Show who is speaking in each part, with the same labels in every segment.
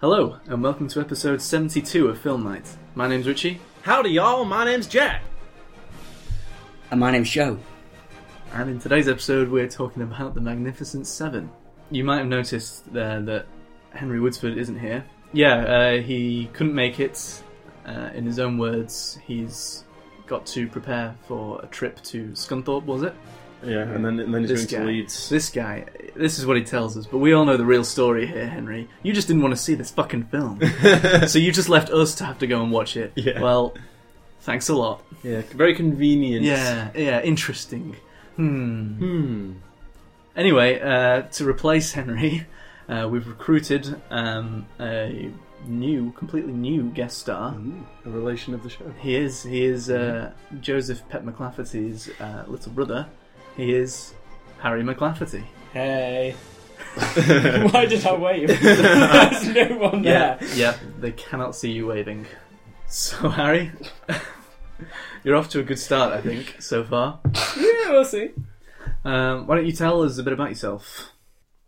Speaker 1: Hello, and welcome to episode 72 of Film Night. My name's Richie,
Speaker 2: Howdy, y'all. My name's Jack.
Speaker 3: And my name's Joe.
Speaker 1: and in today's episode, we're talking about The Magnificent Seven. You might have noticed uh, that Henry Woodsford isn't here. Yeah, uh, he couldn't make it. Uh, in his own words, he's got to prepare for a trip to Scunthorpe, was it?
Speaker 2: Yeah, and then and then he's
Speaker 1: This
Speaker 2: going
Speaker 1: guy.
Speaker 2: to Leeds.
Speaker 1: This guy, this is what he tells us, but we all know the real story here, Henry. You just didn't want to see this fucking film. so you just left us to have to go and watch it.
Speaker 2: Yeah.
Speaker 1: Well, thanks a lot.
Speaker 2: Yeah, very convenient.
Speaker 1: Yeah, yeah, interesting. Hmm.
Speaker 2: Hmm.
Speaker 1: Anyway, uh, to replace Henry, uh, we've recruited um, a new, completely new guest star.
Speaker 2: A relation of the show.
Speaker 1: He is, he is uh, Joseph Pet McLafferty's uh, little brother. He is Harry McLafferty.
Speaker 4: Hey. Why did I wave? There's no one there.
Speaker 1: yeah. They cannot see you waving. So Harry, you're off to a good start, I think, so far.
Speaker 4: Yeah, we'll see.
Speaker 1: Um, why don't you tell us a bit about yourself?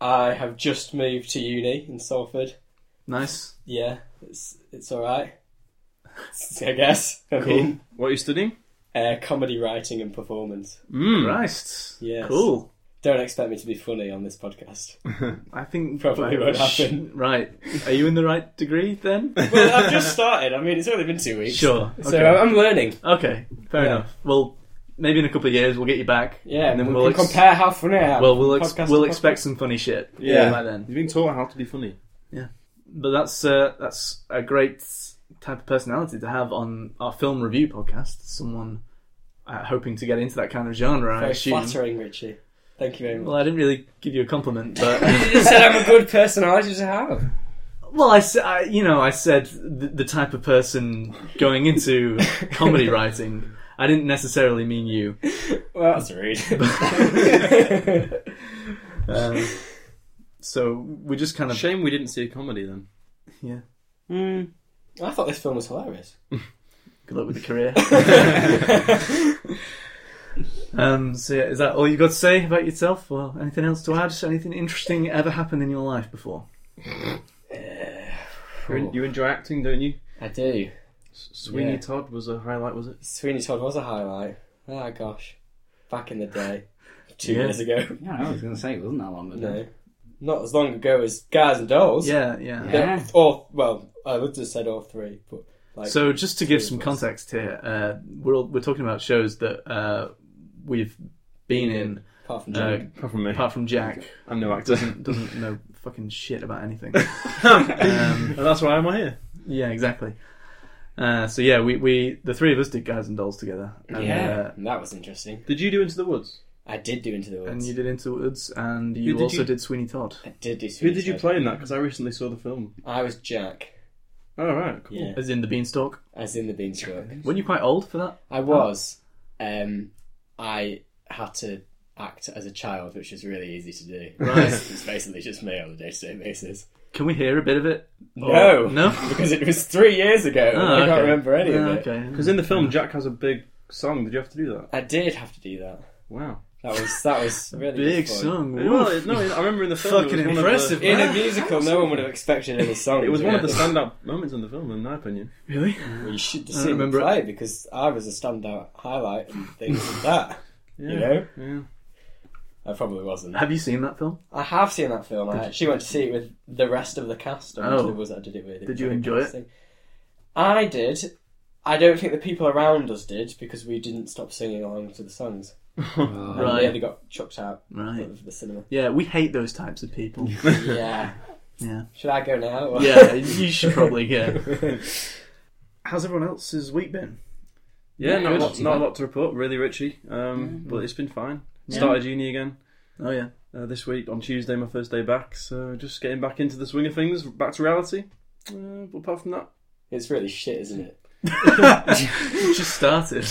Speaker 4: I have just moved to uni in Salford.
Speaker 1: Nice.
Speaker 4: Yeah, it's it's all right. I guess. I mean,
Speaker 2: What are you studying?
Speaker 4: uh, comedy writing and performance.
Speaker 2: Mm.
Speaker 1: Christ.
Speaker 4: Yes.
Speaker 1: Cool.
Speaker 4: Don't expect me to be funny on this podcast.
Speaker 1: I think
Speaker 4: Probably won't happen.
Speaker 1: Right? Are you in the right degree then?
Speaker 4: well, I've just started. I mean, it's only been two weeks.
Speaker 1: sure. Okay.
Speaker 4: So I'm I'm learning.
Speaker 1: okay. Fair
Speaker 4: Yeah.
Speaker 1: enough. Well, maybe in a couple of years we'll get you back.
Speaker 4: Yeah,
Speaker 1: And then
Speaker 4: we
Speaker 1: we'll
Speaker 4: can
Speaker 1: ex-
Speaker 4: compare how funny I am.
Speaker 1: Well, we'll ex-
Speaker 4: podcast to
Speaker 1: we'll
Speaker 4: podcast.
Speaker 1: expect some funny shit.
Speaker 2: Yeah.
Speaker 1: By then.
Speaker 2: You've been taught how to be funny.
Speaker 1: But that's uh, that's a great type of personality to have on our film review podcast. Someone uh, hoping to get into that kind of genre. I
Speaker 4: Very
Speaker 1: assume.
Speaker 4: flattering, Richie. Thank you very much.
Speaker 1: Well, I didn't really give you a compliment, but
Speaker 4: you just said I'm a good personality to have.
Speaker 1: Well, I, s- I- you know, I said the, the type of person going into comedy writing. I didn't necessarily mean you.
Speaker 4: Well, that's rude.
Speaker 1: Um, so we just kind of
Speaker 2: Shame we didn't see a comedy then.
Speaker 4: Mm, I thought this film was hilarious.
Speaker 1: good luck with the career. um, so yeah, is that all you got to say about yourself, or anything else to add? Anything interesting ever happened in your life before?
Speaker 2: You, en- you enjoy acting, don't you?
Speaker 4: I do.
Speaker 2: S- Sweeney
Speaker 4: Yeah.
Speaker 2: Todd was a highlight, was it?
Speaker 4: Sweeney Todd was a highlight. Ah, gosh. Back in the day. Two
Speaker 1: Yeah.
Speaker 4: years ago.
Speaker 3: Yeah, I was going to say it wasn't that long ago.
Speaker 4: No. Not as long ago as Guys and Dolls.
Speaker 1: Yeah, yeah.
Speaker 4: They're
Speaker 3: Yeah.
Speaker 4: All, well, I would have said all three, but like.
Speaker 1: So just to give some context here, uh, we're all, we're talking about shows that uh, we've been in.
Speaker 4: Apart from
Speaker 1: Uh,
Speaker 4: Jack.
Speaker 2: Apart from me.
Speaker 1: apart from Jack,
Speaker 2: I'm no actor.
Speaker 1: doesn't
Speaker 2: Um,
Speaker 1: doesn't know fucking shit about anything.
Speaker 2: and that's why I'm here.
Speaker 1: Yeah, exactly. Uh, so yeah, we, we the three of us did Guys and Dolls together. And,
Speaker 4: yeah. and that was interesting.
Speaker 2: Did you do Into the Woods?
Speaker 4: I did do Into the
Speaker 1: uh,
Speaker 4: Woods.
Speaker 1: and you did Into the Woods, and you
Speaker 2: did
Speaker 1: also
Speaker 2: you-
Speaker 1: did Sweeney Todd.
Speaker 4: I did do
Speaker 2: Who
Speaker 4: Sweeney
Speaker 2: did you
Speaker 4: Todd.
Speaker 2: play in that? Because I recently saw the film.
Speaker 4: I was Jack.
Speaker 2: Oh, right. Cool.
Speaker 4: Yeah.
Speaker 1: As in the Beanstalk.
Speaker 4: As in the Beanstalk.
Speaker 1: Weren't you quite old for that?
Speaker 4: I was. Um, I had to act as a child, which was really easy to do.
Speaker 1: Right.
Speaker 4: It's it's basically just me on a day-to-day basis.
Speaker 1: Can we hear a bit of it?
Speaker 4: No.
Speaker 1: No?
Speaker 4: because it was three years ago. and
Speaker 1: Oh,
Speaker 4: I can't
Speaker 1: okay.
Speaker 4: remember any
Speaker 1: Oh,
Speaker 4: of it.
Speaker 1: okay.
Speaker 2: Because in the film, Jack has a big song. Did you have to do that?
Speaker 4: I did have to do that.
Speaker 2: Wow.
Speaker 4: That was that was really
Speaker 1: Big
Speaker 4: good fun.
Speaker 1: song.
Speaker 2: Well, it- no, I remember in the film.
Speaker 1: Fucking
Speaker 2: it was one of
Speaker 1: impressive.
Speaker 2: the-
Speaker 4: In a musical, no one would have expected any song.
Speaker 2: it was one of the standout moments in the film, in my opinion.
Speaker 1: Really?
Speaker 4: Well, you should have
Speaker 1: I don't
Speaker 4: seen me
Speaker 1: remember it.
Speaker 4: play because I was a standout highlight and things like that.
Speaker 2: Yeah.
Speaker 4: You know,
Speaker 2: Yeah.
Speaker 4: I probably wasn't.
Speaker 1: Have you seen that film?
Speaker 4: I have seen that film. I actually went to see it with the rest of the cast. I
Speaker 1: Oh.
Speaker 4: oh. was I did it with. It
Speaker 1: Did
Speaker 4: was
Speaker 1: you
Speaker 4: really
Speaker 1: enjoy it?
Speaker 4: interesting. I did. I don't think the people around us did because we didn't stop singing along to the songs.
Speaker 3: Oh,
Speaker 1: Right.
Speaker 4: And they got chucked out
Speaker 1: Right.
Speaker 4: of the cinema.
Speaker 1: Yeah, we hate those types of people.
Speaker 4: yeah.
Speaker 1: Yeah.
Speaker 4: Should I go now? or-
Speaker 1: yeah, you should probably yeah. How's everyone else's week been?
Speaker 2: Yeah,
Speaker 3: Yeah,
Speaker 2: not, a
Speaker 3: good.
Speaker 2: lot, not a lot to report, really, Richie. Um, But it's been fine. Started uni again
Speaker 1: Oh yeah.
Speaker 2: uh, this week on Tuesday, my first day back. So just getting back into the swing of things, back to reality. Uh, but apart from that,
Speaker 4: It's really shit, isn't it?
Speaker 1: It just started.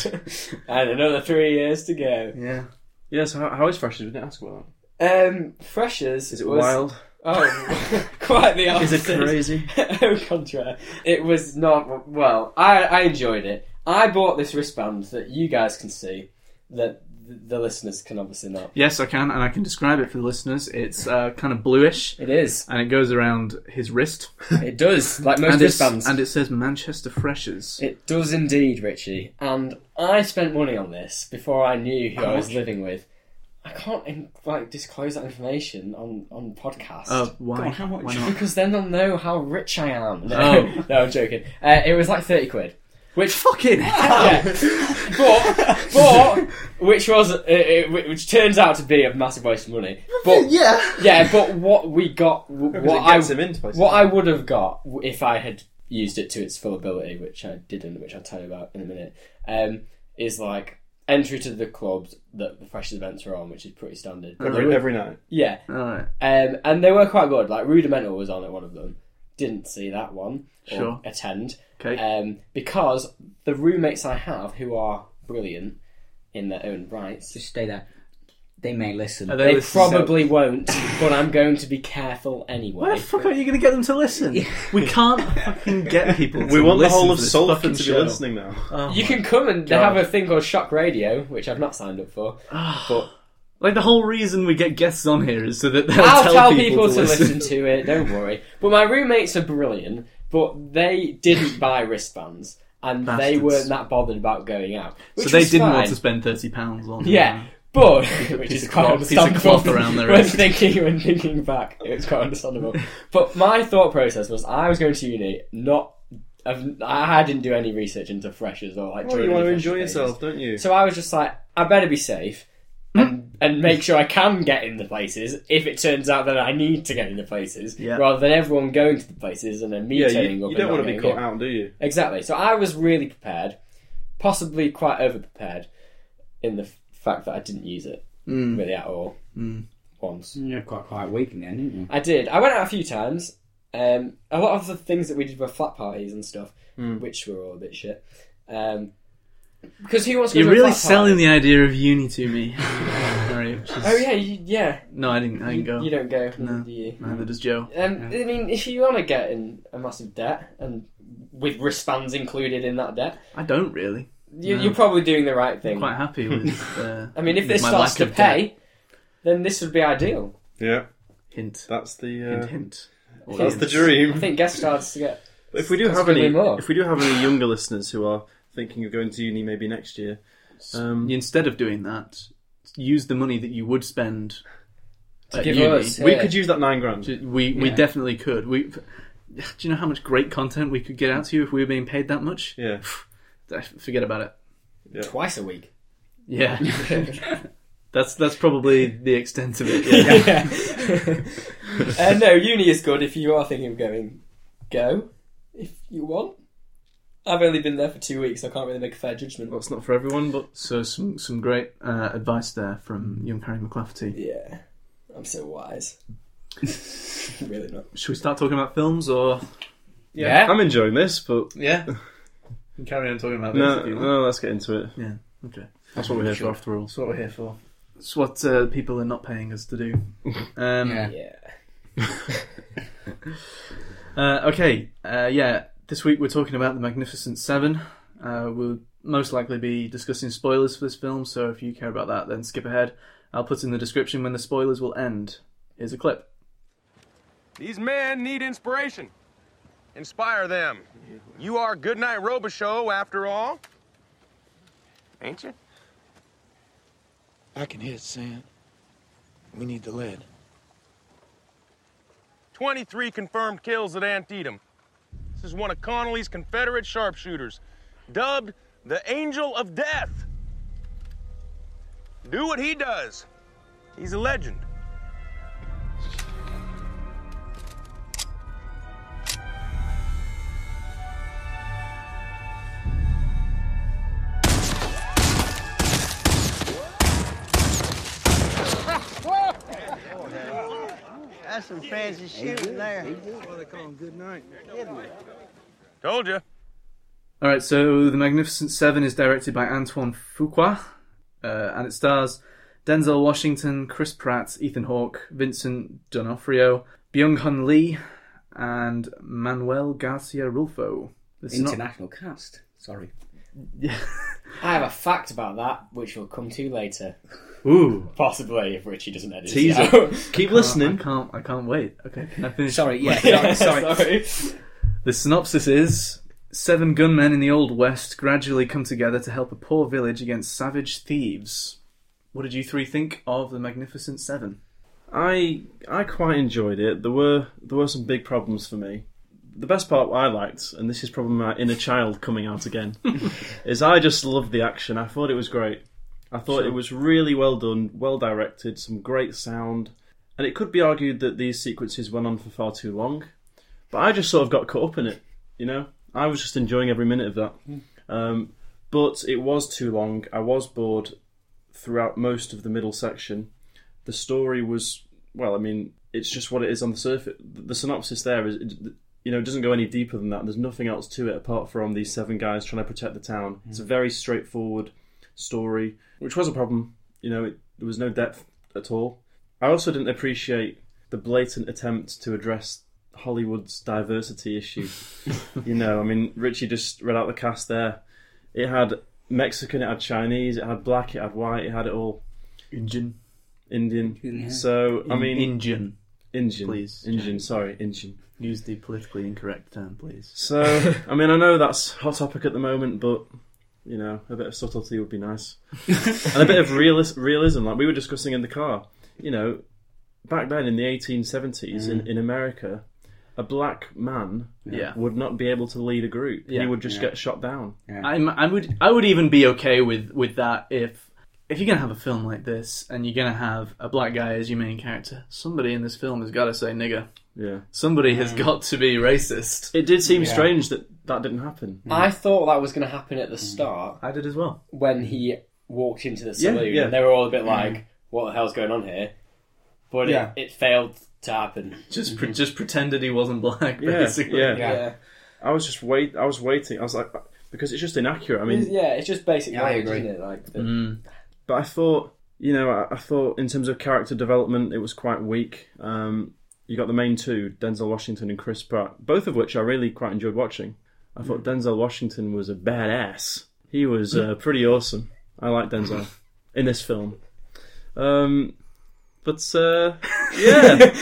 Speaker 4: And another three years to go.
Speaker 1: Yeah.
Speaker 2: yeah. So how, how is freshers? We didn't ask about that.
Speaker 4: Um, Freshers.
Speaker 2: Is it
Speaker 4: was-
Speaker 2: wild?
Speaker 4: Oh, quite the
Speaker 2: Is
Speaker 4: opposite.
Speaker 2: it crazy?
Speaker 4: Au contraire, Oh, it was not. Well, I, I enjoyed it. I bought this wristband that you guys can see that the listeners can obviously not.
Speaker 1: Yes, I can, and I can describe it for the listeners. It's uh, kind of bluish,
Speaker 3: It is.
Speaker 1: and it goes around his wrist.
Speaker 3: It does. Like most
Speaker 1: and, it's-
Speaker 3: wristbands.
Speaker 1: and it says Manchester Freshers.
Speaker 3: It does indeed, Richie.
Speaker 4: And I spent money on this before I knew who
Speaker 1: How
Speaker 4: I was
Speaker 1: much?
Speaker 4: living with. I can't in, like disclose that information on on podcast.
Speaker 1: Oh, why?
Speaker 3: Go on, how much?
Speaker 1: Why not?
Speaker 4: Because then they'll know how rich I am. No,
Speaker 1: Oh.
Speaker 4: no I'm joking. Uh, it was like 30 quid.
Speaker 1: Which fucking hell?
Speaker 4: But, but, which was, uh, uh, which turns out to be a massive waste of money. But,
Speaker 1: yeah.
Speaker 4: yeah, but what we got, w-
Speaker 2: Because
Speaker 4: what
Speaker 2: it
Speaker 4: I,
Speaker 2: gets him into places.
Speaker 4: what I would have got w- if I had used it to its full ability, which I didn't, which I'll tell you about in a minute, um, is like entry to the clubs that the freshers events are on, which is pretty standard.
Speaker 2: every, every night.
Speaker 4: Yeah,
Speaker 1: All right.
Speaker 4: um, and they were quite good. Like Rudimental was on at one of them. Didn't see that one or
Speaker 1: Sure.
Speaker 4: attend
Speaker 1: Okay.
Speaker 4: um, because the roommates I have who are brilliant in their own rights,
Speaker 3: Just stay there. They may listen.
Speaker 1: Are
Speaker 4: they
Speaker 1: listening?
Speaker 4: probably won't. But I'm going to be careful
Speaker 1: Where the
Speaker 4: anyway.
Speaker 1: fuck are you going to get them to listen? We can't fucking get people. To
Speaker 2: We want the
Speaker 1: listen
Speaker 2: whole
Speaker 1: to
Speaker 2: of
Speaker 1: this
Speaker 2: Salford
Speaker 1: fucking
Speaker 2: to be
Speaker 1: show.
Speaker 2: listening now.
Speaker 1: Oh
Speaker 4: You
Speaker 1: my-
Speaker 4: can come and
Speaker 1: God.
Speaker 4: have a thing called Shock Radio, which I've not signed up for. but
Speaker 1: like the whole reason we get guests on here is so that they'll
Speaker 4: I'll
Speaker 1: tell,
Speaker 4: people, to listen.
Speaker 1: listen.
Speaker 4: to it. Don't worry. But my roommates are brilliant, but they didn't buy wristbands. And they
Speaker 1: Bastards.
Speaker 4: weren't that bothered about going out.
Speaker 1: So
Speaker 4: which
Speaker 1: they
Speaker 4: was
Speaker 1: didn't
Speaker 4: fine.
Speaker 1: want to spend thirty pounds on.
Speaker 4: Yeah, but which
Speaker 1: piece
Speaker 4: is
Speaker 1: of
Speaker 4: quite
Speaker 1: cloth- piece of
Speaker 4: understandable.
Speaker 1: cloth around their
Speaker 4: when
Speaker 1: wrist.
Speaker 4: thinking, when thinking back, it's quite understandable. but my thought process was, I was going to uni, not. I've- I didn't do any research into freshers or like.
Speaker 2: Well,
Speaker 4: during
Speaker 2: you want to
Speaker 4: any
Speaker 2: enjoy
Speaker 4: freshers
Speaker 2: yourself, don't you?
Speaker 4: phases. So I was just like, I better be safe.
Speaker 1: Hmm.
Speaker 4: And, and make sure I can get in the places if it turns out that I need to get in the places,
Speaker 1: Yeah.
Speaker 4: rather than everyone going to the places and then me
Speaker 2: yeah,
Speaker 4: turning
Speaker 2: you,
Speaker 4: up.
Speaker 2: you
Speaker 4: and
Speaker 2: don't
Speaker 4: not
Speaker 2: want to be
Speaker 4: getting
Speaker 2: caught
Speaker 4: in.
Speaker 2: out, do you?
Speaker 4: Exactly. So I was really prepared, possibly quite overprepared, in the f- fact that I didn't use it
Speaker 1: Mm.
Speaker 4: really at all
Speaker 1: Mm.
Speaker 4: once.
Speaker 3: You're quite quite weak in the end, aren't you?
Speaker 4: I did. I went out a few times. Um, a lot of the things that we did were flat parties and stuff,
Speaker 1: Hmm.
Speaker 2: Mm.
Speaker 4: which were all a bit shit. Um, because who wants to?
Speaker 1: You're
Speaker 4: go to a
Speaker 1: really
Speaker 4: flat
Speaker 1: selling
Speaker 4: party?
Speaker 1: the idea of uni to me. Sorry, which is-
Speaker 4: Oh yeah, you, yeah.
Speaker 1: No, I didn't. I
Speaker 4: you,
Speaker 1: didn't go.
Speaker 4: you don't go.
Speaker 1: No.
Speaker 4: Do you?
Speaker 1: Neither does Joe.
Speaker 4: Um, I mean, if you want to get in a massive debt and with wristbands included in that debt,
Speaker 1: I don't really.
Speaker 4: you,
Speaker 1: No.
Speaker 4: you're probably doing the right
Speaker 1: I'm
Speaker 4: thing.
Speaker 1: quite happy with. Uh,
Speaker 4: I mean, if
Speaker 1: with
Speaker 4: this
Speaker 1: my
Speaker 4: starts
Speaker 1: lack
Speaker 4: to
Speaker 1: of debt.
Speaker 4: pay, then this would be ideal.
Speaker 2: Yeah,
Speaker 1: hint,
Speaker 2: that's the.
Speaker 1: hint,
Speaker 2: Uh,
Speaker 1: hint.
Speaker 2: that's the
Speaker 1: Audience.
Speaker 4: I
Speaker 2: dream.
Speaker 4: think guest stars to get.
Speaker 2: If we do
Speaker 4: That's
Speaker 2: have
Speaker 4: gonna be
Speaker 2: any,
Speaker 4: more.
Speaker 2: if we do have any younger listeners who are thinking of going to uni maybe next year, um,
Speaker 1: Instead of doing that, use the money that you would spend to
Speaker 4: give us,
Speaker 2: we
Speaker 4: yeah.
Speaker 2: could use that nine grand.
Speaker 1: We we
Speaker 3: Yeah.
Speaker 1: definitely could. We do you know how much great content we could get out to you if we were being paid that much?
Speaker 2: Yeah,
Speaker 1: I f- Forget about it.
Speaker 4: Twice a week.
Speaker 1: Yeah, that's that's probably the extent of it. Yeah.
Speaker 4: Yeah. uh, no, uni is good if you are thinking of going. Go, if you want. I've only been there for two weeks, so I can't really make a fair judgment.
Speaker 2: well, it's not for everyone, but
Speaker 1: So some some great uh, advice there from young Harry McClafferty.
Speaker 4: Yeah, I'm so wise. really not.
Speaker 1: Should we start talking about films or
Speaker 3: Yeah.
Speaker 2: I'm enjoying this, but
Speaker 1: yeah? Carry on talking about this.
Speaker 2: no,
Speaker 1: if you want.
Speaker 2: no, let's get into it.
Speaker 1: Okay,
Speaker 2: That's what we're here for, after all.
Speaker 1: that's what we're here for. It's what uh, people are not paying us to do. Um,
Speaker 3: Yeah.
Speaker 4: Yeah.
Speaker 1: Uh, okay, uh, yeah. This week we're talking about the Magnificent Seven. Uh, we'll most likely be discussing spoilers for this film, so if you care about that, then skip ahead. I'll put in the description when the spoilers will end. Here's a clip.
Speaker 5: These men need inspiration. Inspire them. You are Goodnight Robichaux, after all. Ain't you?
Speaker 6: I can hit sand. We need the lead.
Speaker 5: 23 confirmed kills at Antietam. This is one of Connolly's Confederate sharpshooters, dubbed the Angel of Death. Do what he does. He's a legend.
Speaker 7: That's some fancy shooting there.
Speaker 5: Told you.
Speaker 1: All right, so the Magnificent Seven is directed by Antoine Fuqua, uh, and it stars Denzel Washington, Chris Pratt, Ethan Hawke, Vincent D'Onofrio, Byung-Hun Lee, and Manuel Garcia Rulfo. This is not-
Speaker 3: International cast. Sorry.
Speaker 1: Yeah.
Speaker 4: I have a fact about that, which we'll come to later.
Speaker 2: Ooh,
Speaker 4: Possibly if Richie doesn't edit
Speaker 2: Teaser.
Speaker 4: it out.
Speaker 2: keep
Speaker 1: Oh, I
Speaker 2: listening.
Speaker 1: can't. I can't wait. Okay, can I finish?
Speaker 3: Sorry, yeah, sorry, sorry.
Speaker 1: The synopsis is seven gunmen in the Old West gradually come together to help a poor village against savage thieves. What did you three think of the Magnificent Seven?
Speaker 2: I I quite enjoyed it. There were there were some big problems for me. The best part I liked, and this is probably my inner child coming out again, is I just loved the action. I thought it was great. I thought it was really well done, well directed, some great sound, and it could be argued that these sequences went on for far too long, but I just sort of got caught up in it. You know, I was just enjoying every minute of that. Um, but it was too long. I was bored throughout most of the middle section. The story was well, I mean, it's just what it is on the surface. The synopsis there is, you know, it doesn't go any deeper than that. There's nothing else to it apart from these seven guys trying to protect the town. It's a very straightforward story, which was a problem. You know, it, there was no depth at all. I also didn't appreciate the blatant attempt to address Hollywood's diversity issue. you know, I mean, Richie just read out the cast there. It had Mexican, it had Chinese, it had black, it had white, it had it all.
Speaker 1: Indian.
Speaker 2: Indian. So, I mean,
Speaker 1: Indian.
Speaker 2: Engine,
Speaker 1: Please.
Speaker 2: Engine, sorry, engine.
Speaker 1: Use the politically incorrect term, please.
Speaker 2: So, I mean, I know that's hot topic at the moment, but you know, a bit of subtlety would be nice, and a bit of realis- realism, like we were discussing in the car. You know, back then in the 1870s in, in America, a black man
Speaker 1: Mm. Yeah.
Speaker 2: would not be able to lead a group.
Speaker 1: Yeah.
Speaker 2: He would just get shot down.
Speaker 1: I'm, I would I would even be okay with, with that if if you're gonna have a film like this and you're gonna have a black guy as your main character, somebody in this film has got to say nigger.
Speaker 2: Yeah,
Speaker 1: Somebody has got to be racist.
Speaker 2: it did seem strange that that didn't happen.
Speaker 4: I thought that was going to happen at the start
Speaker 1: I did as well.
Speaker 4: when he walked into the saloon,
Speaker 2: yeah.
Speaker 4: and they were all a bit like, "What the hell's going on here?" But
Speaker 3: Yeah.
Speaker 4: it, it failed to happen.
Speaker 1: Just pre- just pretended he wasn't black,
Speaker 2: Yeah,
Speaker 1: basically.
Speaker 2: yeah.
Speaker 3: Yeah.
Speaker 2: I was just wait. I was waiting. I was like, because it's just inaccurate. I mean,
Speaker 4: yeah, it's just basic
Speaker 3: Yeah, I
Speaker 4: language,
Speaker 3: agree.
Speaker 4: isn't it? Like, the,
Speaker 1: Mm.
Speaker 2: but I thought, you know, I, I thought in terms of character development, it was quite weak. Um, you got the main two, Denzel Washington and Chris Pratt, both of which I really quite enjoyed watching. I thought Denzel Washington was a badass. He was uh, pretty awesome. I like Denzel in this film. Um, but uh, yeah,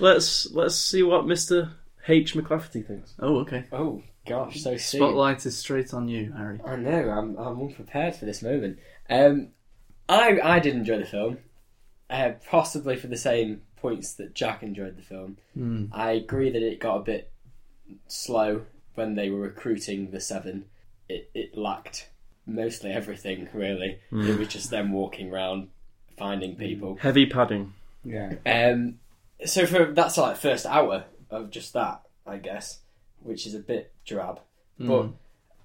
Speaker 2: let's let's see what Mister H McClafferty thinks.
Speaker 1: Oh, okay.
Speaker 4: oh gosh, so soon.
Speaker 1: Spotlight is straight on you, Harry.
Speaker 4: I know. I'm I'm unprepared for this moment. Um, I I did enjoy the film, uh, possibly for the same points that Jack enjoyed the film. I agree that it got a bit slow when they were recruiting the seven. It it lacked mostly everything really. It was just them walking around finding people.
Speaker 2: Heavy padding.
Speaker 3: Yeah.
Speaker 4: Um, so for that's like first hour of just that, I guess, which is a bit drab. But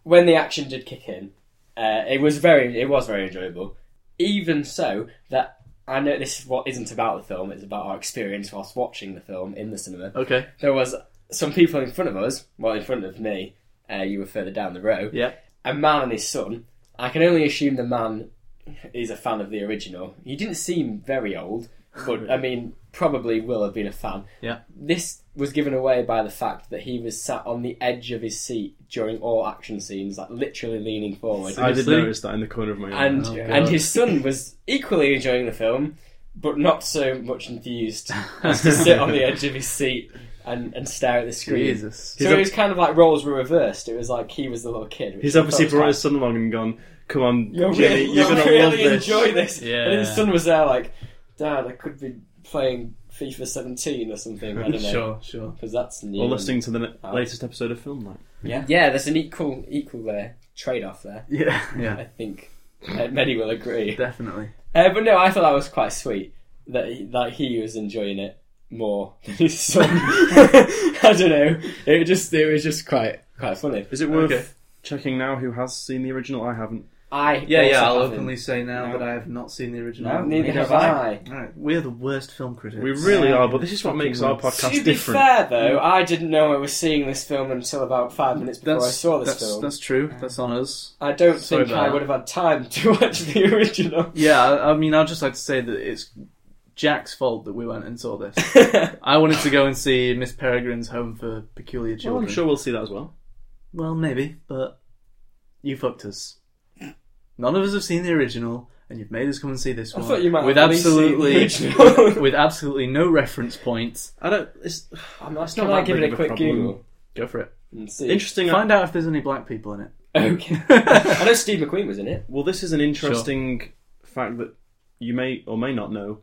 Speaker 4: when the action did kick in, uh, it was very it was very enjoyable. Even so, that I know this is what isn't about the film; it's about our experience whilst watching the film in the cinema.
Speaker 1: Okay.
Speaker 4: There was some people in front of us, well, in front of me. Uh, you were further down the row.
Speaker 1: Yeah.
Speaker 4: A man and his son. I can only assume the man is a fan of the original. He didn't seem very old, but I mean, probably will have been a fan.
Speaker 1: Yeah.
Speaker 4: This was given away by the fact that he was sat on the edge of his seat during all action scenes, like literally leaning forward.
Speaker 2: I did
Speaker 1: Seriously?
Speaker 2: notice that in the corner of my eye.
Speaker 4: And
Speaker 1: Oh, God.
Speaker 4: and his son was equally enjoying the film, but not so much enthused as to sit on the edge of his seat and, and stare at the screen.
Speaker 1: Jesus.
Speaker 4: So it was kind of like roles were reversed. It was like he was the little kid. which
Speaker 2: He's
Speaker 4: I
Speaker 2: obviously
Speaker 4: thought was
Speaker 2: brought his son along and gone, "Come on,
Speaker 4: You'll
Speaker 2: Jimmy,
Speaker 4: really,
Speaker 2: you're
Speaker 4: you'll
Speaker 2: gonna
Speaker 4: really
Speaker 2: love this."
Speaker 4: enjoy this.
Speaker 1: Yeah.
Speaker 4: And his son was there like, Dad, I could be playing FIFA 17 or something. I don't know.
Speaker 1: Sure, sure.
Speaker 4: Because that's new.
Speaker 2: Or
Speaker 4: and-
Speaker 2: listening to the ne-
Speaker 4: Oh.
Speaker 2: latest episode of Film Night.
Speaker 4: yeah. yeah, there's an equal equal there trade off there.
Speaker 1: Yeah, yeah,
Speaker 4: I think uh, many will agree.
Speaker 1: definitely.
Speaker 4: Uh, but no, I thought that was quite sweet that he, that he was enjoying it more than his son. I don't know. It just it was just quite quite funny.
Speaker 2: Is it worth
Speaker 1: Okay.
Speaker 2: checking now who has seen the original? I haven't.
Speaker 4: I
Speaker 1: Yeah, yeah. I'll
Speaker 4: also haven't.
Speaker 1: openly say now
Speaker 3: No.
Speaker 1: that I have not seen the original.
Speaker 3: No,
Speaker 4: Neither
Speaker 3: Neither
Speaker 4: have
Speaker 3: have
Speaker 4: I.
Speaker 1: Alright, we're the worst film critics.
Speaker 2: We really
Speaker 3: Yeah.
Speaker 2: are, but this is what makes our
Speaker 4: To
Speaker 2: podcast
Speaker 4: be
Speaker 2: different.
Speaker 4: fair,
Speaker 1: Mm.
Speaker 4: though, I didn't know I was seeing this film until about five minutes before
Speaker 1: That's,
Speaker 4: I saw this
Speaker 1: that's,
Speaker 4: film.
Speaker 1: that's true. That's on us.
Speaker 4: I don't
Speaker 1: sorry
Speaker 4: think
Speaker 1: about
Speaker 4: I
Speaker 1: that.
Speaker 4: would have had time to watch the original.
Speaker 1: Yeah, I, I mean, I'd just like to say that it's Jack's fault that we went and saw this. I wanted to go and see Miss Peregrine's Home for Peculiar
Speaker 2: Well,
Speaker 1: Children.
Speaker 2: I'm sure we'll see that as well.
Speaker 1: Well, maybe, but you fucked us. None of us have seen the original, and you've made us come and see this
Speaker 4: I
Speaker 1: one
Speaker 4: thought you might
Speaker 1: with
Speaker 4: have at least
Speaker 1: absolutely
Speaker 4: seen the original.
Speaker 1: with absolutely no reference point.
Speaker 2: I don't. It's,
Speaker 4: I'm
Speaker 2: not
Speaker 4: not, can I
Speaker 2: that
Speaker 4: give
Speaker 2: big
Speaker 4: it
Speaker 2: of
Speaker 4: a
Speaker 2: a
Speaker 4: quick
Speaker 2: problem.
Speaker 4: Google
Speaker 1: Go for it.
Speaker 4: and see?
Speaker 2: interesting.
Speaker 1: Find out if there's any black people in it.
Speaker 4: Okay. I know Steve McQueen was in it.
Speaker 2: Well, this is an interesting fact that you may or may not know.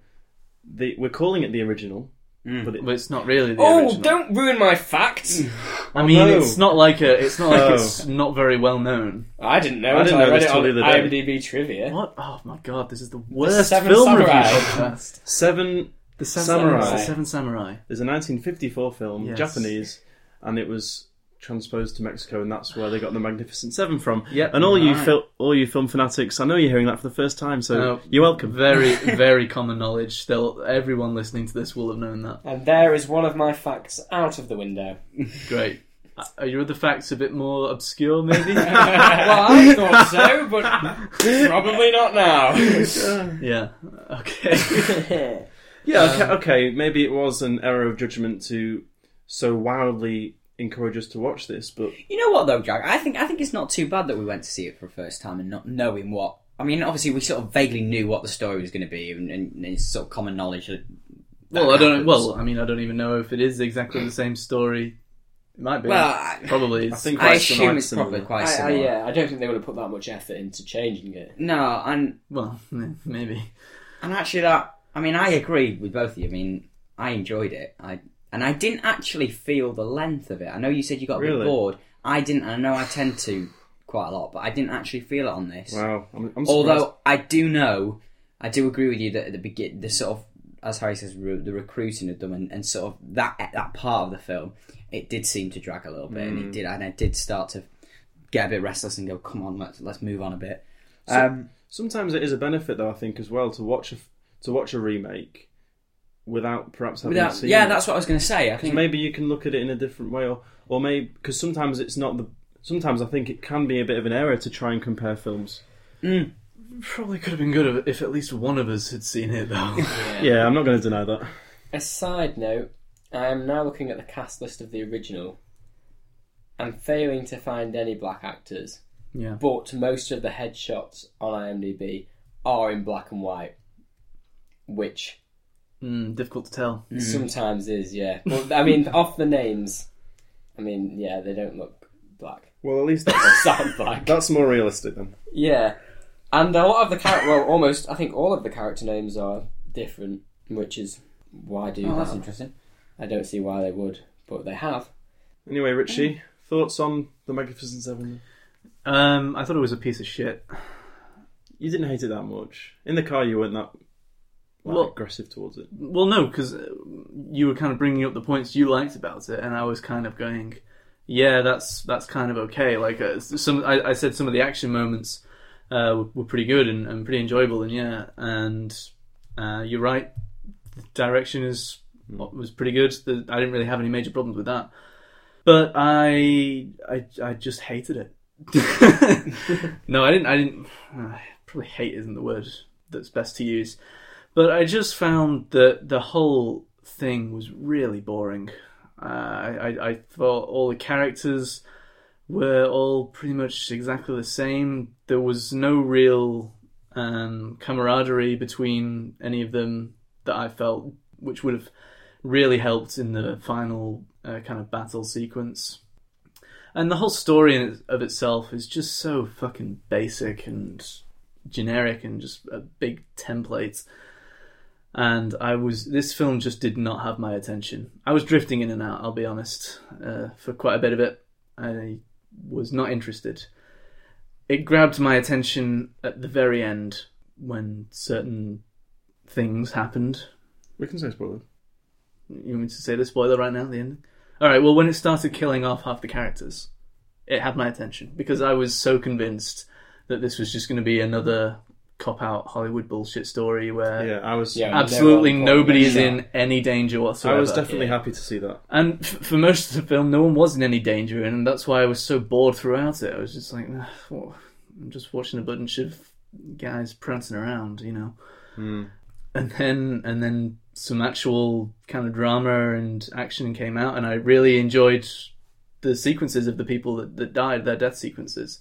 Speaker 2: The, we're calling it the original, but it,
Speaker 1: But it's not really the
Speaker 4: Oh,
Speaker 1: original.
Speaker 4: don't ruin my facts.
Speaker 2: Mm.
Speaker 1: I mean,
Speaker 2: no.
Speaker 1: it's not like a, it's not like
Speaker 2: No.
Speaker 1: it's not very well known.
Speaker 4: I didn't know.
Speaker 2: I didn't
Speaker 4: until
Speaker 2: know
Speaker 4: I read
Speaker 2: this
Speaker 4: it on
Speaker 2: till the other day.
Speaker 4: IMDb trivia.
Speaker 1: What? Oh my god, this is the worst
Speaker 4: Seven
Speaker 1: film
Speaker 4: Samurai.
Speaker 1: review podcast.
Speaker 2: Seven
Speaker 1: The Seven
Speaker 2: Samurai.
Speaker 1: The Seven Samurai.
Speaker 2: is a 1954 film,
Speaker 1: Yes.
Speaker 2: Japanese, and it was transposed to Mexico, and that's where they got the Magnificent Seven from.
Speaker 1: Yep.
Speaker 2: And all you
Speaker 1: Right.
Speaker 2: fil- all you film fanatics, I know you're hearing that for the first time, so
Speaker 1: Oh.
Speaker 2: you're welcome.
Speaker 1: Very, very common knowledge. They'll, everyone listening to this will have known that.
Speaker 4: And there is one of my facts out of the window.
Speaker 1: Great. Uh, Are your other facts a bit more obscure, maybe?
Speaker 4: well, I thought so, but probably not now.
Speaker 1: yeah. Okay.
Speaker 2: Yeah, okay, okay, maybe it was an error of judgment to so wildly encourage us to watch this, but
Speaker 3: You know what though, Jack? I think I think it's not too bad that we went to see it for the first time and not knowing what. I mean, obviously we sort of vaguely knew what the story was going to be, and, and it's sort of common knowledge. That that
Speaker 1: well, I don't.
Speaker 3: happens.
Speaker 1: Well, I mean, I don't even know if it is exactly the same story. It might be.
Speaker 3: Well, I-
Speaker 1: probably. Is.
Speaker 2: I think
Speaker 3: I
Speaker 2: quite
Speaker 3: assume
Speaker 2: similar-
Speaker 3: it's probably
Speaker 2: similar.
Speaker 3: quite
Speaker 4: I, I,
Speaker 3: similar.
Speaker 4: yeah, I don't think they would have put that much effort into changing it.
Speaker 3: No, and
Speaker 1: Well, m- maybe.
Speaker 3: and actually, that I mean, I agree with both of you. I mean, I enjoyed it. I and I didn't actually feel the length of it. I know you said you got a
Speaker 2: Really?
Speaker 3: bit bored. I didn't. I know I tend to quite a lot, but I didn't actually feel it on this.
Speaker 2: Wow, I'm, I'm surprised.
Speaker 3: Although I do know, I do agree with you that at the begin, the sort of as Harry says, re- the recruiting of them and, and sort of that that part of the film, it did seem to drag a little bit,
Speaker 2: Mm.
Speaker 3: and it did, and I did start to get a bit restless and go, come on, let's let's move on a bit. um,
Speaker 2: sometimes it is a benefit, though I think as well to watch a f- to watch a remake without perhaps having
Speaker 3: without,
Speaker 2: seen
Speaker 3: yeah,
Speaker 2: it.
Speaker 3: that's what I was going to say. I think
Speaker 2: maybe you can look at it in a different way, or or maybe because sometimes it's not the. Sometimes I think it can be a bit of an error to try and compare films.
Speaker 1: Probably could have been good if at least one of us had seen it, though.
Speaker 2: Yeah, I'm not going to deny that.
Speaker 4: A side note, I am now looking at the cast list of the original. I'm failing to find any black actors,
Speaker 1: yeah.
Speaker 4: but most of the headshots on IMDb are in black and white, which
Speaker 1: Mm, difficult to tell.
Speaker 4: sometimes is, yeah. But, I mean, off the names, I mean, yeah, they don't look black.
Speaker 2: Well, at least that's,
Speaker 4: Sound black.
Speaker 2: that's more realistic then.
Speaker 4: Yeah, and a lot of the character, well, almost, I think all of the character names are different, which is why do
Speaker 3: oh, that's
Speaker 4: that?
Speaker 3: interesting.
Speaker 4: I don't see why they would, but they have.
Speaker 2: Anyway, Richie, thoughts on the Magnificent Seven?
Speaker 1: Um, I thought it was a piece of shit.
Speaker 2: You didn't hate it that much. In the car, you weren't that like,
Speaker 1: Well-
Speaker 2: aggressive towards it.
Speaker 1: Well, no, because you were kind of bringing up the points you liked about it, and I was kind of going, "Yeah, that's that's kind of okay." Like uh, s- some, I, I said some of the action moments uh, were, were pretty good and, and pretty enjoyable, and yeah, and uh, you're right, the direction is was pretty good. The, I didn't really have any major problems with that, but I I, I just hated it. no, I didn't. I didn't. Probably hate isn't the word that's best to use. But I just found that the whole thing was really boring. Uh, I, I, I thought all the characters were all pretty much exactly the same. There was no real um, camaraderie between any of them that I felt, which would have really helped in the final uh, kind of battle sequence. And the whole story in, of itself is just so fucking basic and generic and just a big template and I was this film just did not have my attention. I was drifting in and out. I'll be honest, uh, for quite a bit of it, I was not interested. It grabbed my attention at the very end when certain things happened.
Speaker 2: We can say spoiler.
Speaker 1: You want me to say the spoiler right now? The ending. All right. Well, when it started killing off half the characters, it had my attention because I was so convinced that this was just going to be another cop out Hollywood bullshit story where
Speaker 2: Yeah, I was.
Speaker 4: Yeah.
Speaker 1: absolutely
Speaker 4: No one
Speaker 1: nobody is
Speaker 4: thought
Speaker 1: in any danger
Speaker 2: I
Speaker 1: whatsoever.
Speaker 2: was definitely happy to see that.
Speaker 1: and f- for most of the film, no one was in any danger, and that's why I was so bored throughout it. I was just like, "Ugh, what- I'm just watching a bunch of guys prancing around, you know.
Speaker 2: Hmm.
Speaker 1: And then, and then some actual kind of drama and action came out, and I really enjoyed the sequences of the people that, that died, their death sequences.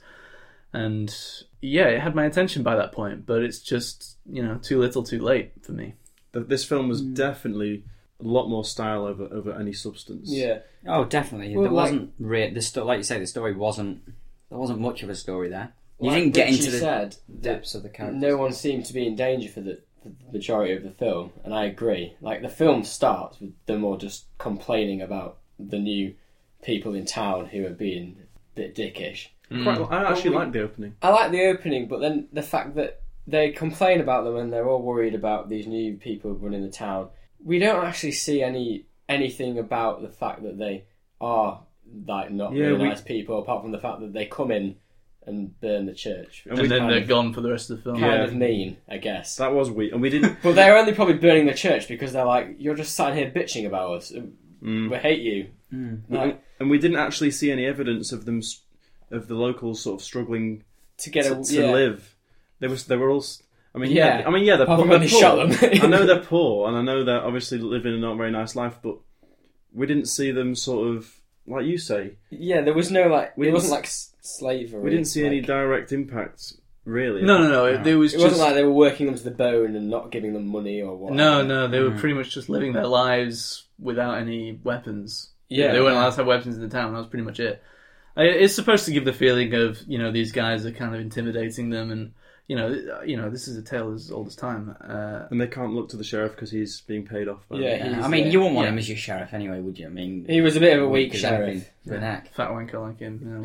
Speaker 1: And yeah, it had my attention by that point, but it's just, you know, too little too late for me.
Speaker 2: Th- This film was definitely a lot more style over over any substance.
Speaker 4: Yeah.
Speaker 3: Oh, definitely.
Speaker 4: Well,
Speaker 3: there
Speaker 4: like-
Speaker 3: wasn't re- the sto- like you say, the story wasn't there wasn't much of a story there. You
Speaker 4: Like
Speaker 3: didn't get
Speaker 4: Richie
Speaker 3: into the
Speaker 4: said, that
Speaker 3: depths of the characters.
Speaker 4: No one seemed to be in danger for the, for the majority of the film, and I agree. Like the film starts with them all just complaining about the new people in town who are being a bit dickish.
Speaker 2: Quite, I actually
Speaker 4: Well, we-
Speaker 2: liked the opening.
Speaker 4: I like the opening, but then the fact that they complain about them and they're all worried about these new people running the town. We don't actually see any anything about the fact that they are like not
Speaker 2: Yeah,
Speaker 4: really
Speaker 2: we-
Speaker 4: nice people, apart from the fact that they come in and burn the church, which
Speaker 2: And
Speaker 1: And,
Speaker 4: is
Speaker 2: we-
Speaker 1: then
Speaker 4: kind
Speaker 1: they're
Speaker 4: of-
Speaker 1: gone for the rest of the film.
Speaker 4: kind
Speaker 2: Yeah.
Speaker 4: of mean, I guess.
Speaker 2: That was weird, and we didn't.
Speaker 4: But they're only probably burning the church because they're like, "You're just sat here bitching about us. We hate you." Like,
Speaker 2: and Mm. we didn't actually see any evidence of them, s- of the locals sort of struggling
Speaker 4: to get a
Speaker 2: to, to
Speaker 4: yeah.
Speaker 2: live. They was they were all. s- I mean, yeah.
Speaker 4: Yeah.
Speaker 2: I mean, yeah. They're
Speaker 4: Apart
Speaker 2: poor.
Speaker 4: from when
Speaker 2: they're
Speaker 4: they shot
Speaker 2: poor.
Speaker 4: them.
Speaker 2: I know they're poor, and I know they're obviously living a not very nice life. But we didn't see them sort of like you say.
Speaker 4: Yeah, there was no like.
Speaker 2: We
Speaker 4: it
Speaker 2: didn't
Speaker 4: wasn't
Speaker 2: s-
Speaker 4: like s- slavery.
Speaker 2: We didn't see any
Speaker 4: like-
Speaker 2: direct impacts, really.
Speaker 1: No, no, no. It, there was
Speaker 4: It
Speaker 1: just
Speaker 4: wasn't like they were working them to the bone and not giving them money or what.
Speaker 1: no, no. They
Speaker 2: Mm.
Speaker 1: were pretty much just living their lives without any weapons.
Speaker 4: Yeah.
Speaker 1: they weren't allowed to have weapons in the town. That was pretty much it. I- It's supposed to give the feeling of you know these guys are kind of intimidating them, and you know, you know, this is a tale as old as time. Uh,
Speaker 2: And they can't look to the sheriff because he's being paid off. By
Speaker 4: Yeah,
Speaker 2: them.
Speaker 3: Yeah,
Speaker 4: he's,
Speaker 3: I mean,
Speaker 4: yeah.
Speaker 3: you wouldn't want him as your sheriff anyway, would you? I mean,
Speaker 4: He was a bit of a
Speaker 3: weak
Speaker 4: weak
Speaker 3: as
Speaker 4: sheriff.
Speaker 3: anything, Renak.
Speaker 1: fat wanker like him. you know.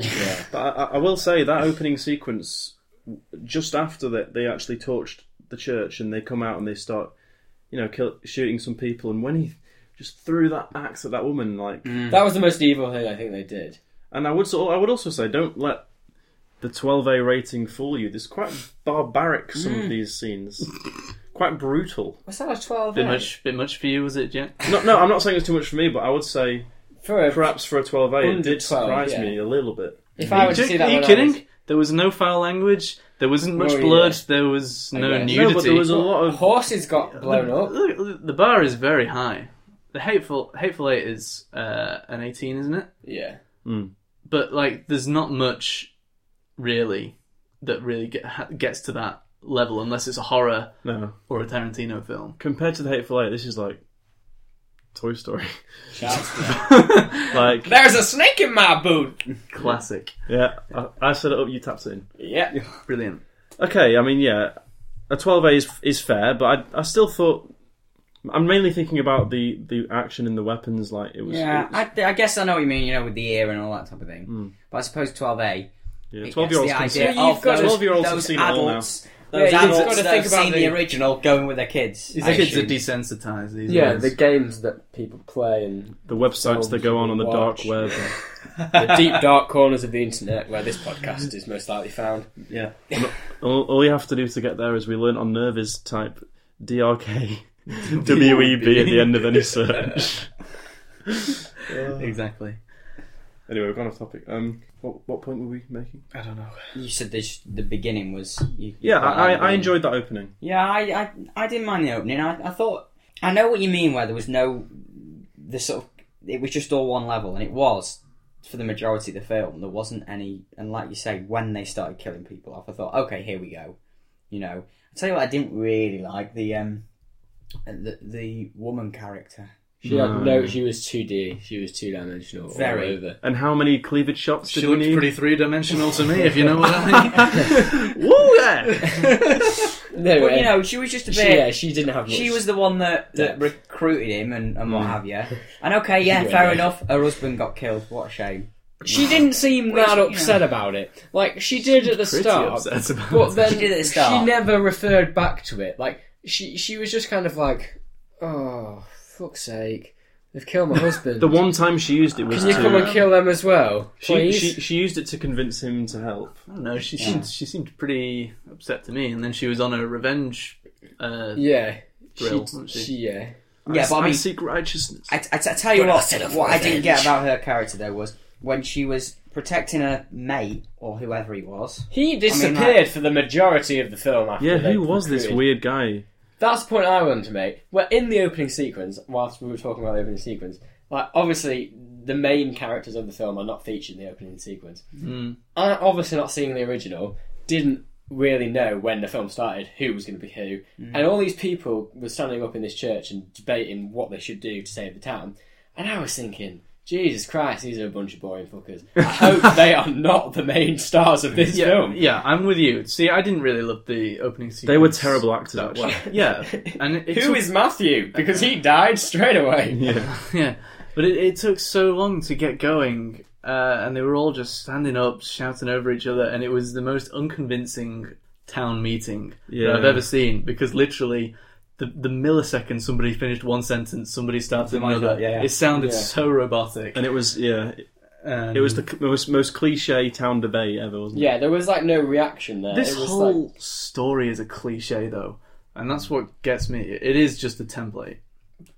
Speaker 2: But I, I- I will say that opening sequence, just after that, they actually torched the church, and they come out and they start, you know, kill, shooting some people. And when he just threw that axe at that woman, like,
Speaker 3: Mm.
Speaker 4: That was the most evil thing I think they did.
Speaker 2: and I would sort, I would also say, don't let the twelve A rating fool you. There's quite barbaric some of these scenes, quite brutal.
Speaker 4: Was that a twelve?
Speaker 1: Bit much, bit much for you, was it, Jack?
Speaker 2: No, no, I'm not saying it's too much for me, but I would say
Speaker 4: for a,
Speaker 2: perhaps for a twelve A, it
Speaker 4: Under
Speaker 2: did
Speaker 4: 12,
Speaker 2: surprise
Speaker 4: yeah.
Speaker 2: me a little bit.
Speaker 4: If I were to
Speaker 1: Jack,
Speaker 4: see that,
Speaker 1: are you
Speaker 4: when I
Speaker 1: kidding?
Speaker 4: was-
Speaker 1: There was no foul language. There wasn't much
Speaker 4: Well, yeah.
Speaker 1: blood. There was no
Speaker 4: guess. No, but
Speaker 1: nudity.
Speaker 2: No, but there was a lot of
Speaker 4: Horses got blown up.
Speaker 1: Look, look, the bar is very high. The hateful hateful eight is uh, an eighteen, isn't it?
Speaker 4: Yeah.
Speaker 1: But like, there's not much really that really get, ha- gets to that level unless it's a horror
Speaker 2: no.
Speaker 1: or a Tarantino film.
Speaker 2: compared to the Hateful Eight, this is like Toy Story.
Speaker 4: Shouts to them.
Speaker 2: like,
Speaker 4: There's a snake in my boot.
Speaker 1: Classic,
Speaker 2: yeah, I, I set it up, you tapped it in.
Speaker 4: Yeah.
Speaker 1: brilliant.
Speaker 2: Okay, I mean, yeah, a 12A is, is fair, but I, I still thought. I'm mainly thinking about the, the action and the weapons, like it was.
Speaker 3: Yeah,
Speaker 2: it was-
Speaker 3: I, th- I guess I know what you mean. You know, with the ear and all that type of thing. But I suppose twelve A.
Speaker 2: Hmm. yeah, 12 year olds can see.
Speaker 3: idea
Speaker 4: Well, you've
Speaker 3: of
Speaker 4: got
Speaker 3: those,
Speaker 2: 12-year-olds have
Speaker 3: those
Speaker 2: seen it all now.
Speaker 3: adults.
Speaker 4: Yeah,
Speaker 3: Those
Speaker 4: you've
Speaker 3: adults
Speaker 4: gotta
Speaker 3: that
Speaker 4: think
Speaker 3: have
Speaker 4: about
Speaker 3: seen
Speaker 4: the-
Speaker 3: the original going with their kids.
Speaker 1: These
Speaker 3: I
Speaker 1: kids are
Speaker 3: assume.
Speaker 1: desensitized these
Speaker 4: Yeah,
Speaker 1: days.
Speaker 4: the games that people play and
Speaker 2: The websites that go on on the dark
Speaker 4: Watch.
Speaker 2: web.
Speaker 4: the deep dark corners of the internet where this podcast is most likely found.
Speaker 2: yeah. all, all you have to do to get there is we learnt on Nerv is type DRK WEB E at the end of any search.
Speaker 1: exactly.
Speaker 2: anyway, we've gone off topic. Um, what, what point were we making? I don't know.
Speaker 3: You said this, the beginning was. You,
Speaker 2: Yeah, I, I, I
Speaker 3: enjoyed.
Speaker 2: enjoyed that opening.
Speaker 3: Yeah, I, I, I didn't mind the opening. I, I thought I know what you mean where there was no the sort of it was just all one level, and it was for the majority of the film. There wasn't any, and like you say, when they started killing people off, I thought, okay, here we go. You know, I tell you what, I didn't really like the um the the woman character.
Speaker 4: She had no. She was two D. She was two dimensional.
Speaker 3: Very.
Speaker 4: All over.
Speaker 2: And how many cleavage shots did
Speaker 1: She
Speaker 2: we
Speaker 1: looked
Speaker 2: need?
Speaker 1: pretty three dimensional to me, if you know what I mean.
Speaker 2: Woo, yeah!
Speaker 4: No,
Speaker 3: But
Speaker 4: uh,
Speaker 3: you know, she was just a
Speaker 4: she,
Speaker 3: bit.
Speaker 4: yeah, she didn't have. Much.
Speaker 3: She was the one that, that
Speaker 4: Depth.
Speaker 3: recruited him and, and what have you. And okay, yeah,
Speaker 4: Mm. Yeah.
Speaker 3: fair enough. Her husband got killed. What a shame.
Speaker 4: She didn't seem
Speaker 3: Which,
Speaker 4: that
Speaker 3: you
Speaker 4: upset about it. Like she did at the
Speaker 1: pretty
Speaker 4: start,
Speaker 1: upset about
Speaker 4: but
Speaker 1: it.
Speaker 4: then
Speaker 3: She did at the start.
Speaker 4: she never referred back to it. Like she, she was just kind of like, "Oh, fuck's sake, they've killed my husband.
Speaker 2: The one time she used it was
Speaker 4: Can you
Speaker 2: to.
Speaker 4: come and kill them as well,
Speaker 2: she,
Speaker 4: please?"
Speaker 2: she, she used it to convince him to help.
Speaker 1: I don't know. She seemed she seemed pretty upset to me, and then she was on a revenge uh,
Speaker 4: yeah,
Speaker 1: Thrill,
Speaker 4: she,
Speaker 1: wasn't she?
Speaker 4: she, yeah.
Speaker 3: yeah, but I mean,
Speaker 2: seek righteousness.
Speaker 3: I, I, I tell you what, what I didn't get about her character though was when she was protecting her mate or whoever he was.
Speaker 4: He disappeared
Speaker 3: like-
Speaker 4: for the majority of the film. After
Speaker 2: yeah,
Speaker 4: they
Speaker 2: who was this
Speaker 4: recruited
Speaker 2: weird guy?
Speaker 4: That's the point I wanted to make. Well, in the opening sequence, whilst we were talking about the opening sequence, like obviously the main characters of the film are not featured in the opening sequence. I, obviously, not seeing the original, didn't really know when the film started who was going to be who, and all these people were standing up in this church and debating what they should do to save the town. And I was thinking, Jesus Christ, these are a bunch of boring fuckers. I hope they are not the main stars of this
Speaker 1: Yeah,
Speaker 4: film.
Speaker 1: yeah, I'm with you. See, I didn't really love the opening sequence.
Speaker 2: They were terrible actors,
Speaker 1: that
Speaker 2: actually.
Speaker 1: well. Yeah, and it, it
Speaker 4: Who
Speaker 1: took-
Speaker 4: is Matthew? Because he died straight away.
Speaker 2: Yeah.
Speaker 1: yeah, but it, it took so long to get going, uh, and they were all just standing up, shouting over each other, and it was the most unconvincing town meeting
Speaker 2: Yeah.
Speaker 1: that I've ever seen because literally. The, the millisecond somebody finished one sentence, somebody started
Speaker 3: Something like
Speaker 1: another.
Speaker 3: that, yeah, yeah.
Speaker 1: It sounded
Speaker 4: Yeah.
Speaker 1: so robotic.
Speaker 2: And it was, yeah,
Speaker 1: Um,
Speaker 2: it was the c- most, most cliche town debate ever, wasn't it?
Speaker 4: Yeah, there was like no reaction there.
Speaker 1: This
Speaker 4: it was
Speaker 1: whole
Speaker 4: like,
Speaker 1: story is a cliche, though, and that's what gets me. It is just a template.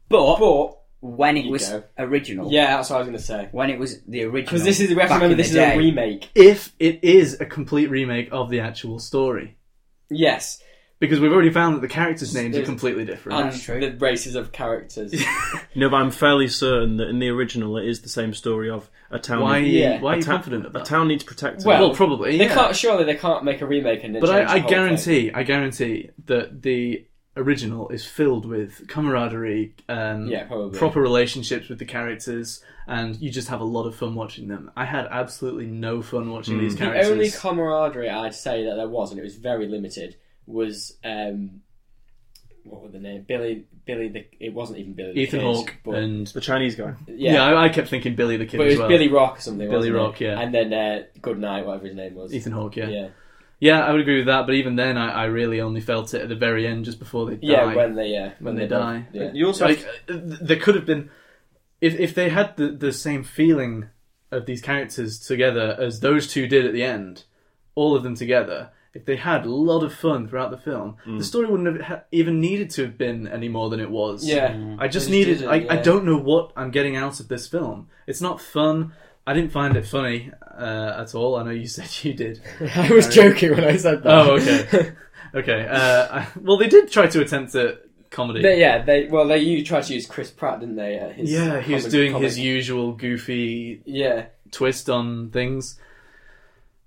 Speaker 3: But,
Speaker 4: but
Speaker 3: when it
Speaker 4: you
Speaker 3: was
Speaker 4: go.
Speaker 3: original,
Speaker 4: yeah, that's what I was going to say.
Speaker 3: when it was the original,
Speaker 4: Because this is we have to
Speaker 3: back
Speaker 4: remember
Speaker 3: in the
Speaker 4: this is
Speaker 3: day,
Speaker 4: a remake.
Speaker 1: If it is a complete remake of the actual story,
Speaker 4: Yes,
Speaker 1: because we've already found that the characters' names are
Speaker 4: There's-
Speaker 1: completely different.
Speaker 4: and
Speaker 3: true.
Speaker 4: the races of characters.
Speaker 2: No, but I'm fairly certain that in the original it is the same story of a town.
Speaker 1: why?
Speaker 4: Yeah.
Speaker 1: Why are you
Speaker 2: ta-
Speaker 1: confident of
Speaker 2: A
Speaker 1: that?
Speaker 2: town needs protecting.
Speaker 4: Well,
Speaker 1: well, probably.
Speaker 4: They
Speaker 1: yeah.
Speaker 4: can't. Surely they can't make a remake and. then
Speaker 1: But
Speaker 4: change
Speaker 1: I, I
Speaker 4: the whole thing.
Speaker 1: guarantee, I guarantee that the original is filled with camaraderie, um,
Speaker 4: Yeah, probably.
Speaker 1: proper relationships with the characters, and you just have a lot of fun watching them. I had absolutely no fun watching these
Speaker 4: Mm. The
Speaker 1: characters.
Speaker 4: only camaraderie I'd say that there was, and it was very limited, was um, what were the name? Billy. Billy. The, it wasn't even Billy.
Speaker 1: Ethan
Speaker 4: the Kid,
Speaker 1: Hawke
Speaker 4: but
Speaker 1: and
Speaker 2: the Chinese guy.
Speaker 1: yeah,
Speaker 4: yeah.
Speaker 1: I, I kept thinking Billy the Kid
Speaker 4: but it
Speaker 1: as
Speaker 4: was
Speaker 1: well.
Speaker 4: Billy Rock or something.
Speaker 1: Billy
Speaker 4: wasn't it?
Speaker 1: Rock, yeah.
Speaker 4: And then uh, Goodnight, whatever his name was.
Speaker 1: Ethan Hawke, yeah. yeah,
Speaker 4: Yeah.
Speaker 1: I would agree with that. But even then, I, I really only felt it at the very end, just before they
Speaker 4: Yeah,
Speaker 1: die.
Speaker 4: when they uh, when,
Speaker 1: When they
Speaker 4: both-
Speaker 1: die.
Speaker 4: yeah.
Speaker 2: You also
Speaker 1: like uh, th- there could have been, if if they had the, the same feeling of these characters together as those two did at the end, all of them together. If they had a lot of fun throughout the film, the story wouldn't have ha- even needed to have been any more than it was.
Speaker 4: Yeah.
Speaker 1: I just
Speaker 4: They just
Speaker 1: needed.
Speaker 4: did it,
Speaker 1: I, I
Speaker 4: yeah.
Speaker 1: don't know what I'm getting out of this film. It's not fun. I didn't find it funny uh, at all. I know you said you did.
Speaker 4: I was joking when I said that.
Speaker 1: Oh, okay. okay. Uh, I, well, they did try to attempt a comedy.
Speaker 4: They- yeah, they well, they you tried to use Chris Pratt, didn't they? at his
Speaker 1: yeah, he was
Speaker 4: comic-
Speaker 1: doing
Speaker 4: comic-
Speaker 1: his usual goofy
Speaker 4: yeah,
Speaker 1: twist on things.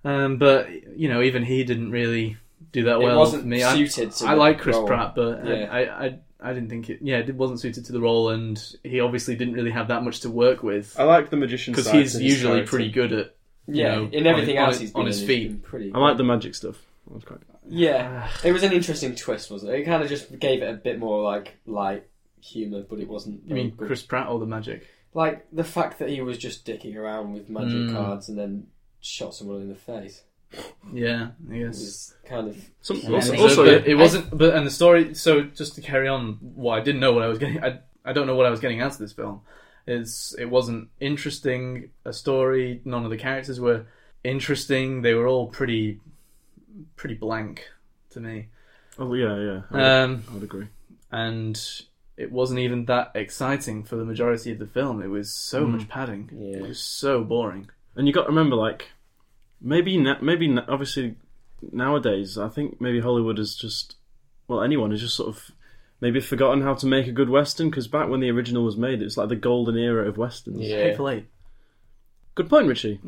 Speaker 1: Um, but you know, even he didn't really do that
Speaker 4: It
Speaker 1: well.
Speaker 4: wasn't
Speaker 1: for me. I-
Speaker 4: suited to
Speaker 1: I,
Speaker 4: the
Speaker 1: like Chris
Speaker 4: role.
Speaker 1: Pratt, but I-
Speaker 4: Yeah.
Speaker 1: I, I, I didn't think it. Yeah, it wasn't suited to the role, and he obviously didn't really have that much to work with
Speaker 2: I like the magician
Speaker 1: because
Speaker 2: because
Speaker 1: he's usually pretty good at you
Speaker 4: yeah.
Speaker 1: know,
Speaker 4: in everything
Speaker 1: on-
Speaker 4: else,
Speaker 1: on-
Speaker 4: he's
Speaker 1: on
Speaker 4: been
Speaker 1: his
Speaker 4: in,
Speaker 1: feet.
Speaker 4: he's been Pretty.
Speaker 2: I like the magic stuff. That was quite.
Speaker 4: Yeah,
Speaker 1: Ah.
Speaker 4: it was an interesting twist, wasn't it? It kind of just gave it a bit more like light humor, but it wasn't.
Speaker 1: You
Speaker 4: very
Speaker 1: mean
Speaker 4: good.
Speaker 1: Chris Pratt or the magic?
Speaker 4: Like the fact that he was just dicking around with magic
Speaker 1: Mm.
Speaker 4: cards and then shot someone in the face
Speaker 1: Yeah, I guess.
Speaker 4: was kind of
Speaker 2: Some,
Speaker 3: Yeah,
Speaker 2: also,
Speaker 3: I mean-
Speaker 1: Also,
Speaker 2: also,
Speaker 1: but it wasn't. But and the story. So just to carry on, why I didn't know what I was getting. I, I don't know what I was getting out of this film. It's it wasn't interesting a story. None of the characters were interesting. They were all pretty, pretty blank to me.
Speaker 2: oh, yeah, yeah. I would,
Speaker 1: Um,
Speaker 2: I would agree.
Speaker 1: and it wasn't even that exciting for the majority of the film. It was so much padding.
Speaker 3: Yeah.
Speaker 1: It was so boring.
Speaker 2: And you got to remember, like, maybe, na- maybe na- obviously nowadays, I think maybe Hollywood has just, well, anyone has just sort of maybe forgotten how to make a good western because back when the original was made, it's like the golden era of westerns.
Speaker 1: Hateful Eight.
Speaker 2: Good point, Richie.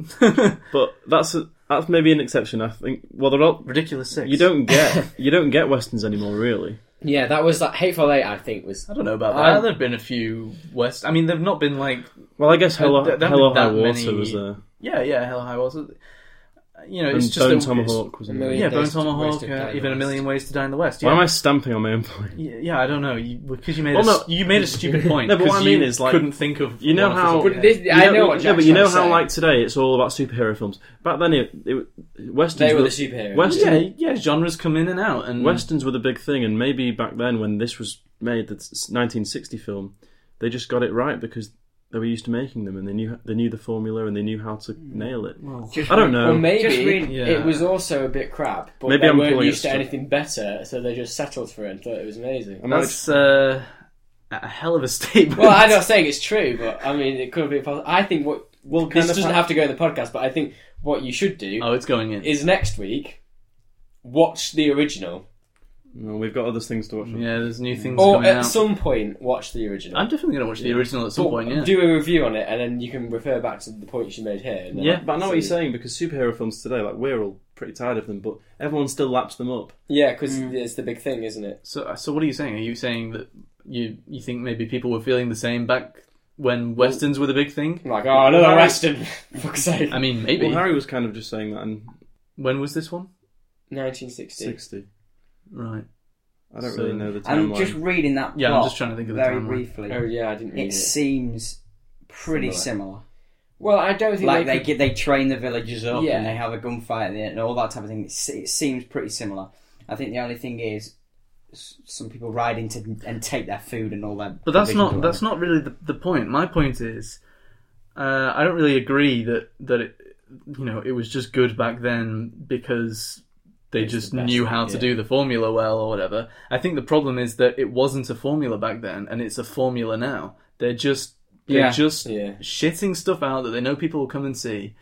Speaker 2: but that's a, that's maybe an exception. I think. Well, they're all,
Speaker 1: Ridiculous Six.
Speaker 2: you don't get you don't get westerns anymore, really.
Speaker 4: yeah. That was like Hateful Eight. I think was
Speaker 1: I don't know about
Speaker 4: Um,
Speaker 1: that. There've been a few West. I mean, they've not been like
Speaker 2: Well, I guess
Speaker 1: Uh,
Speaker 2: Hello,
Speaker 1: th- there
Speaker 2: Hello
Speaker 1: haven't been
Speaker 2: High
Speaker 1: that
Speaker 2: Water
Speaker 1: many-
Speaker 2: was there,
Speaker 1: Yeah, yeah, Hell or High Water. You know,
Speaker 2: and
Speaker 1: it's
Speaker 2: Bone
Speaker 1: just a-
Speaker 2: Tomahawk was in there.
Speaker 4: Million-
Speaker 1: Yeah,
Speaker 4: Days
Speaker 1: Bone
Speaker 4: to- Ways
Speaker 1: Tomahawk,
Speaker 4: to
Speaker 1: uh,
Speaker 4: Die in the
Speaker 1: even a
Speaker 4: West.
Speaker 1: million ways to die in the West. Yeah,
Speaker 2: Why am I stamping on my own point?
Speaker 1: yeah, yeah, I don't know, because you, made
Speaker 2: Well,
Speaker 1: a s-
Speaker 2: no.
Speaker 1: you made a stupid point.
Speaker 2: No, but
Speaker 1: 'cause
Speaker 2: what I mean
Speaker 1: you
Speaker 2: is, like,
Speaker 1: couldn't think of
Speaker 2: you know
Speaker 1: one
Speaker 2: how-
Speaker 1: off the top of
Speaker 4: But
Speaker 1: your
Speaker 4: this,
Speaker 1: head.
Speaker 4: I know what
Speaker 2: yeah,
Speaker 4: Jack's
Speaker 2: but you know
Speaker 4: trying to
Speaker 2: how
Speaker 4: say.
Speaker 2: like today it's all about superhero films. Back then, it, it westerns
Speaker 4: they were the
Speaker 2: were-
Speaker 4: superheroes.
Speaker 2: West-
Speaker 1: yeah, yeah, genres come in and out, and
Speaker 2: westerns were the big thing, and maybe back then when this was made, the 1960 film, they just got it right because they were used to making them, and they knew they knew the formula, and they knew how to nail it.
Speaker 1: Well,
Speaker 2: I don't know.
Speaker 4: Or Mm. maybe
Speaker 3: Just read-
Speaker 1: Yeah.
Speaker 4: it was also a bit crap, but
Speaker 2: Maybe
Speaker 4: they
Speaker 2: I'm
Speaker 4: weren't
Speaker 2: pulling
Speaker 4: used
Speaker 2: it
Speaker 4: to
Speaker 2: straight.
Speaker 4: anything better, so they just settled for it and thought it was amazing.
Speaker 2: I'm not
Speaker 1: that's uh, a hell of a statement.
Speaker 4: Well, I'm not saying it's true, but I mean, it could be possible. I think what
Speaker 2: Well,
Speaker 4: this doesn't have to go in the podcast, but I think what you should do
Speaker 1: Oh, it's going in.
Speaker 4: is next week watch the original
Speaker 2: No, we've got other things to watch.
Speaker 1: Yeah, there's new things
Speaker 4: Or
Speaker 1: coming
Speaker 4: at
Speaker 1: out.
Speaker 4: some point, watch the original.
Speaker 1: I'm definitely going to watch the original at some
Speaker 4: But
Speaker 1: point. Yeah.
Speaker 4: Do a review on it, and then you can refer back to the points you made here. and then-
Speaker 1: Yeah.
Speaker 2: But I know what you're saying because superhero films today, like we're all pretty tired of them, but everyone still laps them up.
Speaker 4: yeah, because
Speaker 3: Mm.
Speaker 4: it's the big thing, isn't it?
Speaker 1: So, so what are you saying? Are you saying that you you think maybe people were feeling the same back when westerns were the big thing?
Speaker 4: Like, oh, another
Speaker 2: Harry-
Speaker 4: Western. Fuck's sake.
Speaker 1: I mean, maybe.
Speaker 2: Well, Harry was kind of just saying that in
Speaker 1: when was this one?
Speaker 4: 1960.
Speaker 2: '60.
Speaker 1: Right.
Speaker 2: I don't
Speaker 1: So-
Speaker 2: really know the
Speaker 3: I'm
Speaker 2: timeline.
Speaker 3: just reading that.
Speaker 1: Yeah, I'm
Speaker 3: plot
Speaker 1: just trying to think of the
Speaker 3: very
Speaker 1: timeline.
Speaker 3: briefly.
Speaker 4: Oh yeah, I didn't read
Speaker 3: It
Speaker 4: it.
Speaker 3: seems pretty similar.
Speaker 4: Well, I don't think
Speaker 3: Like
Speaker 4: they
Speaker 3: they get, they train the villagers up
Speaker 4: Yeah.
Speaker 3: and they have a gunfight at the end and all that type of thing. It, se- it seems pretty similar. I think the only thing is s- some people ride into and take their food and all that.
Speaker 1: But that's not that's not really the, the point. My point is, uh, I don't really agree that that it, you know it was just good back then because they just
Speaker 4: the best,
Speaker 1: knew how to
Speaker 4: yeah.
Speaker 1: do the formula well or whatever. I think the problem is that it wasn't a formula back then, and it's a formula now. They're just they're
Speaker 3: Yeah.
Speaker 1: just
Speaker 4: Yeah.
Speaker 1: shitting stuff out that they know people will come and see,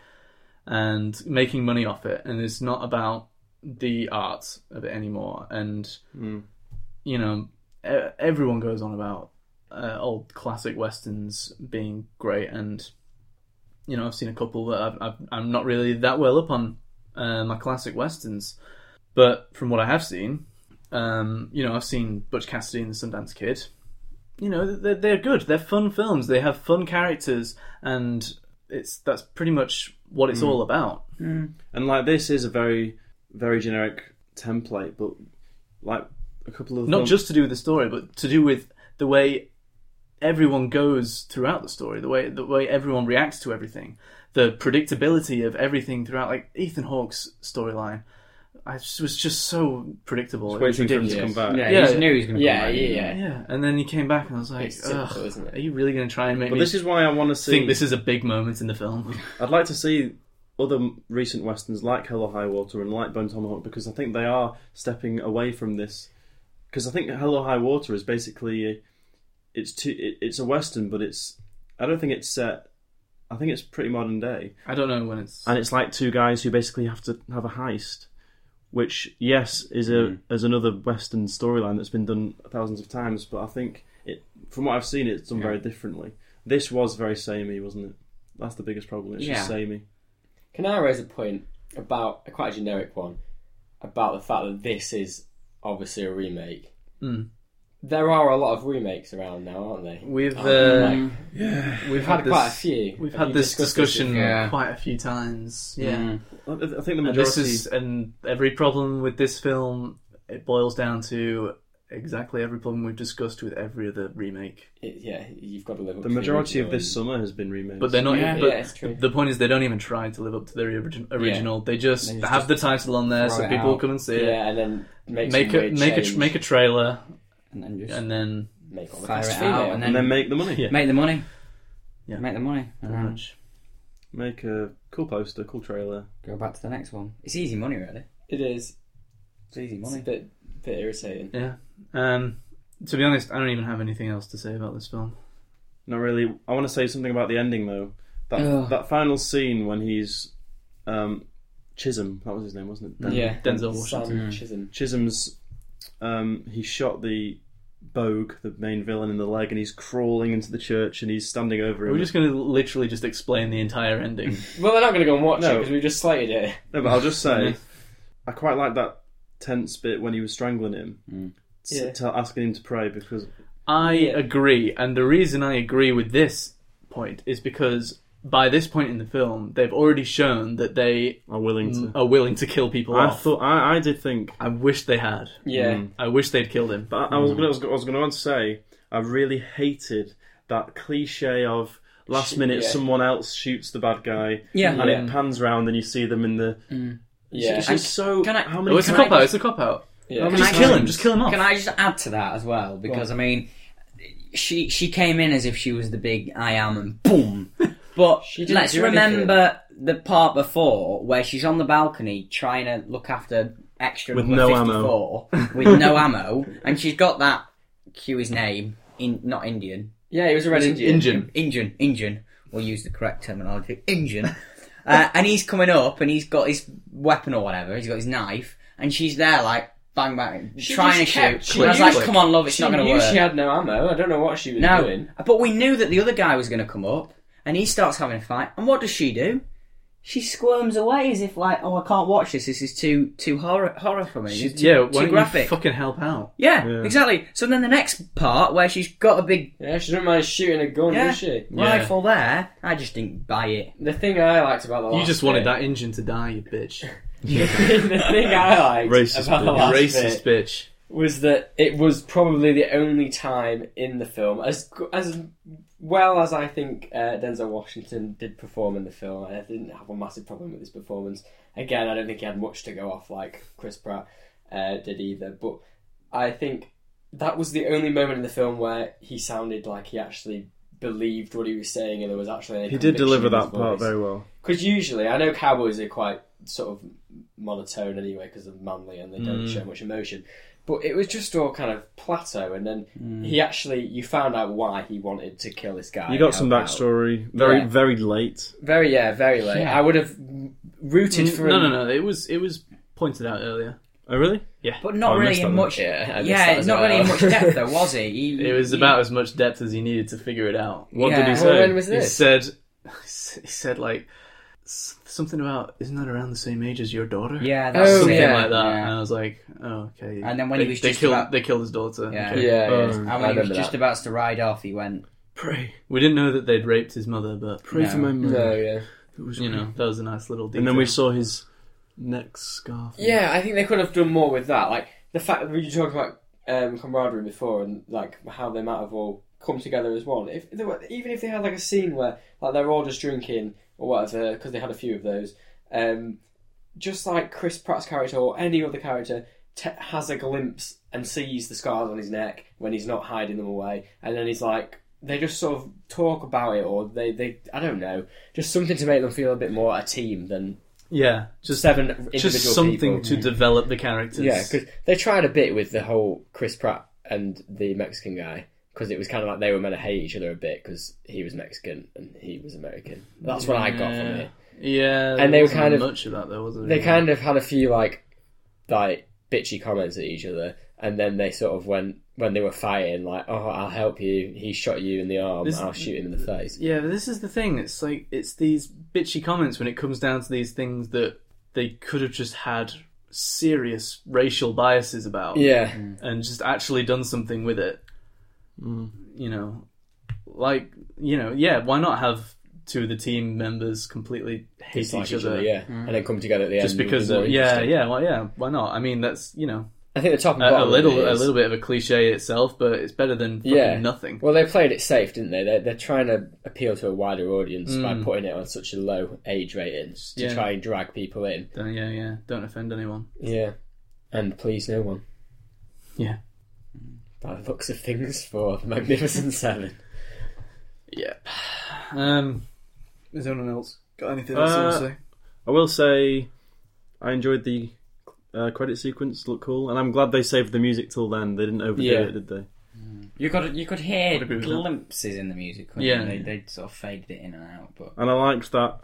Speaker 1: and making money off it. And it's not about the art of it anymore. And you know, e- everyone goes on about uh, old classic westerns being great, and you know, I've seen a couple that I've, I've, I'm not really that well up on uh, my classic westerns, but from what I have seen, um, you know, I've seen Butch Cassidy and the Sundance Kid. You know, they're, they're good. They're fun films. They have fun characters, and it's that's pretty much what it's all about.
Speaker 2: And like this is a very, very generic template, but like a couple of
Speaker 1: Not
Speaker 2: them-
Speaker 1: just to do with the story, but to do with the way everyone goes throughout the story, the way the way everyone reacts to everything, the predictability of everything throughout. Like Ethan Hawke's storyline, I just, was just so predictable. It was
Speaker 2: waiting for him to
Speaker 1: ridiculous.
Speaker 2: come back.
Speaker 3: Yeah,
Speaker 1: Yeah.
Speaker 3: he knew he was going to
Speaker 4: Yeah,
Speaker 3: come back.
Speaker 4: yeah, yeah.
Speaker 1: Yeah, and then he came back, and I was like,
Speaker 4: It's simple,
Speaker 1: "Ugh,
Speaker 4: isn't it?"
Speaker 1: "Are you really going to try and make
Speaker 2: But
Speaker 1: me
Speaker 2: this is why I want to see.
Speaker 1: think this is a big moment in the film?"
Speaker 2: I'd like to see other m- recent westerns like Hell or High Water and like Bone Tomahawk because I think they are stepping away from this. Because I think Hell or High Water is basically it's too, it, it's a western, but it's I don't think it's set. I think it's pretty modern day,
Speaker 1: I don't know when it's.
Speaker 2: and it's like two guys who basically have to have a heist, which yes is a
Speaker 3: Mm.
Speaker 2: is another western storyline that's been done thousands of times, but I think it from what I've seen it's done very differently. This was very samey, wasn't it? That's the biggest problem. It's just
Speaker 3: Yeah.
Speaker 2: samey.
Speaker 4: Can I raise a point about a quite generic one about the fact that this is obviously a remake?
Speaker 3: Hmm.
Speaker 1: Mm.
Speaker 4: There are a lot of remakes around now, aren't they?
Speaker 1: We've
Speaker 4: Oh,
Speaker 1: uh,
Speaker 3: Mm.
Speaker 4: like,
Speaker 1: we've
Speaker 4: We've had
Speaker 1: this,
Speaker 4: quite a few.
Speaker 1: We've
Speaker 4: Have
Speaker 1: had
Speaker 4: you
Speaker 1: this
Speaker 4: discussed
Speaker 1: discussion
Speaker 3: Yeah.
Speaker 1: quite a few times. Yeah.
Speaker 3: Mm.
Speaker 2: I I think the
Speaker 1: And
Speaker 2: majority.
Speaker 1: this is and every problem with this film it boils down to exactly every problem we've discussed with every other remake.
Speaker 4: It- yeah, you've got to live up
Speaker 2: the
Speaker 4: to
Speaker 2: majority of
Speaker 4: original
Speaker 2: this summer has been remade.
Speaker 1: But they're not.
Speaker 4: Yeah,
Speaker 1: but
Speaker 4: yeah, it's true.
Speaker 1: The point is they don't even try to live up to their origin, original. They just
Speaker 3: They just-
Speaker 1: have the title on there so
Speaker 3: throw it
Speaker 1: people
Speaker 3: out.
Speaker 1: come and see
Speaker 4: and-
Speaker 1: it.
Speaker 4: Yeah, and then make
Speaker 1: Make
Speaker 4: some
Speaker 1: a
Speaker 4: weird
Speaker 1: make a
Speaker 4: change,
Speaker 1: make a trailer
Speaker 3: And then just
Speaker 1: and then
Speaker 4: make all the
Speaker 3: fire
Speaker 4: cast
Speaker 3: it
Speaker 4: female.
Speaker 3: out and
Speaker 2: and
Speaker 3: then,
Speaker 2: then make the money.
Speaker 1: Yeah.
Speaker 3: make the money.
Speaker 1: Yeah.
Speaker 3: Make the money and
Speaker 1: pretty
Speaker 3: then
Speaker 1: much.
Speaker 2: Make a cool poster, cool trailer.
Speaker 3: go back to the next one. It's easy money, really.
Speaker 4: It is.
Speaker 3: It's easy
Speaker 4: It's a
Speaker 3: money.
Speaker 4: bit bit irritating.
Speaker 1: Yeah. Um, to be honest, I don't even have anything else to say about this film.
Speaker 2: Not really. I want to say something about the ending though. That
Speaker 3: Ugh.
Speaker 2: that final scene when he's um, Chisholm. That was his name, wasn't it? Dan-
Speaker 4: Yeah,
Speaker 1: Denzel
Speaker 4: Sam Chisholm.
Speaker 2: Chisholm's. Um, he shot the Bogue, the main villain, in the leg, and he's crawling into the church, and he's standing over
Speaker 1: We're
Speaker 2: him.
Speaker 1: just going to literally just explain the entire ending.
Speaker 4: Well, they're not going to go and watch it
Speaker 2: No.
Speaker 4: because we just slated it.
Speaker 2: No, but I'll just say, I quite like that tense bit when he was strangling him,
Speaker 1: Mm.
Speaker 2: s-
Speaker 4: Yeah.
Speaker 2: to asking him to pray because
Speaker 1: I agree, and the reason I agree with this point is because by this point in the film, they've already shown that they
Speaker 2: I'm willing to.
Speaker 1: are willing to kill people
Speaker 2: Mm. I
Speaker 1: off.
Speaker 2: thought I, I did think,
Speaker 1: I wish they had.
Speaker 4: Yeah.
Speaker 1: I wish they'd killed him.
Speaker 2: but I, I was gonna, I was, I was going to say I really hated that cliche of last minute
Speaker 4: yeah.
Speaker 2: someone else shoots the bad guy,
Speaker 3: Yeah.
Speaker 2: and it pans round and you see them in the.
Speaker 4: Yeah.
Speaker 2: It's just so.
Speaker 3: Can I-
Speaker 2: how
Speaker 1: Oh,
Speaker 2: many?
Speaker 1: it's a
Speaker 3: Can I
Speaker 1: cop out.
Speaker 3: just-
Speaker 1: It's a cop out.
Speaker 4: yeah.
Speaker 1: Just
Speaker 3: I-
Speaker 1: kill him. Just kill him off.
Speaker 3: Can I just add to that as well? Because I mean, she she came in as if she was the big I am, and boom. But
Speaker 4: She didn't
Speaker 3: let's
Speaker 4: do anything.
Speaker 3: remember the part before where she's on the balcony trying to look after extra
Speaker 2: With
Speaker 3: number
Speaker 2: no
Speaker 3: 54 with no ammo, and she's got that cue his name in not Indian
Speaker 4: Yeah, he was a red Indian.
Speaker 1: Engine.
Speaker 3: Injun, Injun. We'll use the correct terminology. Injun. Uh, and he's coming up and he's got his weapon or whatever. He's got his knife. And she's there like, bang bang,
Speaker 4: She
Speaker 3: trying to
Speaker 4: just kept-
Speaker 3: shoot.
Speaker 4: she
Speaker 3: I was like,
Speaker 4: knew-
Speaker 3: come on, love, it's
Speaker 4: she
Speaker 3: not going to
Speaker 4: knew
Speaker 3: work.
Speaker 4: she had no ammo. I don't know what she was
Speaker 3: no,
Speaker 4: doing.
Speaker 3: but we knew that the other guy was going to come up, and he starts having a fight. And what does she do? She squirms away as if like, oh, I can't watch this. This is too too horror horror for me. It's too,
Speaker 1: yeah, why
Speaker 3: too
Speaker 1: don't
Speaker 3: graphic.
Speaker 1: you fucking help out?
Speaker 3: yeah,
Speaker 2: Yeah.
Speaker 3: exactly. So then the next part where she's got a big
Speaker 4: Yeah, she doesn't mind shooting a gun,
Speaker 3: yeah,
Speaker 4: does she?
Speaker 1: Yeah.
Speaker 3: rifle there, I just didn't buy it.
Speaker 4: The thing I liked about the last
Speaker 1: You just wanted
Speaker 4: bit-
Speaker 1: that engine to die, you bitch.
Speaker 4: the thing I liked
Speaker 2: Racist
Speaker 4: about
Speaker 2: bit.
Speaker 4: the
Speaker 1: You
Speaker 4: last
Speaker 1: racist
Speaker 4: bit
Speaker 1: bitch.
Speaker 4: was that it was probably the only time in the film, as as well as I think uh, Denzel Washington did perform in the film. I didn't have a massive problem with his performance. Again, I don't think he had much to go off like Chris Pratt uh, did either. But I think that was the only moment in the film where he sounded like he actually believed what he was saying, and there was actually any
Speaker 2: He did deliver that part
Speaker 4: part
Speaker 2: very well.
Speaker 4: because usually, I know cowboys are quite sort of monotone anyway because they're manly and they don't show much emotion. But it was just all kind of plateau, and then he actually you found out why he wanted to kill this guy.
Speaker 2: You got
Speaker 4: and
Speaker 2: some
Speaker 4: help out.
Speaker 2: backstory. Very,
Speaker 4: Yeah.
Speaker 2: very late.
Speaker 4: Very yeah, very late. I would have rooted for
Speaker 1: No,
Speaker 4: him.
Speaker 1: no, no. It was it was pointed out earlier.
Speaker 2: Oh, really?
Speaker 3: But not
Speaker 2: I
Speaker 3: really
Speaker 2: missed that
Speaker 3: in
Speaker 2: one.
Speaker 3: much.
Speaker 4: Yeah, I
Speaker 3: Yeah,
Speaker 4: missed that as
Speaker 3: not really in
Speaker 4: well.
Speaker 3: much depth though, was he? He-
Speaker 1: It was
Speaker 3: he-
Speaker 1: about as much depth as he needed to figure it out.
Speaker 2: What
Speaker 3: Yeah.
Speaker 2: did he
Speaker 3: Well,
Speaker 2: say?
Speaker 4: when was
Speaker 1: He
Speaker 4: this?
Speaker 1: said, he said like s- something about isn't that around the same age as your daughter?
Speaker 3: Yeah, that's
Speaker 4: Oh,
Speaker 3: it.
Speaker 1: something
Speaker 4: yeah.
Speaker 1: like that.
Speaker 3: Yeah.
Speaker 1: And I was like, oh, okay.
Speaker 3: And then when
Speaker 1: they,
Speaker 3: he was
Speaker 1: they
Speaker 3: just
Speaker 1: killed,
Speaker 3: about-
Speaker 1: they killed his daughter.
Speaker 3: Yeah.
Speaker 1: Okay.
Speaker 4: Yeah,
Speaker 2: Oh.
Speaker 4: yeah.
Speaker 3: And
Speaker 4: I
Speaker 3: when he was
Speaker 4: remember
Speaker 3: just
Speaker 4: that.
Speaker 3: about to ride off, he went.
Speaker 2: Pray,
Speaker 1: We didn't know that they'd raped his mother, but
Speaker 2: pray
Speaker 3: No.
Speaker 2: for my mother.
Speaker 1: Oh,
Speaker 4: No, yeah,
Speaker 2: It was
Speaker 1: you know that was a nice little. Detail.
Speaker 2: And then we saw his neck scarf.
Speaker 4: yeah. I think they could have done more with that. Like the fact that we talked about um, camaraderie before, and like how they might have all come together as one. If they were, even if they had like a scene where like they're all just drinking or whatever, because they had a few of those. Um, just like Chris Pratt's character or any other character te- has a glimpse and sees the scars on his neck when he's not hiding them away, and then he's like, they just sort of talk about it, or they, they, I don't know, just something to make them feel a bit more a team than
Speaker 1: Yeah, just
Speaker 4: seven individual
Speaker 1: just something to
Speaker 4: people.
Speaker 1: develop the characters.
Speaker 4: Yeah, because they tried a bit with the whole Chris Pratt and the Mexican guy because it was kind of like they were meant to hate each other a bit because he was Mexican and he was American. That's what I got from
Speaker 1: Yeah.
Speaker 4: it.
Speaker 1: yeah,
Speaker 4: And
Speaker 1: there
Speaker 4: they were
Speaker 1: wasn't
Speaker 4: kind of-
Speaker 1: much of that though, wasn't
Speaker 4: They
Speaker 1: there?
Speaker 4: kind of had a few like like bitchy comments at each other, and then they sort of went when they were fighting like, "Oh, I'll help you. He shot you in the arm.
Speaker 1: This- Mm.
Speaker 4: I'll shoot him in the face."
Speaker 1: Yeah, but this is the thing. It's like it's these bitchy comments when it comes down to these things that they could have just had serious racial biases about,
Speaker 4: Yeah,
Speaker 1: and just actually done something with it.
Speaker 4: Mm.
Speaker 1: You know, like you know, yeah. Why not have two of the team members completely hate
Speaker 4: dislike
Speaker 1: each other? Mm.
Speaker 4: yeah, and then come together at the
Speaker 1: Just
Speaker 4: end.
Speaker 1: because,
Speaker 4: would be more
Speaker 1: yeah,
Speaker 4: interesting.
Speaker 1: yeah, well, yeah, why not? I mean, that's you know
Speaker 4: I think the top and
Speaker 1: a,
Speaker 4: bottom
Speaker 1: a
Speaker 4: of
Speaker 1: little,
Speaker 4: it
Speaker 1: a
Speaker 4: is-
Speaker 1: little bit of a cliche itself, but it's better than fucking
Speaker 4: Yeah.
Speaker 1: nothing.
Speaker 4: Well, they played it safe, didn't they? They're, they're trying to appeal to a wider audience by putting it on such a low age rating to
Speaker 1: Yeah.
Speaker 4: try and drag people in.
Speaker 1: Don't- yeah, yeah, don't offend anyone.
Speaker 4: Yeah. And please no one.
Speaker 1: Yeah.
Speaker 4: By the looks of things for The Magnificent Seven.
Speaker 1: Yep. Um, has anyone else got anything
Speaker 2: else
Speaker 1: else
Speaker 2: they wanna
Speaker 1: to
Speaker 2: say?
Speaker 1: say?
Speaker 2: I will say, I enjoyed the uh, credit sequence. Looked cool, and I'm glad they saved the music till then. They didn't overdo
Speaker 4: Yeah.
Speaker 2: it, did they?
Speaker 3: You could you could
Speaker 1: Would
Speaker 3: hear
Speaker 1: agree with that.
Speaker 3: glimpses in the music. couldn't
Speaker 1: Yeah.
Speaker 3: you? they they sort of faded it in and out. But
Speaker 2: And I liked that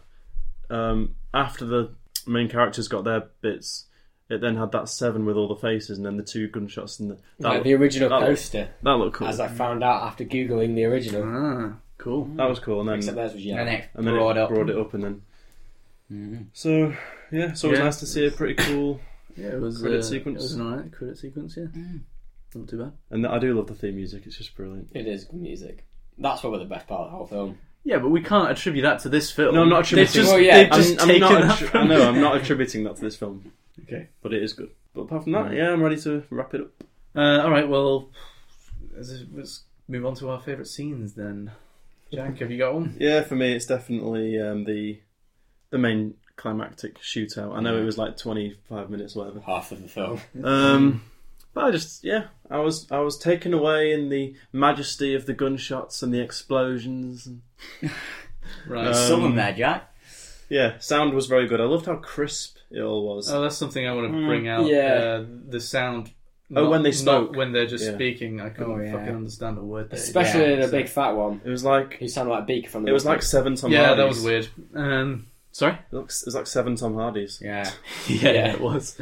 Speaker 2: um, after the main characters got their bits, it then had that seven with all the faces, and then the two gunshots, and the, that
Speaker 4: Like
Speaker 2: look-
Speaker 4: the original
Speaker 2: that look-
Speaker 4: poster,
Speaker 2: that looked cool.
Speaker 4: as I found out after Googling the original.
Speaker 1: Ah, cool.
Speaker 2: that was cool, and then
Speaker 4: Except theirs was
Speaker 3: and
Speaker 4: yellow.
Speaker 3: then it
Speaker 2: and then
Speaker 3: brought
Speaker 2: it
Speaker 3: up.
Speaker 2: brought it up, and then so yeah, so it was
Speaker 1: Yeah.
Speaker 2: nice to see a pretty cool.
Speaker 1: Yeah, it was
Speaker 2: Credit
Speaker 1: uh,
Speaker 2: sequence. Mm.
Speaker 1: It was an alright credit sequence. Yeah, not too bad.
Speaker 2: And I do love the theme music; it's just brilliant.
Speaker 4: It is good music. That's probably the best part of the whole film.
Speaker 1: Yeah, but we can't attribute that to this film.
Speaker 2: No, I'm not
Speaker 1: They've
Speaker 2: attributing.
Speaker 1: just,
Speaker 4: Well, yeah,
Speaker 1: they've
Speaker 2: I'm-
Speaker 1: just
Speaker 2: I'm,
Speaker 1: taken
Speaker 2: not
Speaker 1: that
Speaker 2: attri-
Speaker 1: from
Speaker 2: I know I'm not attributing that to this film,
Speaker 1: Okay.
Speaker 2: but it is good. But apart from that, yeah, I'm ready to wrap it up.
Speaker 1: Uh, all right. Well, let's- let's move on to our favourite scenes then. Jack, have you got one?
Speaker 2: Yeah, for me, it's definitely um, the the main climactic shootout. I know it was like 25 minutes, or whatever.
Speaker 4: Half of the film.
Speaker 2: Um, but I just, yeah, I was I was taken away in the majesty of the gunshots and the explosions.
Speaker 1: Right.
Speaker 2: Um,
Speaker 3: Some of there, Jack.
Speaker 2: Yeah, sound was very good. I loved how crisp it all was.
Speaker 1: Oh, that's something I want to bring out.
Speaker 4: yeah.
Speaker 1: Uh, the sound.
Speaker 2: Mm, Oh, when they
Speaker 1: not
Speaker 2: spoke.
Speaker 1: when they're just
Speaker 2: Yeah.
Speaker 1: speaking, I couldn't
Speaker 3: Oh, yeah.
Speaker 1: fucking understand a word. They
Speaker 4: Especially
Speaker 3: Yeah,
Speaker 4: in a big fat one.
Speaker 2: it was like
Speaker 4: Who sounded like Beaker from the
Speaker 2: it was like
Speaker 4: Muppets.
Speaker 2: seven Tom.
Speaker 1: yeah,
Speaker 2: Hardys.
Speaker 1: that was weird. Um, sorry.
Speaker 2: It looks- it was like seven Tom Hardys.
Speaker 3: Yeah.
Speaker 1: yeah,
Speaker 4: Yeah.
Speaker 1: it was.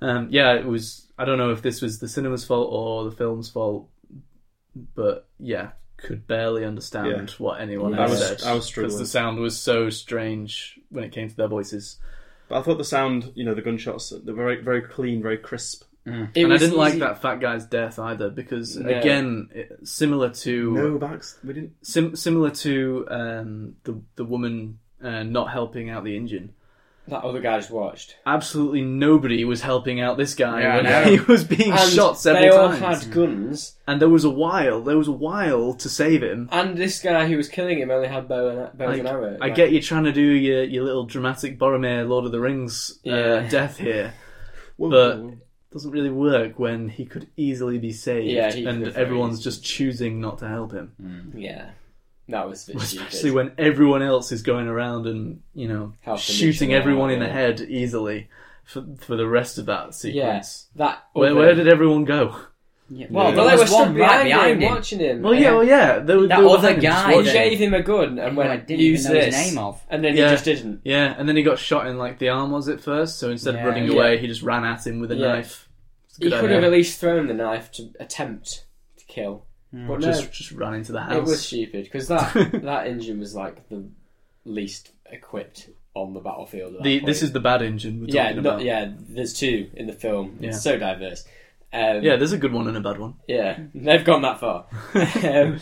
Speaker 1: Um, yeah, it was. I don't know if this was the cinema's fault or the film's fault, but yeah, could barely understand
Speaker 2: Yeah.
Speaker 1: what anyone
Speaker 2: I
Speaker 1: else
Speaker 2: was-
Speaker 1: said
Speaker 2: I
Speaker 1: because
Speaker 2: was struggling.
Speaker 1: the sound was so strange when it came to their voices.
Speaker 2: But I thought the sound, you know, the gunshots, they were very, very clean, very crisp.
Speaker 4: It
Speaker 1: and I
Speaker 4: was
Speaker 1: didn't like
Speaker 4: easy-
Speaker 1: that fat guy's death either because
Speaker 4: No.
Speaker 1: again, it, similar to
Speaker 2: No backs. We didn't.
Speaker 1: sim- similar to um, the the woman uh, not helping out the engine.
Speaker 4: That other guy just watched.
Speaker 1: Absolutely nobody was helping out this guy
Speaker 3: Yeah, I
Speaker 1: when he
Speaker 3: know.
Speaker 1: was being
Speaker 4: And
Speaker 1: shot
Speaker 4: they
Speaker 1: several
Speaker 4: all
Speaker 1: times.
Speaker 4: had guns,
Speaker 1: And there was a while, there was a while to save him.
Speaker 4: and this guy who was killing him only had bow and bows
Speaker 1: Like,
Speaker 4: and arrows.
Speaker 1: I get you trying to do your, your little dramatic Boromir Lord of the Rings uh,
Speaker 4: Yeah.
Speaker 1: death here.
Speaker 2: Whoa,
Speaker 1: But-
Speaker 2: whoa, whoa.
Speaker 1: Doesn't really work when he could easily be saved
Speaker 4: Yeah, he
Speaker 1: and
Speaker 4: could've
Speaker 1: everyone's
Speaker 4: very-
Speaker 1: just choosing not to help him.
Speaker 4: yeah, that was a bit
Speaker 1: Especially
Speaker 4: stupid.
Speaker 1: when everyone else is going around and, you know,
Speaker 4: Helping
Speaker 1: shooting
Speaker 4: each other
Speaker 1: everyone
Speaker 4: out,
Speaker 1: in the
Speaker 4: yeah.
Speaker 1: head easily for, for the rest of that
Speaker 4: yeah,
Speaker 1: sequence.
Speaker 4: that.
Speaker 1: Where,
Speaker 4: other-
Speaker 1: where did everyone go?
Speaker 3: Well,
Speaker 4: Well,
Speaker 3: there
Speaker 4: they were
Speaker 3: was
Speaker 4: stood
Speaker 3: one right behind him.
Speaker 4: watching him.
Speaker 1: Well, yeah,
Speaker 4: and
Speaker 1: well, yeah. There,
Speaker 3: That
Speaker 1: there were
Speaker 3: other
Speaker 1: him just
Speaker 3: guy
Speaker 4: he
Speaker 1: watching.
Speaker 3: that-
Speaker 4: gave him a gun and
Speaker 3: I
Speaker 4: went,
Speaker 3: didn't
Speaker 4: "Use
Speaker 3: even know
Speaker 4: this."
Speaker 3: his name of.
Speaker 4: and then
Speaker 1: Yeah.
Speaker 4: he just didn't.
Speaker 1: Yeah, and then he got shot in like the arm was it first, so instead of
Speaker 3: Yeah.
Speaker 1: running
Speaker 4: Yeah.
Speaker 1: away, he just ran at him with a
Speaker 4: Yeah.
Speaker 1: knife. It's a
Speaker 4: He
Speaker 1: good
Speaker 4: could
Speaker 1: idea.
Speaker 4: have at least thrown the knife to attempt to kill,
Speaker 3: Hmm.
Speaker 4: but no,
Speaker 1: just just ran into the house.
Speaker 4: it was stupid because that that engine was like the least equipped on the battlefield. At that
Speaker 1: the,
Speaker 4: point.
Speaker 1: this is the bad engine we're
Speaker 4: yeah,
Speaker 1: talking
Speaker 4: not-
Speaker 1: about.
Speaker 4: yeah. There's two in the film.
Speaker 1: Yeah.
Speaker 4: It's so diverse. Um,
Speaker 1: Yeah, there's a good one and a bad one.
Speaker 4: yeah, they've gone that far. um,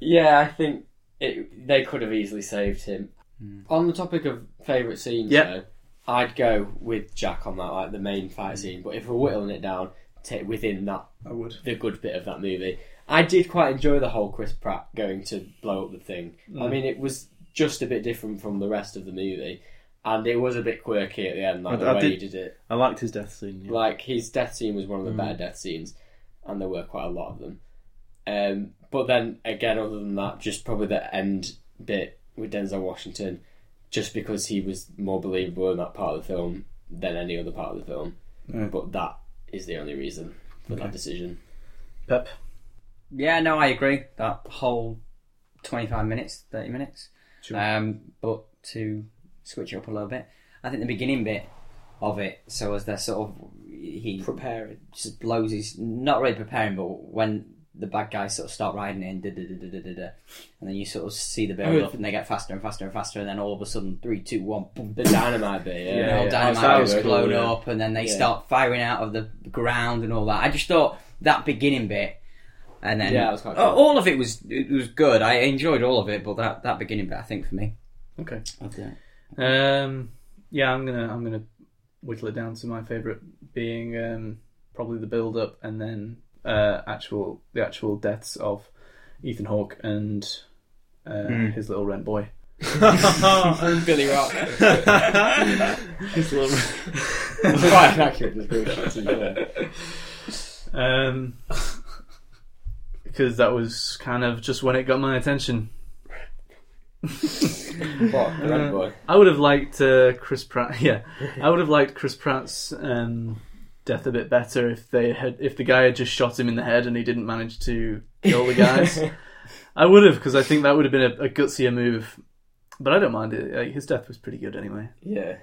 Speaker 4: yeah, I think it, they could have easily saved him.
Speaker 2: Hmm.
Speaker 4: On the topic of favourite scenes,
Speaker 1: Yep.
Speaker 4: though, I'd go with Jack on that, like the main fight scene. But if we're whittling it down, take within that
Speaker 1: I would.
Speaker 4: the good bit of that movie. I did quite enjoy the whole Chris Pratt going to blow up the thing.
Speaker 2: Hmm.
Speaker 4: I mean, it was just a bit different from the rest of the movie, and it was a bit quirky at the end, like
Speaker 2: I-
Speaker 4: the
Speaker 2: I
Speaker 4: way
Speaker 2: did-
Speaker 4: he did it.
Speaker 2: I liked his death scene. Yeah.
Speaker 4: Like his death scene was one of the
Speaker 1: Mm.
Speaker 4: better death scenes, and there were quite a lot of them. Um, but then again, other than that, just probably the end bit with Denzel Washington, just because he was more believable in that part of the film than any other part of the film.
Speaker 1: Right.
Speaker 4: But that is the only reason for that decision.
Speaker 1: Pep.
Speaker 3: Yeah, no, I agree. That whole 25 minutes, 30 minutes. Um, but to switch it up a little bit, I think the beginning bit of it, so as they're sort of. He
Speaker 4: Preparing.
Speaker 3: just blows his. Not really preparing, but when the bad guys sort of start riding in, da, da, da, da, da, da, da, and then you sort of see the build up and they get faster and faster and faster, and then all of a sudden, three, two, one, boom,
Speaker 4: The dynamite bit, yeah. Oh,
Speaker 3: and all
Speaker 1: yeah.
Speaker 3: dynamite
Speaker 1: That
Speaker 3: gets
Speaker 1: was cool,
Speaker 3: blown
Speaker 1: yeah.
Speaker 3: up, and then they
Speaker 4: Yeah.
Speaker 3: start firing out of the ground and all that. I just thought that beginning bit, and then
Speaker 4: Yeah, it was quite
Speaker 3: Uh,
Speaker 4: cool.
Speaker 3: all of it was it was good. I enjoyed all of it, but that, that beginning bit, I think for me,
Speaker 1: Okay.
Speaker 3: okay.
Speaker 1: Um, yeah, I'm gonna I'm gonna whittle it down to my favourite being um, probably the build up and then uh, actual the actual deaths of Ethan Hawke and uh,
Speaker 4: Hmm.
Speaker 1: his little rent boy.
Speaker 4: Billy Rock.
Speaker 2: His little-
Speaker 4: quite an accurate description. to be fair.
Speaker 1: Um, because that was kind of just when it got my attention.
Speaker 4: What? The Red Boy.
Speaker 1: I would have liked uh, Chris Pratt. Yeah, I would have liked Chris Pratt's um, death a bit better if they had if the guy had just shot him in the head and he didn't manage to kill the guys. I would have because I think that would have been a, a gutsier move. But I don't mind it. Like, his death was pretty good anyway.
Speaker 4: Yeah.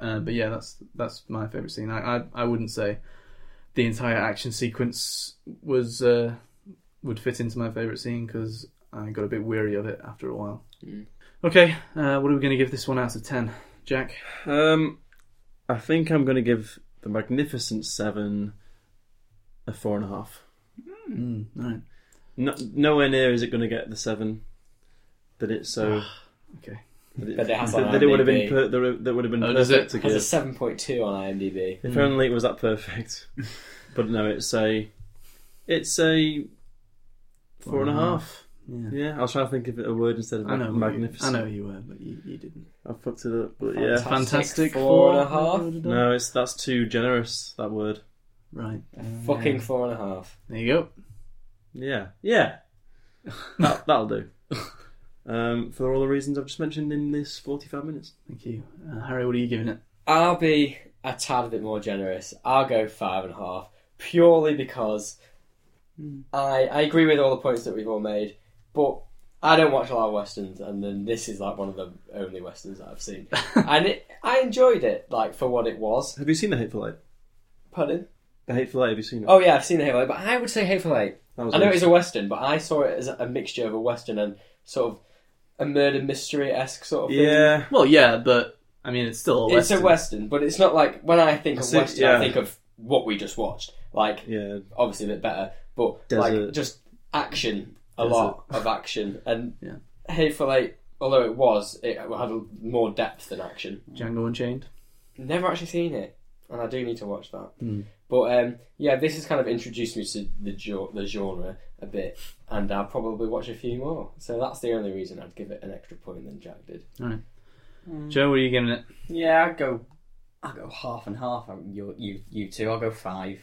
Speaker 1: Uh, but yeah, that's that's my favorite scene. I, I I wouldn't say the entire action sequence was uh, would fit into my favorite scene because I got a bit weary of it after a while. Okay, uh, what are we going to give this one out of ten, Jack?
Speaker 2: Um, I think I'm going to give the Magnificent Seven a four and a half.
Speaker 1: Mm, all right.
Speaker 2: No, nowhere near is it going to get the seven that it's so.
Speaker 1: Okay.
Speaker 2: That it,
Speaker 4: But it has
Speaker 2: that,
Speaker 4: on
Speaker 2: that it would have
Speaker 4: IMDb.
Speaker 2: been per, that it- that would have been
Speaker 1: Oh, does
Speaker 2: perfect
Speaker 1: it?
Speaker 2: to
Speaker 4: Has a
Speaker 2: give.
Speaker 4: 7.2 on IMDb.
Speaker 1: Hmm.
Speaker 2: If only it was that perfect. but no, it's a, it's a four and a half.
Speaker 1: Yeah.
Speaker 2: Yeah, I was trying to think of a word instead of
Speaker 1: I know,
Speaker 2: magnificent.
Speaker 1: I know you were, but you, you didn't.
Speaker 2: I fucked it up, but yeah.
Speaker 4: Fantastic.
Speaker 1: four
Speaker 4: four and a half?
Speaker 2: No, it's that's too generous. That word.
Speaker 1: Right. Um,
Speaker 4: Fucking four and a half.
Speaker 1: There you go.
Speaker 2: Yeah, yeah. That, that'll do. Um, for all the reasons I've just mentioned in this 45 minutes.
Speaker 1: Thank you, uh, Harry. What are you giving it?
Speaker 4: I'll be a tad bit more generous. I'll go five and a half.
Speaker 2: Hmm.
Speaker 4: Purely because I, I agree with all the points that we've all made, but I don't watch a lot of westerns, and then this is like one of the only westerns that I've seen, and it, I enjoyed it like for what it was.
Speaker 2: Have you seen The Hateful Eight?
Speaker 4: Pardon?
Speaker 2: The Hateful Eight, have you seen it?
Speaker 4: Oh yeah, I've seen the Hateful Eight, but I would say Hateful Eight.
Speaker 2: That was
Speaker 4: I know
Speaker 2: nice.
Speaker 4: it's a western, but I saw it as a mixture of a western and sort of a murder mystery esque sort of thing.
Speaker 2: Yeah.
Speaker 1: Well, yeah, but I mean, it's still a
Speaker 4: It's
Speaker 1: western.
Speaker 4: a western, but it's not like when I think
Speaker 2: I
Speaker 4: of
Speaker 2: see-
Speaker 4: western,
Speaker 2: yeah.
Speaker 4: I think of what we just watched. Like
Speaker 2: Yeah.
Speaker 4: obviously a bit better, but
Speaker 2: Desert.
Speaker 4: like just action, a
Speaker 2: Desert.
Speaker 4: lot of action, and
Speaker 1: Yeah.
Speaker 4: Hateful Eight. Although it was, it had more depth than action.
Speaker 1: Django Unchained.
Speaker 4: Never actually seen it, and I do need to watch that. But um, yeah, this has kind of introduced me to the jo- the genre a bit, and I'll probably watch a few more. So that's the only reason I'd give it an extra point than Jack did.
Speaker 1: Joe, what are you giving it?
Speaker 3: Yeah, I'll go. I'll go half and half. I'll- You, you, you two. I'll go five.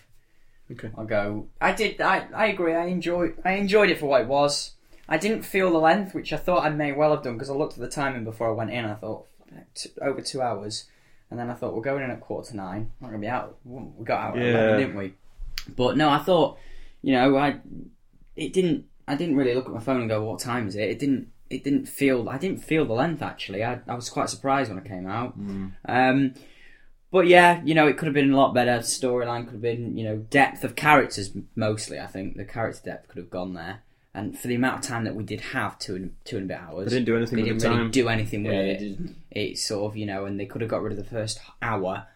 Speaker 1: Okay.
Speaker 3: I'll go. I did. I, I agree. I enjoyed. I enjoyed it for what it was. I didn't feel the length, which I thought I may well have done because I looked at the timing before I went in. I thought "Fuck, t- over two hours, and then I thought we're going in at quarter to nine. We're not gonna be out. We got out, at
Speaker 2: Yeah.
Speaker 3: 11, didn't we? But no, I thought. You know, I. It didn't. I didn't really look at my phone and go, "What time is it?" It didn't. It didn't feel. I didn't feel the length actually. I, I was quite surprised when I came out.
Speaker 2: Mm.
Speaker 3: Um, but yeah, you know, it could have been a lot better. Storyline could have been, you know, depth of characters mostly. I think the character depth could have gone there, and for the amount of time that we did have, two and two and a bit hours,
Speaker 2: They didn't do anything
Speaker 3: They
Speaker 2: with
Speaker 3: didn't
Speaker 2: the
Speaker 3: really
Speaker 2: time.
Speaker 3: do anything with
Speaker 4: Yeah, they
Speaker 3: it.
Speaker 4: didn't.
Speaker 3: It's sort of you know, and they could have got rid of the first hour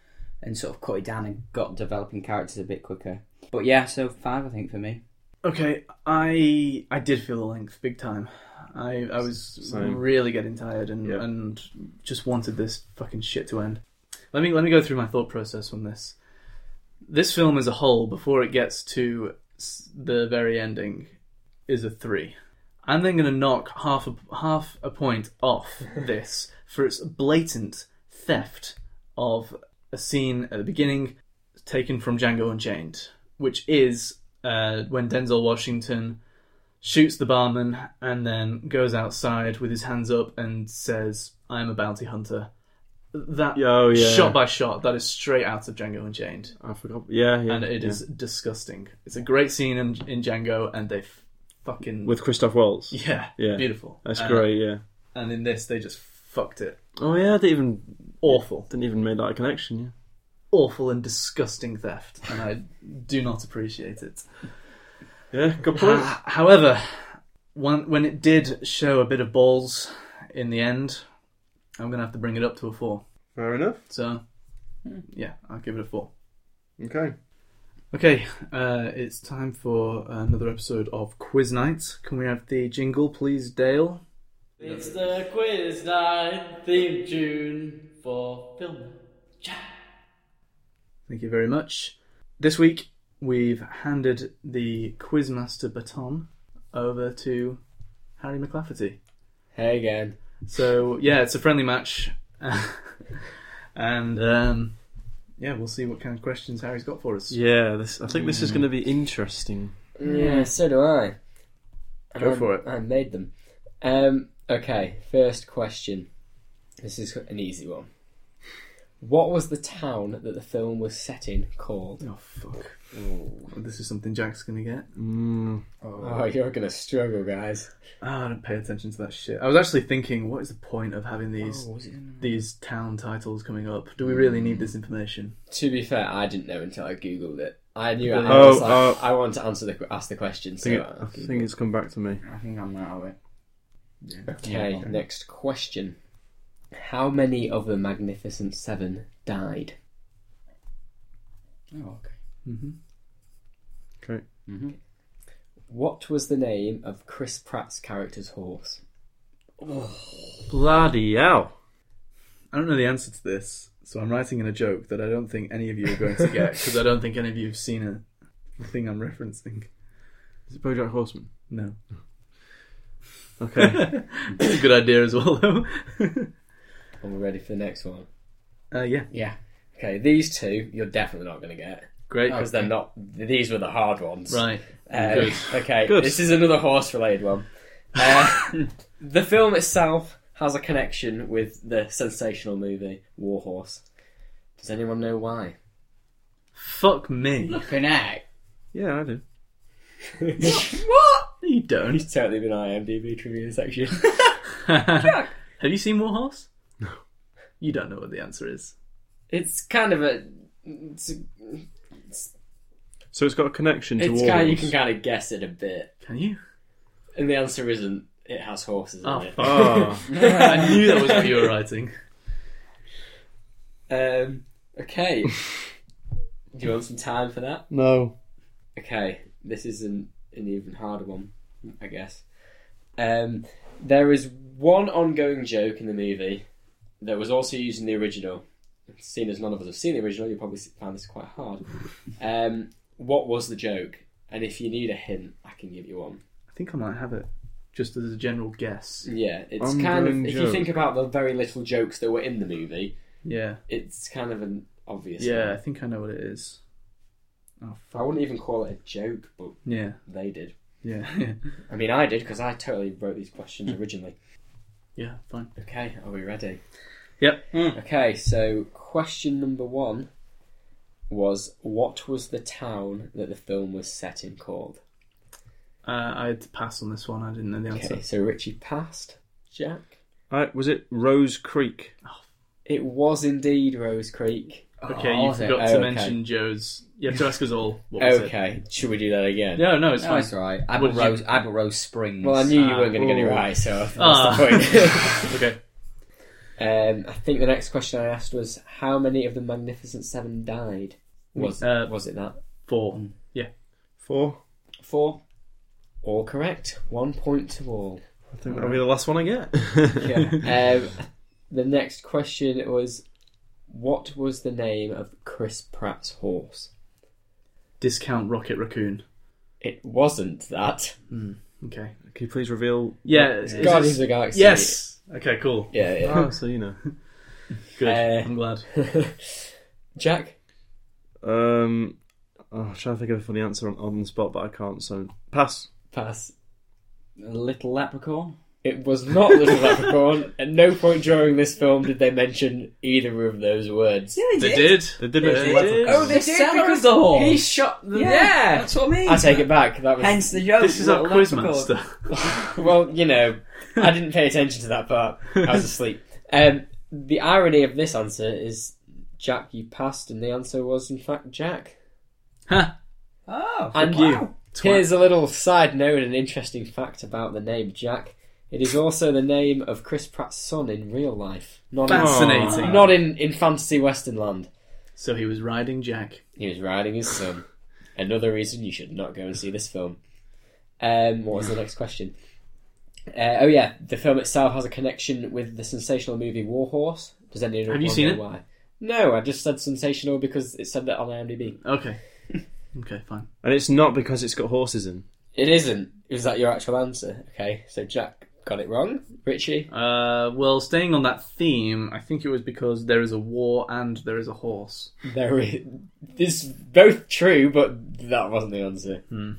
Speaker 3: and sort of cut it down and got developing characters a bit quicker. But yeah, so five, I think for me.
Speaker 1: Okay, I I did feel the length big time. I I was
Speaker 2: Same.
Speaker 1: really getting tired and
Speaker 2: Yeah.
Speaker 1: and just wanted this fucking shit to end. Let me let me go through my thought process on this. This film as a whole, before it gets to s- the very ending, is a three. I'm then going to knock half a half a point off this for its blatant theft of a scene at the beginning taken from Django Unchained, which is uh, when Denzel Washington shoots the barman and then goes outside with his hands up and says, "I am a bounty hunter." That
Speaker 2: Oh, yeah.
Speaker 1: shot by shot, that is straight out of Django Unchained,
Speaker 2: I forgot. Yeah, yeah.
Speaker 1: and it is disgusting. It's a great scene in, in Django, and they f- fucking
Speaker 2: With Christoph Waltz.
Speaker 1: yeah,
Speaker 2: Yeah.
Speaker 1: beautiful.
Speaker 2: That's
Speaker 1: Uh,
Speaker 2: great, yeah.
Speaker 1: And in this, they just fucked it.
Speaker 2: Oh, yeah, they even
Speaker 1: Awful,
Speaker 2: didn't even make that connection, yeah.
Speaker 1: awful, and disgusting theft, and I do not appreciate it.
Speaker 2: Yeah, good point.
Speaker 1: Uh, However, when, when it did show a bit of balls in the end, I'm going to have to bring it up to a four.
Speaker 2: Fair enough.
Speaker 1: So, yeah, I'll give it a four.
Speaker 2: Okay.
Speaker 1: Okay, uh, it's time for another episode of Quiz Night. Can we have the jingle, please, Dale?
Speaker 8: It's the quiz night theme tune for film.
Speaker 1: Thank you very much. This week, we've handed the Quizmaster baton over to Harry McLafferty.
Speaker 4: Hey again.
Speaker 1: So yeah, it's a friendly match, and um, yeah, we'll see what kind of questions Harry's got for us.
Speaker 2: Yeah, this I think this is going to be interesting.
Speaker 4: Yeah, so do I. And
Speaker 1: Go
Speaker 4: I-
Speaker 1: for it.
Speaker 4: I made them. Um, okay, first question. This is an easy one. What was the town that the film was set in called?
Speaker 1: Oh fuck! This is something Jack's gonna get.
Speaker 2: Mm.
Speaker 4: Oh, you're gonna struggle, guys.
Speaker 1: Ah, I don't pay attention to that shit. I was actually thinking, what is the point of having these
Speaker 3: was it?
Speaker 1: these town titles coming up? Do we really need this information?
Speaker 4: To be fair, I didn't know until I googled it. I knew. I,
Speaker 2: Oh,
Speaker 4: was like,
Speaker 2: oh.
Speaker 4: I want to answer the que- ask the question.
Speaker 2: I think,
Speaker 4: So
Speaker 2: it, I think it's come back to me.
Speaker 3: I think I'm out of it.
Speaker 4: okay, next question. How many of the Magnificent Seven died?
Speaker 3: Oh, okay.
Speaker 2: Okay.
Speaker 4: What was the name of Chris Pratt's character's horse?
Speaker 2: Bloody hell.
Speaker 1: I don't know the answer to this, so I'm writing in a joke that I don't think any of you are going to get because I don't think any of you have seen it. The thing I'm referencing.
Speaker 2: Is it Bojack Horseman?
Speaker 1: No,
Speaker 2: Okay.
Speaker 1: it's a good idea as well, though.
Speaker 4: Are we ready for the next one?
Speaker 1: uh, yeah,
Speaker 3: Yeah.
Speaker 4: Okay, these two you're definitely not going to get
Speaker 1: great.
Speaker 4: because they're not. These were the hard ones.
Speaker 1: Oh, Right.
Speaker 4: Uh,
Speaker 1: Good.
Speaker 4: Okay.
Speaker 2: Good.
Speaker 4: This is another horse-related one. Uh, the film itself has a connection with the sensational movie War Horse. Does anyone know why?
Speaker 1: Fuck me.
Speaker 3: Connect.
Speaker 2: yeah, I do.
Speaker 3: What?
Speaker 1: Are You don't.
Speaker 4: He's totally been IMDb trivia section.
Speaker 1: Have you seen Warhorse? No. You don't know what the answer is.
Speaker 4: it's kind of a. It's,
Speaker 2: So it's got a connection to
Speaker 4: it's
Speaker 2: all.
Speaker 4: kind you can kind of guess it a bit,
Speaker 1: Can you?
Speaker 4: and the answer isn't. It has horses
Speaker 1: Oh,
Speaker 4: in it.
Speaker 2: Ah,
Speaker 1: I knew that was what you were writing.
Speaker 4: Um, okay. Do you want some time for that?
Speaker 1: No.
Speaker 4: Okay, this is an, an even harder one, I guess. Um, there is one ongoing joke in the movie that was also used in the original. Seeing as none of us have seen the original, you'll probably find this quite hard. Um, what was the joke? And if you need a hint, I can give you one.
Speaker 1: I think I might have it, just as a general guess.
Speaker 4: Yeah, it's kind of.
Speaker 2: Ongoing
Speaker 4: If you
Speaker 2: joke.
Speaker 4: think about the very little jokes that were in the movie,
Speaker 1: Yeah.
Speaker 4: it's kind of an obvious.
Speaker 1: Yeah, I
Speaker 4: one.
Speaker 1: think I know what it is. Oh,
Speaker 4: uh, I wouldn't even call it a joke, but
Speaker 1: Yeah,
Speaker 4: they did.
Speaker 1: yeah,
Speaker 4: I mean, I did because I totally wrote these questions originally.
Speaker 1: yeah, fine.
Speaker 4: Okay, are we ready?
Speaker 1: Yep.
Speaker 4: Okay, so question number one was what was the town that the film was set in called?
Speaker 1: Uh, I had to pass on this one. I didn't know the answer.
Speaker 4: Okay, so Richie passed. Jack?
Speaker 2: I- was it Rose Creek?
Speaker 4: It was indeed Rose Creek.
Speaker 1: Okay,
Speaker 3: Oh,
Speaker 1: you
Speaker 3: was it?
Speaker 1: forgot
Speaker 4: Oh,
Speaker 1: to
Speaker 4: okay.
Speaker 1: mention Joe's. You have to ask us all. What was it?
Speaker 4: Okay, should we do that again?
Speaker 1: No, no, it's
Speaker 3: No,
Speaker 1: fine.
Speaker 3: it's alright. Apple
Speaker 1: did you-
Speaker 3: Rose, Apple Rose Springs.
Speaker 4: Well, I knew you
Speaker 1: Ah,
Speaker 4: weren't going to get it
Speaker 1: ooh.
Speaker 4: right, so that's
Speaker 1: Ah.
Speaker 4: the
Speaker 1: Okay.
Speaker 4: point. um, I think the next question I asked was how many of the Magnificent Seven died? Was,
Speaker 1: Uh,
Speaker 4: was it that?
Speaker 1: Four. Yeah.
Speaker 2: Four.
Speaker 4: Four. All correct. One point to all.
Speaker 2: I think that'll be the last one I get.
Speaker 4: Yeah. um, the next question was, what was the name of Chris Pratt's horse?
Speaker 1: Discount Rocket Raccoon.
Speaker 4: It wasn't that.
Speaker 1: Okay.
Speaker 2: Can you please reveal?
Speaker 1: Yeah. it's- it's-
Speaker 4: Guardians of the Galaxy.
Speaker 1: Yes. Okay. Cool.
Speaker 4: Yeah. yeah.
Speaker 2: Ah, so you know.
Speaker 1: Good.
Speaker 4: Uh,
Speaker 1: I'm glad.
Speaker 4: Jack.
Speaker 2: Um, oh, I'm trying to think of a funny answer on, on the spot, but I can't. So pass.
Speaker 4: Pass.
Speaker 3: Little Leprechaun.
Speaker 4: It was not Little Leprechaun. At no point during this film did they mention either of those words.
Speaker 1: They did.
Speaker 2: They did mention
Speaker 1: did.
Speaker 2: leprechaun.
Speaker 1: Oh,
Speaker 3: they did because the horse.
Speaker 4: He shot them. Yeah.
Speaker 3: that's what I mean.
Speaker 4: I take it back. That was
Speaker 3: Hence the joke.
Speaker 1: This is
Speaker 4: Oh,
Speaker 1: our
Speaker 3: Little Leprechaun.
Speaker 1: quizmaster.
Speaker 4: Well, you know, I didn't pay attention to that part. I was asleep. Um, the irony of this answer is, Jack, you passed, and the answer was, in fact, Jack.
Speaker 3: Oh,
Speaker 4: And
Speaker 3: wow.
Speaker 4: you. Here's a little side note and interesting fact about the name Jack. It is also the name of Chris Pratt's son in real life, not in,
Speaker 1: Fascinating.
Speaker 4: not in, in fantasy western land.
Speaker 1: So he was riding Jack.
Speaker 4: He was riding his son. Another reason you should not go and see this film. Um, what was the next question? Uh, oh yeah, the film itself has a connection with the sensational movie Warhorse. Does anyone
Speaker 1: Have you seen
Speaker 4: know
Speaker 1: it?
Speaker 4: Why? No, I just said sensational because it said that on IMDb.
Speaker 1: Okay. Okay. Fine.
Speaker 2: And it's not because it's got horses in.
Speaker 4: It isn't. Is that your actual answer? Okay, so Jack got it wrong. Richie,
Speaker 1: Uh, well, staying on that theme, I think it was because there is a war and there is a horse.
Speaker 4: there is this both true, but that wasn't the answer.
Speaker 3: you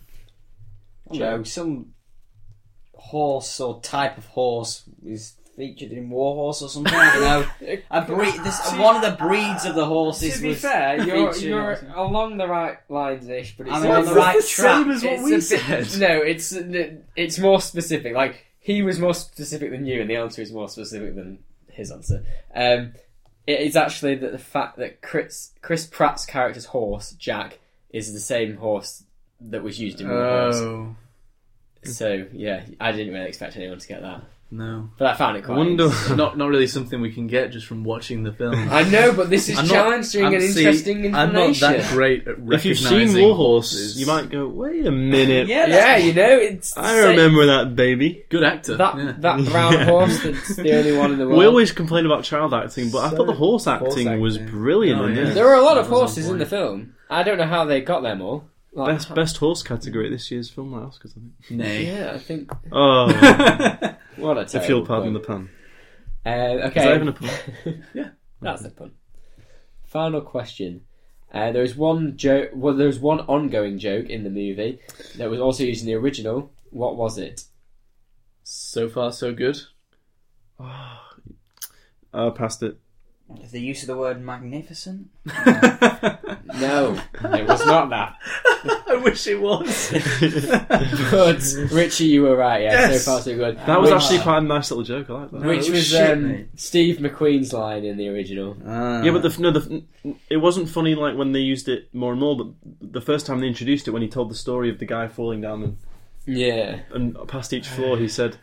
Speaker 3: know, some horse or type of horse is featured in Warhorse or something. I don't know. A breed, this, one of the breeds of the horses was featured in it.
Speaker 4: along the right lines ish, but
Speaker 3: I'm on the right track.
Speaker 1: same as what
Speaker 4: It's
Speaker 1: we
Speaker 4: a bit-
Speaker 1: said.
Speaker 4: No, it's it's more specific. Like he was more specific than you, and the answer is more specific than his answer. Um, it is actually that the fact that Chris Chris Pratt's character's horse Jack is the same horse that was used in Warhorse.
Speaker 1: Oh
Speaker 4: So yeah, I didn't really expect anyone to get that,
Speaker 1: no,
Speaker 4: but I found it quite.
Speaker 2: Wonder.
Speaker 4: interesting.
Speaker 1: not not really something we can get just from watching the film.
Speaker 4: I know, but this is
Speaker 1: I'm not-
Speaker 4: challenging
Speaker 1: I'm-
Speaker 4: and
Speaker 1: see,
Speaker 4: interesting
Speaker 1: I'm not
Speaker 4: information.
Speaker 1: that great at
Speaker 2: If you've
Speaker 1: recognizing
Speaker 2: seen Warhorse,
Speaker 1: horses.
Speaker 2: you might go, "Wait a minute,
Speaker 4: yeah,
Speaker 3: Yeah, that's-
Speaker 4: you know, it's
Speaker 2: I remember that baby."
Speaker 1: good actor.
Speaker 4: that
Speaker 1: yeah.
Speaker 4: that brown
Speaker 2: Yeah.
Speaker 4: horse that's the only one in the world.
Speaker 2: We always complain about child acting, but I thought the horse acting, was
Speaker 1: acting.
Speaker 2: brilliant
Speaker 1: Oh,
Speaker 2: in
Speaker 1: yeah.
Speaker 2: this.
Speaker 4: There were a lot of
Speaker 1: That was on
Speaker 4: horses in
Speaker 1: point.
Speaker 4: the film. I don't know how they got them all. Like,
Speaker 2: Best best horse category at this year's film like Oscars, I think.
Speaker 1: Nay.
Speaker 4: Yeah, I think.
Speaker 2: Oh,
Speaker 4: What a
Speaker 2: if you'll pardon the pun.
Speaker 4: Uh,
Speaker 2: Is
Speaker 4: okay,
Speaker 2: that even a pun?
Speaker 4: that's the pun. Final question. Uh, there is one joke. Well, there is one ongoing joke in the movie that was also used in the original. What was it?
Speaker 1: So far, so good.
Speaker 2: I Uh, passed it.
Speaker 3: The use of the word magnificent?
Speaker 4: No, it was not that.
Speaker 1: I wish it was.
Speaker 4: But Richie, you were right. Yeah,
Speaker 1: Yes.
Speaker 4: so far so good.
Speaker 2: That was
Speaker 4: Which-
Speaker 2: actually quite a nice little joke. I like that.
Speaker 4: which
Speaker 1: Oh,
Speaker 4: was
Speaker 1: shit, mate. Uh.
Speaker 4: um, Steve McQueen's line in the original.
Speaker 2: Yeah, but the, f- no, the, f- it wasn't funny like when they used it more and more. But the first time they introduced it, when he told the story of the guy falling down and,
Speaker 4: Yeah,
Speaker 2: and past each floor, he said,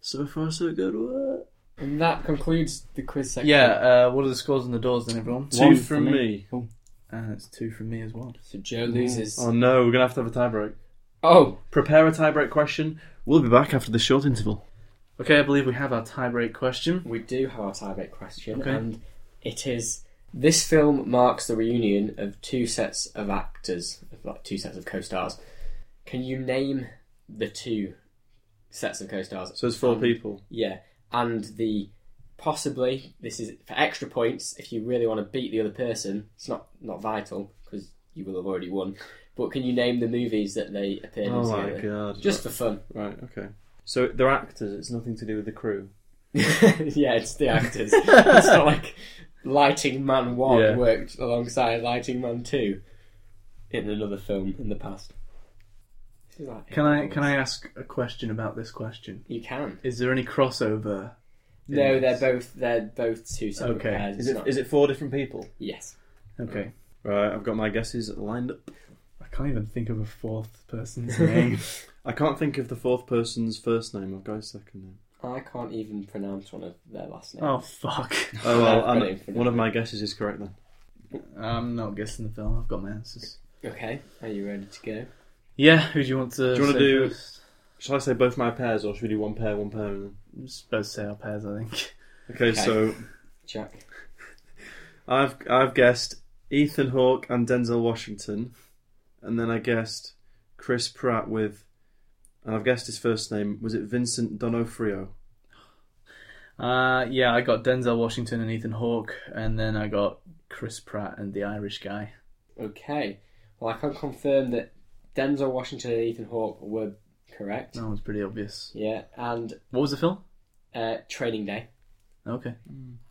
Speaker 2: "So far, so good." What?
Speaker 4: and that concludes the quiz section.
Speaker 1: yeah. Uh, what are the scores on the doors then, everyone?
Speaker 2: Two from me.
Speaker 1: and it's two from me as well.
Speaker 4: So Joe loses.
Speaker 2: Oh no, we're gonna have to have a tiebreak.
Speaker 4: Oh,
Speaker 2: Prepare a tiebreak question. We'll be back after this short interval.
Speaker 1: Okay, I believe we have our tiebreak question.
Speaker 4: we do have our tiebreak question,
Speaker 1: Okay.
Speaker 4: and it is: This film marks the reunion of two sets of actors, of like two sets of co-stars. Can you name the two sets of co-stars?
Speaker 2: So it's four
Speaker 4: Um,
Speaker 2: people.
Speaker 4: Yeah, and the possibly this is for extra points if you really want to beat the other person. It's not not vital because you will have already won. But can you name the movies that they appeared in
Speaker 2: Oh my
Speaker 4: together?
Speaker 2: god!
Speaker 4: Just for fun.
Speaker 2: right, okay. So they're actors. It's nothing to do with the crew.
Speaker 4: yeah, it's the actors. it's not like Lighting Man One
Speaker 2: Yeah.
Speaker 4: worked alongside Lighting Man Two in another film in the past. This is like-
Speaker 1: Can I can I ask a question about this question?
Speaker 4: You can.
Speaker 1: Is there any crossover? in
Speaker 4: No, they're
Speaker 1: this?
Speaker 4: both they're both two separate
Speaker 1: Okay.
Speaker 4: pairs.
Speaker 2: Is
Speaker 4: It's
Speaker 2: it
Speaker 4: not-
Speaker 2: is it four different people?
Speaker 4: Yes.
Speaker 1: Okay,
Speaker 2: Right, I've got my guesses lined up.
Speaker 1: I can't even think of a fourth person's name.
Speaker 2: I can't think of the fourth person's first name. I've got his second name.
Speaker 4: I can't even pronounce one of their last names.
Speaker 1: oh fuck!
Speaker 2: Oh
Speaker 4: I've
Speaker 2: well,
Speaker 4: got
Speaker 2: I'm-
Speaker 4: it in front
Speaker 2: one
Speaker 4: of
Speaker 2: of my guesses is correct then.
Speaker 1: I'm not guessing the film. I've got my answers.
Speaker 4: Okay, are you ready to go?
Speaker 1: Yeah, who do you want to?
Speaker 2: Do you wanna
Speaker 1: say
Speaker 2: do-
Speaker 1: first?
Speaker 2: Shall I say both my pairs, or should we do one pair, one pair? And then?
Speaker 1: I'm supposed to say our pairs. I think.
Speaker 2: Okay,
Speaker 4: Okay.
Speaker 2: so
Speaker 4: Jack.
Speaker 2: I've I've guessed Ethan Hawke and Denzel Washington, and then I guessed Chris Pratt with, and I've guessed his first name was it Vincent D'Onofrio.
Speaker 1: Uh, yeah, I got Denzel Washington and Ethan Hawke, and then I got Chris Pratt and the Irish guy.
Speaker 4: Okay. Well, I can confirm that Denzel Washington and Ethan Hawke were correct.
Speaker 1: That one's pretty obvious.
Speaker 4: Yeah, and
Speaker 1: What was the film?
Speaker 4: uh, Training Day.
Speaker 1: Okay.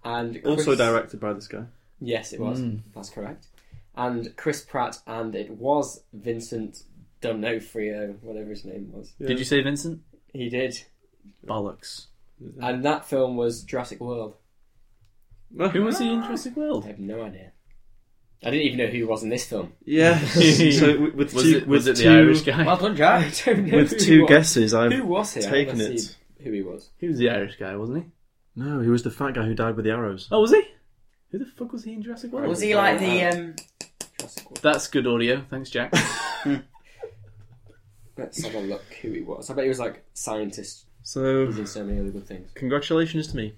Speaker 4: And
Speaker 2: Also
Speaker 4: Chris-
Speaker 2: directed by this guy.
Speaker 4: Yes, it was.
Speaker 1: Mm.
Speaker 4: That's correct. And Chris Pratt, and it was Vincent D'Onofrio, whatever his name was.
Speaker 1: Did you say Vincent?
Speaker 4: He did.
Speaker 1: Bollocks.
Speaker 4: And that film was Jurassic World.
Speaker 1: Who was he in Jurassic
Speaker 4: I
Speaker 1: World?
Speaker 4: have no idea. I didn't even know who was in this film.
Speaker 2: Yes. so w- with
Speaker 1: Was
Speaker 2: two,
Speaker 1: it,
Speaker 2: with
Speaker 1: was it the
Speaker 2: two,
Speaker 1: Irish guy?
Speaker 3: Well done, Jack.
Speaker 4: I don't know. who
Speaker 2: with
Speaker 4: he
Speaker 2: two
Speaker 4: was.
Speaker 2: guesses, I've
Speaker 4: Who was he? I've
Speaker 2: taken
Speaker 4: never
Speaker 2: it.
Speaker 4: seen Who he was.
Speaker 1: He was the Irish guy, wasn't he?
Speaker 2: No, he was the fat guy who died with the arrows.
Speaker 1: Oh, was he? Who the fuck was he in Jurassic World?
Speaker 3: Was he like the. Um,
Speaker 4: Jurassic World.
Speaker 1: That's good audio. Thanks, Jack.
Speaker 4: Let's have a look who he was. I bet he was like scientist.
Speaker 2: So
Speaker 4: He's in so many other good things.
Speaker 2: congratulations to me.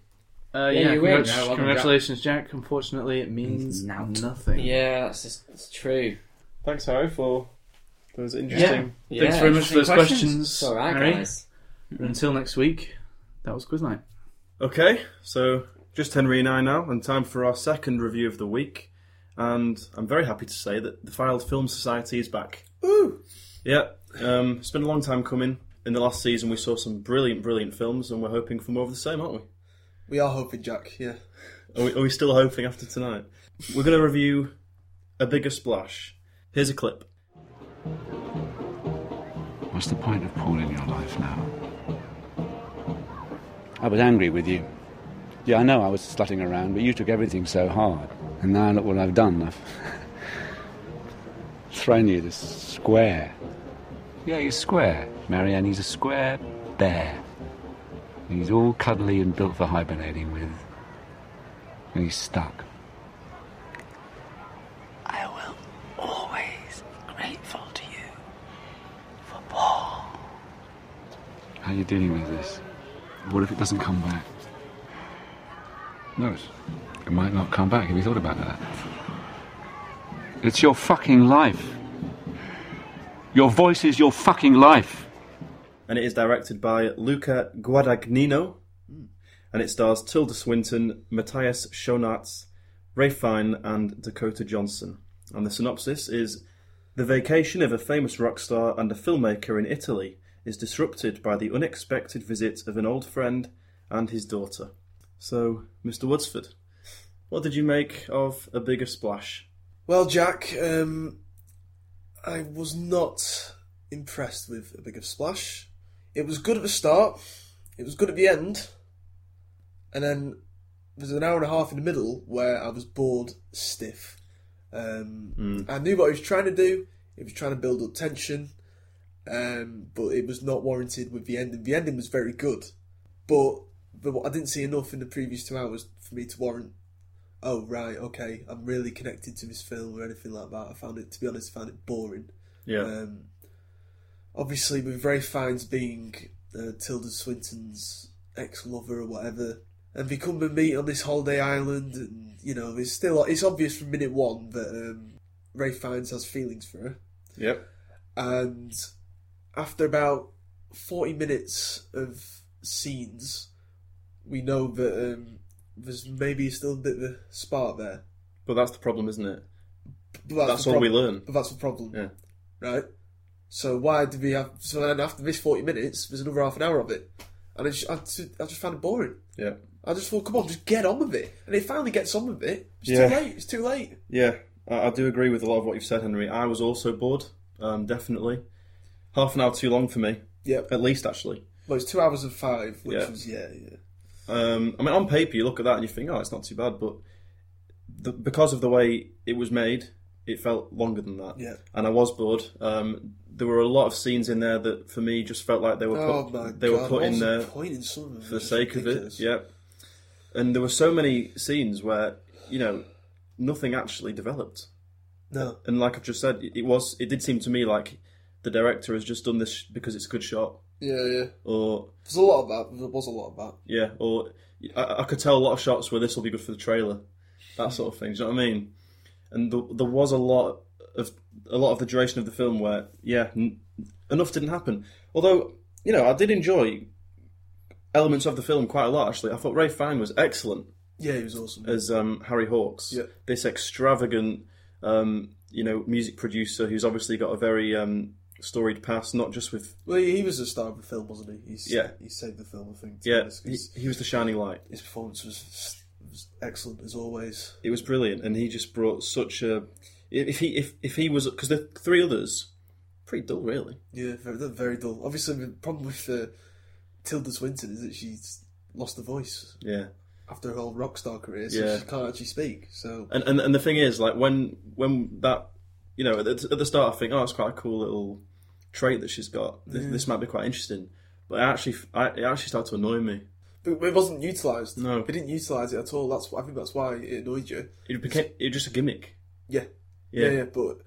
Speaker 1: Uh, yeah,
Speaker 4: Yeah, you win.
Speaker 1: congrat-
Speaker 4: Yeah, well done,
Speaker 1: congratulations, Jack. Unfortunately, it means
Speaker 3: Nout.
Speaker 1: nothing.
Speaker 4: Yeah, that's just that's true.
Speaker 2: Thanks, Harry, for those interesting.
Speaker 4: Yeah,
Speaker 1: Thanks very much for those
Speaker 3: interesting
Speaker 1: questions,
Speaker 4: It's all right,
Speaker 1: Harry.
Speaker 4: guys.
Speaker 1: And Until next week, that was quiz night.
Speaker 2: Okay, so just Henry and I now, and time for our second review of the week. And I'm very happy to say that the Filed Film Society is back. Woo! Yeah, um, it's been a long time coming. In the last season, we saw some brilliant, brilliant films, and we're hoping for more of the same, aren't we?
Speaker 9: We are hoping, Jack. Yeah.
Speaker 2: Are we, are we still hoping after tonight? We're going to review A Bigger Splash. Here's a clip.
Speaker 6: What's the point of Paul in your life now? I was angry with you. Yeah, I know I was slutting around, but you took everything so hard. And now look what I've done. I've thrown you this square. Yeah, he's square, Marianne. He's a square bear. And he's all cuddly and built for hibernating with. And he's stuck. I will always be grateful to you for Paul. How are you dealing with this? What if it doesn't come back? No, it's- it might not come back. Have you thought about that? It's your fucking life. Your voice is your fucking life.
Speaker 2: and it is directed by Luca Guadagnino, and it stars Tilda Swinton, Matthias Schonatz, Ray Fine, and Dakota Johnson. And the synopsis is: The vacation of a famous rock star and a filmmaker in Italy is disrupted by the unexpected visit of an old friend and his daughter. So, Mr. Woodsford, What did you make of A Bigger Splash?
Speaker 9: Well, Jack, um, I was not impressed with a bigger splash. It was good at the start. It was good at the end. And then there's an hour and a half in the middle where I was bored stiff. Um, I knew what he was trying to do. He was trying to build up tension, um, but it was not warranted with the ending. The ending was very good, but the, I didn't see enough in the previous two hours for me to warrant. Oh right, okay, I'm really connected to this film or anything like that. I found it, to be honest, I found it boring.
Speaker 2: Yeah.
Speaker 9: Um, obviously, with Ray Fiennes being uh, Tilda Swinton's ex-lover or whatever, and they come and meet on this holiday island, and you know, it's still it's obvious from minute one that um, Ray Fiennes has feelings for her.
Speaker 2: Yep.
Speaker 9: And after about forty minutes of scenes, we know that um, there's maybe still a bit of a spark there.
Speaker 2: But that's the problem, isn't it?
Speaker 9: But that's,
Speaker 2: That's
Speaker 9: the
Speaker 2: all we
Speaker 9: prob-
Speaker 2: learn.
Speaker 9: But that's the problem,
Speaker 2: Yeah.
Speaker 9: right? So why did we have? So then after this forty minutes, there's another half an hour of it, and it's, I, just, I just found it boring.
Speaker 2: Yeah.
Speaker 9: I just thought, come on, just get on with it. And it finally gets on with it. It's
Speaker 2: Yeah.
Speaker 9: too late. It's too late.
Speaker 2: Yeah, I, I do agree with a lot of what you've said, Henry. I was also bored, um, definitely. Half an hour too long for me,
Speaker 9: Yep.
Speaker 2: at least, actually.
Speaker 9: Well, it's two hours and five, which
Speaker 2: Yeah.
Speaker 9: was yeah, yeah.
Speaker 2: Um, I mean, on paper, you look at that and you think, oh, it's not too bad, but the, because of the way it was made, it felt longer than that.
Speaker 9: Yeah.
Speaker 2: And I was bored. Um, there were a lot of scenes in there that, for me, just felt like they were
Speaker 9: Oh
Speaker 2: put,
Speaker 9: my
Speaker 2: they
Speaker 9: god!
Speaker 2: were put
Speaker 9: what
Speaker 2: in
Speaker 9: was the
Speaker 2: there
Speaker 9: point in some of them?
Speaker 2: for the sake of it. Yeah. And there were so many scenes where, you know, nothing actually developed.
Speaker 9: No.
Speaker 2: and like I've just said, it it was it did seem to me like the director has just done this sh- because it's a good shot,
Speaker 9: Yeah, yeah.
Speaker 2: or
Speaker 9: There's a lot of that. There was a lot of that.
Speaker 2: yeah, or I, I could tell a lot of shots where this will be good for the trailer, that sort of thing. Do you know what I mean? And th there was a lot of a lot of the duration of the film where yeah, n- enough didn't happen. Although you know, I did enjoy elements of the film quite a lot. Actually, I thought Ray Fine was excellent.
Speaker 9: Yeah, he was awesome.
Speaker 2: as um, Harry Hawks.
Speaker 9: Yeah.
Speaker 2: This extravagant, um, you know, music producer who's obviously got a very um, storied past, not just with
Speaker 9: well, he he was the star of the film, wasn't he? He's,
Speaker 2: Yeah.
Speaker 9: He saved the film, I think. to be
Speaker 2: yeah,
Speaker 9: honest,
Speaker 2: he,
Speaker 9: 'cause
Speaker 2: he was the shining light.
Speaker 9: his performance was, was excellent as always.
Speaker 2: It was brilliant, and he just brought such a. If he if if he was because the three others, pretty dull really.
Speaker 9: Yeah, very, they're very dull. Obviously, the problem with uh, Tilda Swinton is that she's lost her voice
Speaker 2: Yeah.
Speaker 9: after her whole rock star career, so
Speaker 2: Yeah.
Speaker 9: she can't actually speak. So
Speaker 2: And, and and the thing is, like when when that you know at the, at the start, I think oh, it's quite a cool little trait that she's got. This, this might be quite interesting. But I actually, I, it actually started to annoy me.
Speaker 9: But it wasn't utilised.
Speaker 2: No.
Speaker 9: they didn't utilise it at all. That's I think that's why it annoyed you.
Speaker 2: It became it was just a gimmick.
Speaker 9: Yeah.
Speaker 2: Yeah.
Speaker 9: yeah, But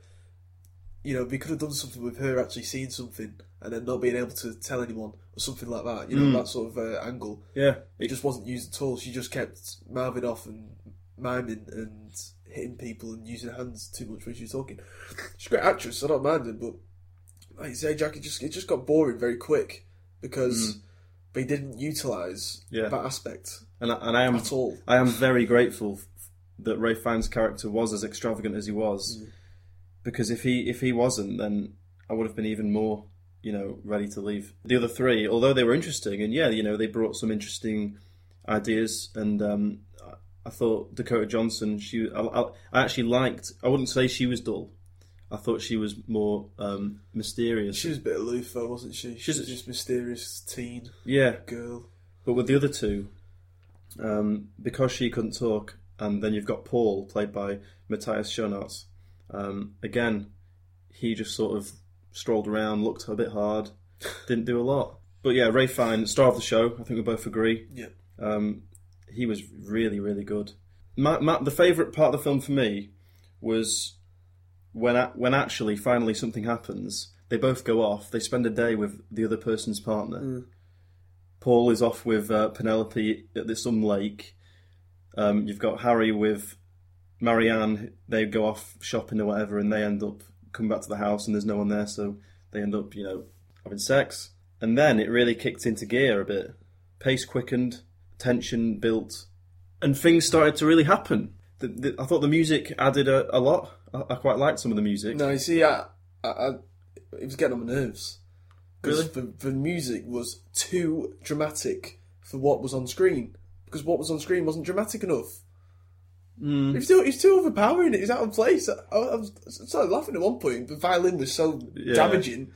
Speaker 9: you know, we could have done something with her actually seeing something and then not being able to tell anyone or something like that. You know,
Speaker 2: Hmm.
Speaker 9: that sort of uh, angle.
Speaker 2: Yeah,
Speaker 9: It just wasn't used at all. She just kept mouthing off and miming and hitting people and using her hands too much when she was talking. She's a great actress. I don't mind her, but like you say, Jack, it just it just got boring very quick because they didn't utilise
Speaker 2: Hmm. Yeah. Um,
Speaker 9: that aspect
Speaker 2: and I, and I am
Speaker 9: at all.
Speaker 2: I am very grateful f- that Ray Fiennes' character was as extravagant as he was, because if he if he wasn't, then I would have been even more you know ready to leave. The other three, although they were interesting, and yeah, you know they brought some interesting ideas, and um, I- I thought Dakota Johnson, she I, I, I actually liked. I wouldn't say she was dull. I thought she was more um, mysterious.
Speaker 9: She was a bit aloof, though, wasn't she? She
Speaker 2: She's-
Speaker 9: was just mysterious teen
Speaker 2: yeah,
Speaker 9: girl.
Speaker 2: But with the other two, um, because she couldn't talk, and then you've got Paul, played by Matthias Schoenaerts. Um, again, he just sort of strolled around, looked a bit hard, didn't do a lot. But yeah, Ray Fine, star of the show, I think we both agree.
Speaker 9: Yeah.
Speaker 2: Um, he was really, really good. My, my, the favourite part of the film for me was when a- when actually finally something happens. They both go off. They spend a day with the other person's partner. Paul is off with uh, Penelope at this some lake. Um, you've got Harry with Marianne. They go off shopping or whatever, and they end up come back to the house, and there's no one there, so they end up, you know, having sex. And then it really kicked into gear a bit. Pace quickened, tension built, and things started to really happen. The, the, I thought the music added a, a lot. I, I quite liked some of the music.
Speaker 9: No, you see, I, I, I it was getting on my nerves because the, the music was too dramatic for what was on screen. Because what was on screen wasn't dramatic enough. He was too, he was too overpowering. It was out of place. I, I was I started laughing at one point. The violin was so
Speaker 2: Yeah.
Speaker 9: damaging,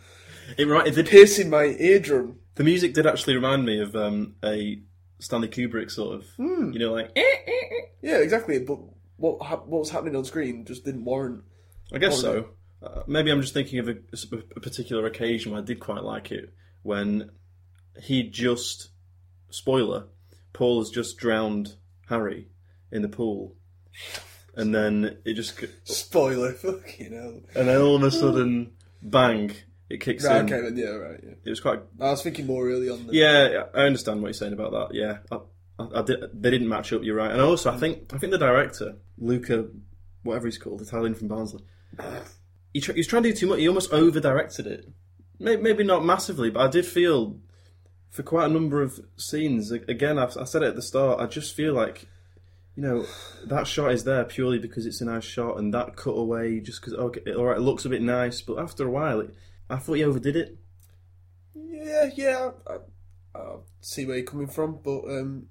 Speaker 2: It right. It, did-
Speaker 9: piercing my eardrum.
Speaker 2: the music did actually remind me of um, a Stanley Kubrick sort of, you know, like
Speaker 9: Yeah, exactly. But what ha- what was happening on screen just didn't warrant.
Speaker 2: I guess so. Uh, maybe I'm just thinking of a, a particular occasion where I did quite like it when he just spoiler Paul has just drowned Harry in the pool, and then it just
Speaker 9: Spoiler, fucking hell.
Speaker 2: and then all of a sudden bang it kicks
Speaker 9: Right,
Speaker 2: in.
Speaker 9: okay, then, yeah, right. Yeah.
Speaker 2: It was quite
Speaker 9: I was thinking more early on. Than,
Speaker 2: yeah. I understand what you're saying about that. Yeah, I, I, I did, they didn't match up. You're right. And also, I think I think the director Luca, whatever he's called, Italian from Barnsley, he, tr- he was trying to do too much. He almost over directed it. Maybe, maybe not massively, but I did feel for quite a number of scenes. a- Again, I've, I said it at the start. I just feel like. You know that shot is there purely because it's a nice shot, and that cutaway just because okay, all right, it looks a bit nice, but after a while, it, I thought he overdid it.
Speaker 9: yeah, yeah. I, I see where you're coming from, but um,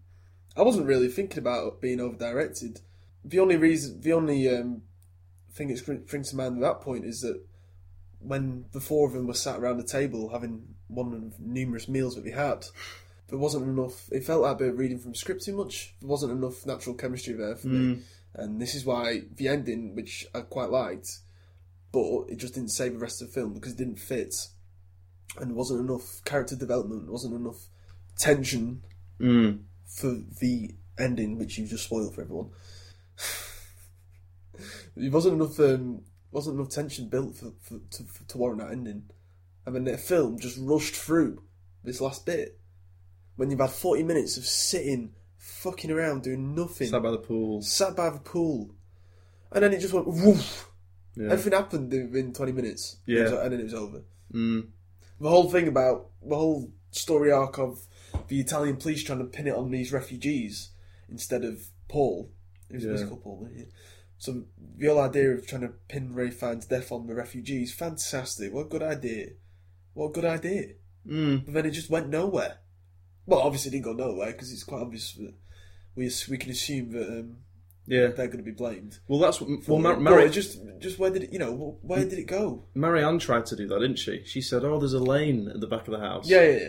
Speaker 9: I wasn't really thinking about being over directed. The only reason, the only um, thing that brings to mind at that point is that when the four of them were sat around the table having one of numerous meals that we had, there wasn't enough. It felt like a bit of reading from script too much. There wasn't enough natural chemistry there for me, and this is why the ending, which I quite liked, but it just didn't save the rest of the film because it didn't fit and there wasn't enough character development, wasn't enough tension
Speaker 2: Mm.
Speaker 9: for the ending, which you just spoiled for everyone. it wasn't enough, um, wasn't enough tension built for, for to, for, to warrant that ending. I mean, the film just rushed through this last bit when you've had forty minutes of sitting, fucking around, doing nothing,
Speaker 2: Sat by the pool.
Speaker 9: sat by the pool, and then it just went woof.
Speaker 2: Yeah.
Speaker 9: Everything happened within twenty minutes. It
Speaker 2: Yeah.
Speaker 9: was- and then it was over.
Speaker 2: Mm.
Speaker 9: the whole thing about the whole story arc of the Italian police trying to pin it on these refugees instead of Paul. It was a
Speaker 2: Yeah.
Speaker 9: musical Paul, wasn't it? So the whole idea of trying to pin Ray Fine's death on the refugees, fantastic. What a good idea. What a good idea.
Speaker 2: Mm.
Speaker 9: But then it just went nowhere. Well, obviously it didn't go nowhere because it's quite obvious that we, we can assume that um,
Speaker 2: Yeah.
Speaker 9: they're going to be blamed.
Speaker 2: Well, that's what, well. Mar-
Speaker 9: But
Speaker 2: Mary,
Speaker 9: it just, just where did it, you know, where did it go?
Speaker 2: Marianne tried to do that, didn't she? She said, "Oh, there's a lane at the back of the house."
Speaker 9: Yeah, yeah, yeah.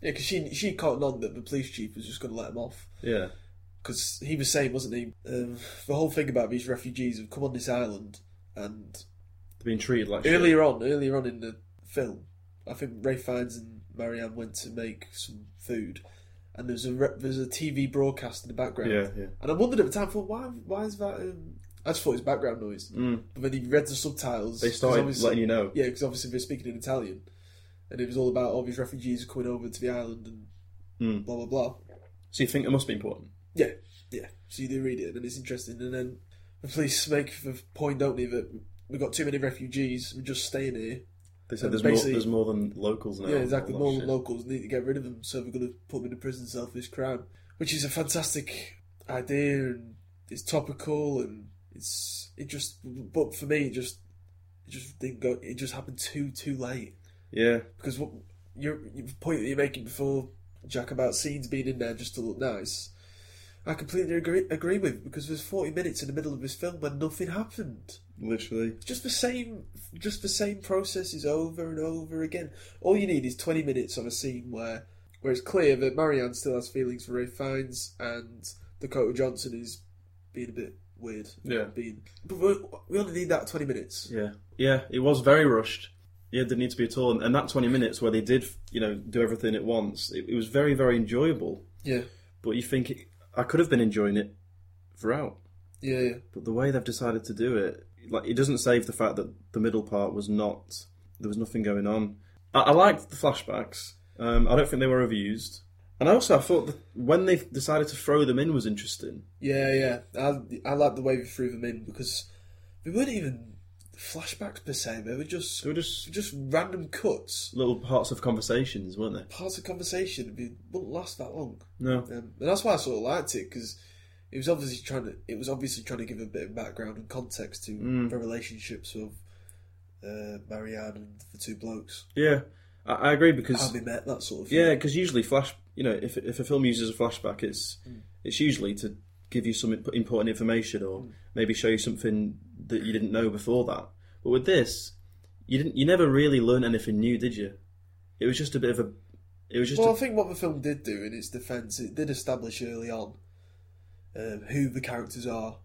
Speaker 9: Yeah, because she she caught on that the police chief was just going to let him off
Speaker 2: yeah,
Speaker 9: because he was saying, wasn't he, um, the whole thing about these refugees have come on this island and
Speaker 2: They're being treated like shit.
Speaker 9: earlier on, earlier on in the film, I think Ray Fiennes and Marianne went to make some food, and there's a re- there's a TV broadcast in the background.
Speaker 2: Yeah, yeah.
Speaker 9: And I wondered at the time, I thought, why why is that? Um, I just thought it was background noise.
Speaker 2: Mm.
Speaker 9: But then he read the subtitles.
Speaker 2: They
Speaker 9: 'cause
Speaker 2: started
Speaker 9: obviously-
Speaker 2: letting you know.
Speaker 9: yeah, because obviously they're speaking in Italian, and it was all about all these refugees coming over to the island and
Speaker 2: Mm.
Speaker 9: blah blah blah.
Speaker 2: So you think it must be important?
Speaker 9: Yeah, yeah. So you do read it, and it's interesting. And then the police make the point, don't they, that we've got too many refugees. We're just staying here.
Speaker 2: They
Speaker 9: Um,
Speaker 2: said there's
Speaker 9: basically-
Speaker 2: more. There's more than locals now.
Speaker 9: yeah, exactly.
Speaker 2: and all
Speaker 9: More
Speaker 2: that Oh, shit.
Speaker 9: locals need to get rid of them, so we're going to put them in the prison cell for this crime, which is a fantastic idea, and it's topical, and it's it just. But for me, it just it just didn't go. It just happened too too late.
Speaker 2: Yeah,
Speaker 9: because what your, your point that you're making before Jack about scenes being in there just to look nice, I completely agree agree with because there's 40 minutes in the middle of this film where nothing happened.
Speaker 2: literally.
Speaker 9: It's just the same, just the same process is over and over again. All you need is 20 minutes of a scene where where it's clear that Marianne still has feelings for Ray Fiennes and Dakota Johnson is being a bit weird.
Speaker 2: Yeah.
Speaker 9: being but we, we only need that 20 minutes.
Speaker 2: Yeah, yeah. It was very rushed. Yeah, it didn't need to be at all. And, and that 20 minutes where they did, you know, do everything at once, it, it was very, very enjoyable.
Speaker 9: Yeah,
Speaker 2: But you think it, I could have been enjoying it throughout.
Speaker 9: yeah, yeah.
Speaker 2: But the way they've decided to do it, like it doesn't save the fact that the middle part was not there was nothing going on. I, I liked the flashbacks. Um, I don't think they were overused. And also, I thought that when they decided to throw them in was interesting.
Speaker 9: Yeah, yeah. I I like the way we threw them in because they weren't even flashbacks per se. They were just
Speaker 2: They were just
Speaker 9: just random cuts,
Speaker 2: little parts of conversations, weren't they?
Speaker 9: parts of conversation. They wouldn't last that long,
Speaker 2: No.
Speaker 9: um, and that's why I sort of liked it because it was obviously trying to it was obviously trying to give a bit of background and context to the relationships of uh, Marianne and the two blokes,
Speaker 2: Yeah, I, I agree
Speaker 9: how
Speaker 2: because
Speaker 9: they met, that sort of thing.
Speaker 2: yeah, because usually flash, you know, if if a film uses a flashback, it's it's usually to give you some imp- important information or maybe show you something that you didn't know before that. But with this, you didn't. You never really learned anything new, did you? It was just a bit of a. It was just.
Speaker 9: Well, I
Speaker 2: a,
Speaker 9: think what the film did do in its defence, it did establish early on um, who the characters are,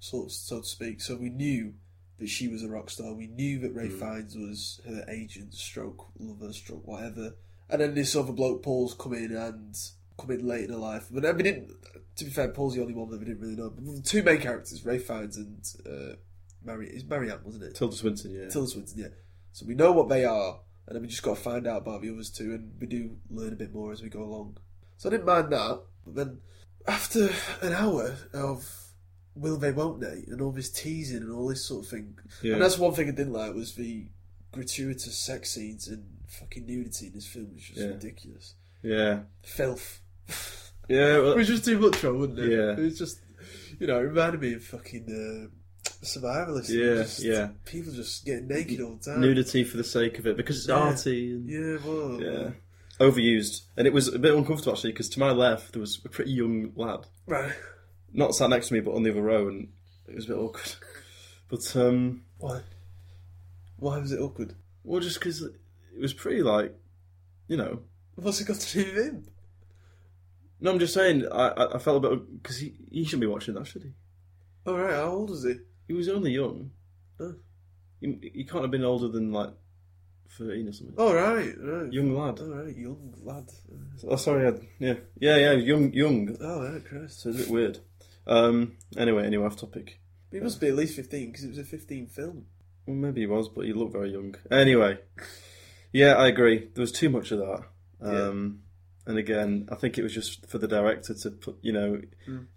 Speaker 9: so, so to speak. So we knew that she was a rock star. We knew that
Speaker 2: Mm.
Speaker 9: Ray Fiennes was her agent, stroke lover, stroke whatever. And then this other bloke, Paul's, come in and come in late in her life. But then we didn't. To be fair, Paul's the only one that we didn't really know. But the two main characters, Ray Fiennes and uh, Mary, it's Marianne, wasn't it?
Speaker 2: Tilda Swinton, yeah.
Speaker 9: Tilda Swinton, yeah. So we know what they are, and then we just got to find out about the others too, and we do learn a bit more as we go along. So I didn't mind that, but then after an hour of will they, won't they, and all this teasing and all this sort of thing,
Speaker 2: Yeah.
Speaker 9: and that's one thing I didn't like was the gratuitous sex scenes and fucking nudity in this film was just
Speaker 2: Yeah.
Speaker 9: ridiculous.
Speaker 2: yeah.
Speaker 9: Filth.
Speaker 2: Yeah.
Speaker 9: It
Speaker 2: Well,
Speaker 9: was just too much on, wasn't it?
Speaker 2: Yeah.
Speaker 9: It was just, you know, it reminded me of fucking uh, survivalist. It was
Speaker 2: Yeah,
Speaker 9: just- uh,
Speaker 2: yeah.
Speaker 9: People just getting naked all the time.
Speaker 2: nudity for the sake of it because it's arty. And,
Speaker 9: Yeah, well,
Speaker 2: yeah. Overused, and it was a bit uncomfortable actually because to my left there was a pretty young lad.
Speaker 9: right.
Speaker 2: not sat next to me, but on the other row, and it was a bit awkward. But um,
Speaker 9: Why? Why was it awkward?
Speaker 2: well, just because it was pretty like, you know.
Speaker 9: What's it got to do with him?
Speaker 2: No, I'm just saying. I I- I felt a bit because he he shouldn't be watching that, should he?
Speaker 9: All right, how old is he?
Speaker 2: He was only young.
Speaker 9: Huh.
Speaker 2: He, he can't have been older than like thirteen or something.
Speaker 9: All right, right,
Speaker 2: Young lad.
Speaker 9: all right, young lad.
Speaker 2: Oh, sorry. I, yeah, yeah, yeah. Young, young.
Speaker 9: Oh, right, Christ.
Speaker 2: So it's a bit weird. Um. Anyway, anyway, off topic.
Speaker 9: He must be at least fifteen because it was a fifteen film.
Speaker 2: Well, maybe he was, but he looked very young. Anyway, yeah, I agree. There was too much of that. Um, And again, I think it was just for the director to put, you know,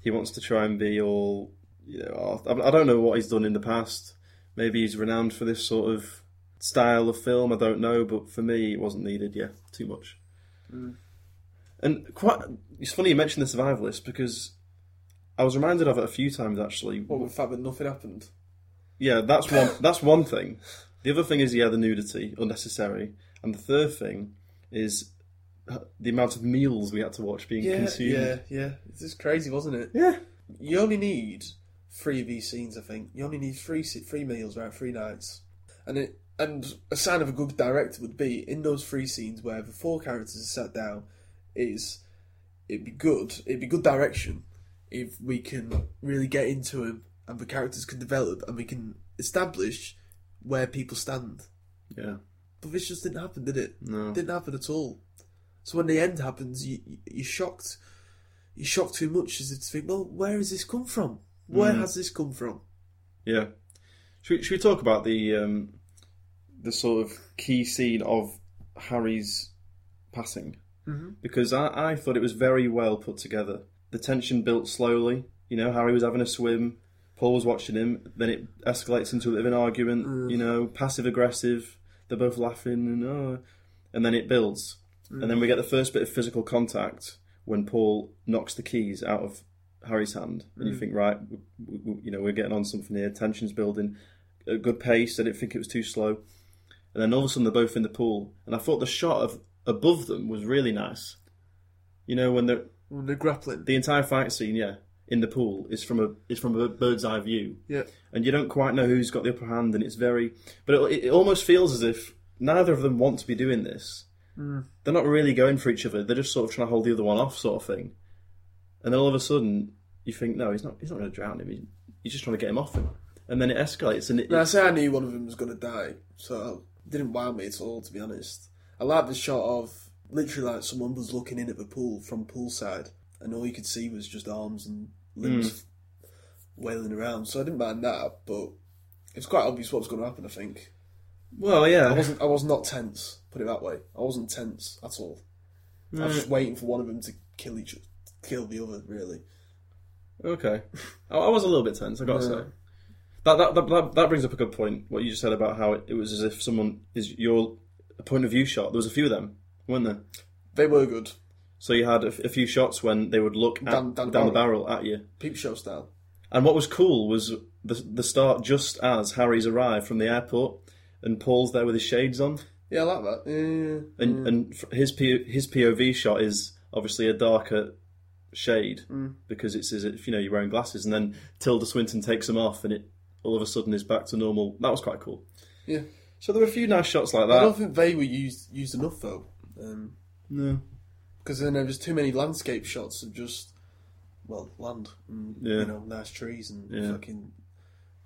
Speaker 2: he wants to try and be all, you know, I I don't know what he's done in the past. Maybe he's renowned for this sort of style of film. I don't know, but for me, it wasn't needed. Yeah, too much. And quite, it's funny you mentioned the survivalist because I was reminded of it a few times actually.
Speaker 9: What with the fact that nothing happened?
Speaker 2: Yeah, that's one. That's one thing. The other thing is yeah, the nudity unnecessary, and the third thing is uh, the amount of meals we had to watch being consumed.
Speaker 9: yeah, yeah. This is crazy, wasn't it?
Speaker 2: Yeah.
Speaker 9: You only need three of these scenes, I think. You only need three se- three meals, right? Three nights, and it and a sign of a good director would be in those three scenes where the four characters are sat down. Is it'd be good? It'd be good direction if we can really get into them and the characters can develop and we can establish where people stand.
Speaker 2: yeah.
Speaker 9: But this just didn't happen, did it?
Speaker 2: No.
Speaker 9: It didn't happen at all. So when the end happens, you, you- you're shocked. You're shocked too much as if to think, well, where has this come from? Where has this come from?
Speaker 2: Yeah. Should we, should we talk about the um, the sort of key scene of Harry's passing? Mm-hmm. Because I, I thought it was very well put together. The tension built slowly. You know, Harry was having a swim. Paul was watching him. Then it escalates into a bit of an argument. You know, passive aggressive. They're both laughing and oh, and then it builds. And then we get the first bit of physical contact when Paul knocks the keys out of Harry's hand, and you think, right, w w w- you know, we're getting on something here. Tension's building, a good pace. I didn't think it was too slow, and then all of a sudden they're both in the pool, and I thought the shot of above them was really nice. You know, when the
Speaker 9: When they're grappling.
Speaker 2: the entire fight scene, yeah, in the pool is from a is from a bird's eye view,
Speaker 9: yeah.
Speaker 2: and you don't quite know who's got the upper hand, and it's very, but it, it almost feels as if neither of them want to be doing this.
Speaker 9: Mm.
Speaker 2: They're not really going for each other. They're just sort of trying to hold the other one off, sort of thing. And then all of a sudden, you think, no, he's not. He's not going to drown him. He, he's just trying to get him off him. And then it escalates, and it,
Speaker 9: Now, I say I knew one of them was going to die, so it didn't wow me at all, to be honest. I liked the shot of literally like someone was looking in at the pool from poolside, and all you could see was just arms and limbs Mm. wailing around, so I didn't mind that, but it's quite obvious what was going to happen, I think.
Speaker 2: well, yeah,
Speaker 9: I wasn't. I was not tense. Put it that way. I wasn't tense at all. I was just waiting for one of them to kill each, kill the other. Really.
Speaker 2: Okay, I, I was a little bit tense. I got to say. That, that that that that brings up a good point. What you just said about how it, it was as if someone is your a point of view shot. There was a few of them, weren't there?
Speaker 9: They were good.
Speaker 2: So you had a, f- a few shots when they would look at,
Speaker 9: Down- down
Speaker 2: down,
Speaker 9: the
Speaker 2: the barrel at you.
Speaker 9: Peep show style.
Speaker 2: And what was cool was the the start just as Harry's arrived from the airport, and Paul's there with his shades on,
Speaker 9: Yeah, I like that. Yeah.
Speaker 2: and and f- his P, his POV shot is obviously a darker shade
Speaker 9: Mm.
Speaker 2: because it's as if you know you're wearing glasses, and then Tilda Swinton takes them off, and it all of a sudden is back to normal. That was quite cool.
Speaker 9: Yeah.
Speaker 2: So there were a few nice shots like
Speaker 9: I don't
Speaker 2: that.
Speaker 9: think they were used used enough though, um,
Speaker 2: No.
Speaker 9: because then there was too many landscape shots of just well land, and,
Speaker 2: Yeah.
Speaker 9: you know, nice trees and
Speaker 2: Yeah.
Speaker 9: fucking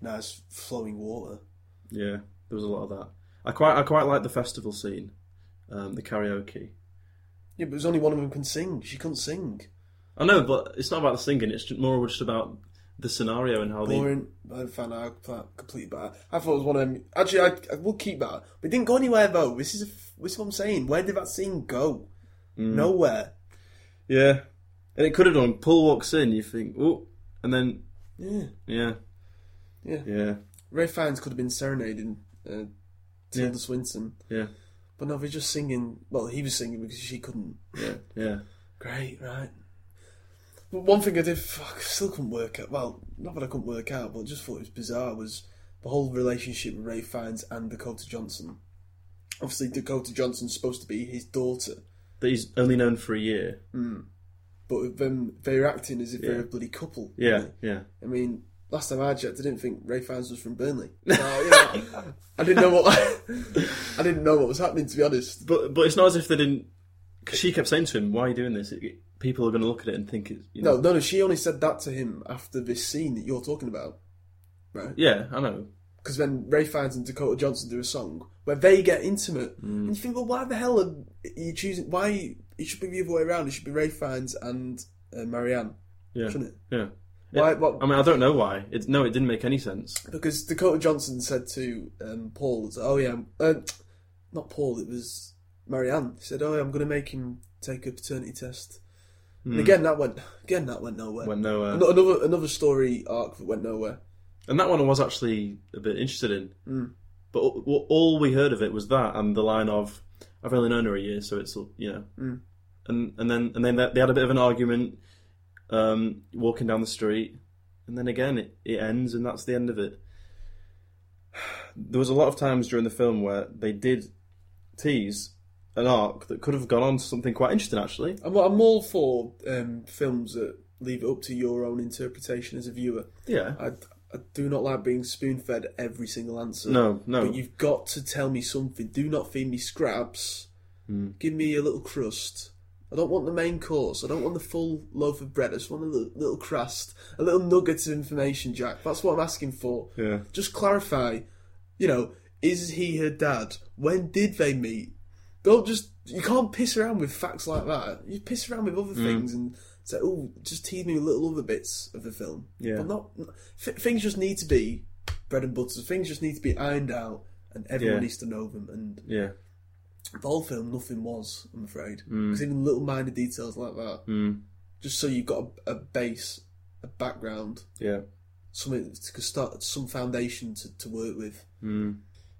Speaker 9: nice flowing water.
Speaker 2: Yeah, there was a lot of that. I quite I quite like the festival scene, um, the karaoke.
Speaker 9: Yeah, but it was only one of them can sing. She couldn't sing.
Speaker 2: I know, but it's not about the singing. It's ju- more just about the scenario and how they.
Speaker 9: Boring. I found out completely bad. I thought it was one of them. Actually, I, I will keep that. But it didn't go anywhere though. This is a, this is what I'm saying. Where did that scene go?
Speaker 2: Hmm.
Speaker 9: Nowhere.
Speaker 2: Yeah, and it could have done. Paul walks in, you think, oh, and then
Speaker 9: Yeah.
Speaker 2: yeah,
Speaker 9: Yeah.
Speaker 2: yeah,
Speaker 9: Ray Fiennes could have been serenading uh,
Speaker 2: Yeah.
Speaker 9: Tilda Swinton,
Speaker 2: yeah,
Speaker 9: but no, they're just singing. Well, he was singing because she couldn't.
Speaker 2: yeah, yeah.
Speaker 9: Great, right. But one thing I did, fuck, still couldn't work out. Well, not that I couldn't work out, but just thought it was bizarre was the whole relationship with Ray Fiennes and Dakota Johnson. Obviously, Dakota Johnson's supposed to be his daughter,
Speaker 2: That he's only known for a year.
Speaker 9: but then they're acting as if they're a
Speaker 2: Yeah.
Speaker 9: bloody couple.
Speaker 2: Yeah,
Speaker 9: really.
Speaker 2: yeah.
Speaker 9: I mean, last time I checked, I didn't think Ray Fiennes was from Burnley. So, you know, I didn't know what I didn't know what was happening. To be honest,
Speaker 2: But but it's not as if they didn't. Because she kept saying to him, "Why are you doing this?" It, it- people are going to look at it and think it's you know.
Speaker 9: no, no, no. She only said that to him after this scene that you're talking about, right?
Speaker 2: Yeah, I know.
Speaker 9: because then Ray Fiennes and Dakota Johnson do a song where they get intimate,
Speaker 2: Mm.
Speaker 9: and you think, well, why the hell are you choosing? Why it should be the other way around? It should be Ray Fiennes and uh, Marianne,
Speaker 2: Yeah,
Speaker 9: shouldn't it?
Speaker 2: yeah.
Speaker 9: Why? What?
Speaker 2: I mean, I don't know why. It, no, it didn't make any sense.
Speaker 9: because Dakota Johnson said to um, Paul, it's, "Oh yeah, I'm- uh, not Paul. It was Marianne." She said, "Oh, yeah, I'm going to make him take a paternity test." And again, that went again that went nowhere.
Speaker 2: Hmm. Went nowhere.
Speaker 9: Ano- Another another story arc that went nowhere.
Speaker 2: And that one I was actually a bit interested in. But all, well, all we heard of it was that and the line of, I've only known her a year, so it's, you know. And, and then and then they had a bit of an argument um, walking down the street. And then again, it, it ends, and that's the end of it. There was a lot of times during the film where they did tease an arc that could have gone on to something quite interesting, actually.
Speaker 9: I'm, I'm all for um, films that leave it up to your own interpretation as a viewer.
Speaker 2: Yeah.
Speaker 9: I, I do not like being spoon fed every single answer.
Speaker 2: No, no.
Speaker 9: But you've got to tell me something. Do not feed me scraps.
Speaker 2: Hmm.
Speaker 9: Give me a little crust. I don't want the main course. I don't want the full loaf of bread. I just want a little, little crust, a little nugget of information, Jack. That's what I'm asking for.
Speaker 2: Yeah.
Speaker 9: Just clarify. You know, is he her dad? When did they meet? Don't just you can't piss around with facts like that. You piss around with
Speaker 2: Mm.
Speaker 9: other things and say, "Oh, just tease me with little other bits of the film."
Speaker 2: Yeah.
Speaker 9: but not th- things just need to be bread and butter. Things just need to be ironed out, and everyone
Speaker 2: Yeah.
Speaker 9: needs to know them. And
Speaker 2: Yeah.
Speaker 9: the whole film, nothing was, I'm afraid,
Speaker 2: Mm.
Speaker 9: because even little minor details like that, just so you've got a, a base, a background,
Speaker 2: Yeah.
Speaker 9: something to start, some foundation to, to work with.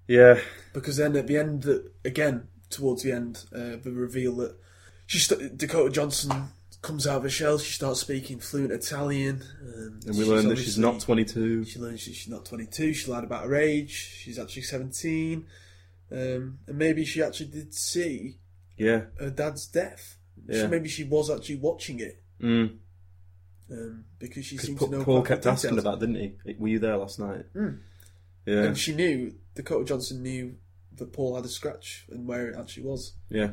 Speaker 2: Yeah.
Speaker 9: Because then at the end, the- again, towards the end, uh, the reveal that she st- Dakota Johnson comes out of her shell, she starts speaking fluent Italian. Um,
Speaker 2: And we learned that she's not
Speaker 9: obviously-
Speaker 2: 22.
Speaker 9: She learns that she's not 22, she lied about her age, she's actually 17. Um, and maybe she actually did see
Speaker 2: Yeah.
Speaker 9: her dad's death. She-
Speaker 2: Yeah.
Speaker 9: maybe she was actually watching it.
Speaker 2: Mm.
Speaker 9: Um, because she
Speaker 2: Because
Speaker 9: seemed
Speaker 2: Paul,
Speaker 9: to know
Speaker 2: Paul
Speaker 9: quite a
Speaker 2: kept
Speaker 9: few
Speaker 2: asking
Speaker 9: details. Hmm.
Speaker 2: about, didn't he? Were you there last night? Yeah,
Speaker 9: And she knew, Dakota Johnson knew that Paul had a scratch and where it actually was.
Speaker 2: yeah,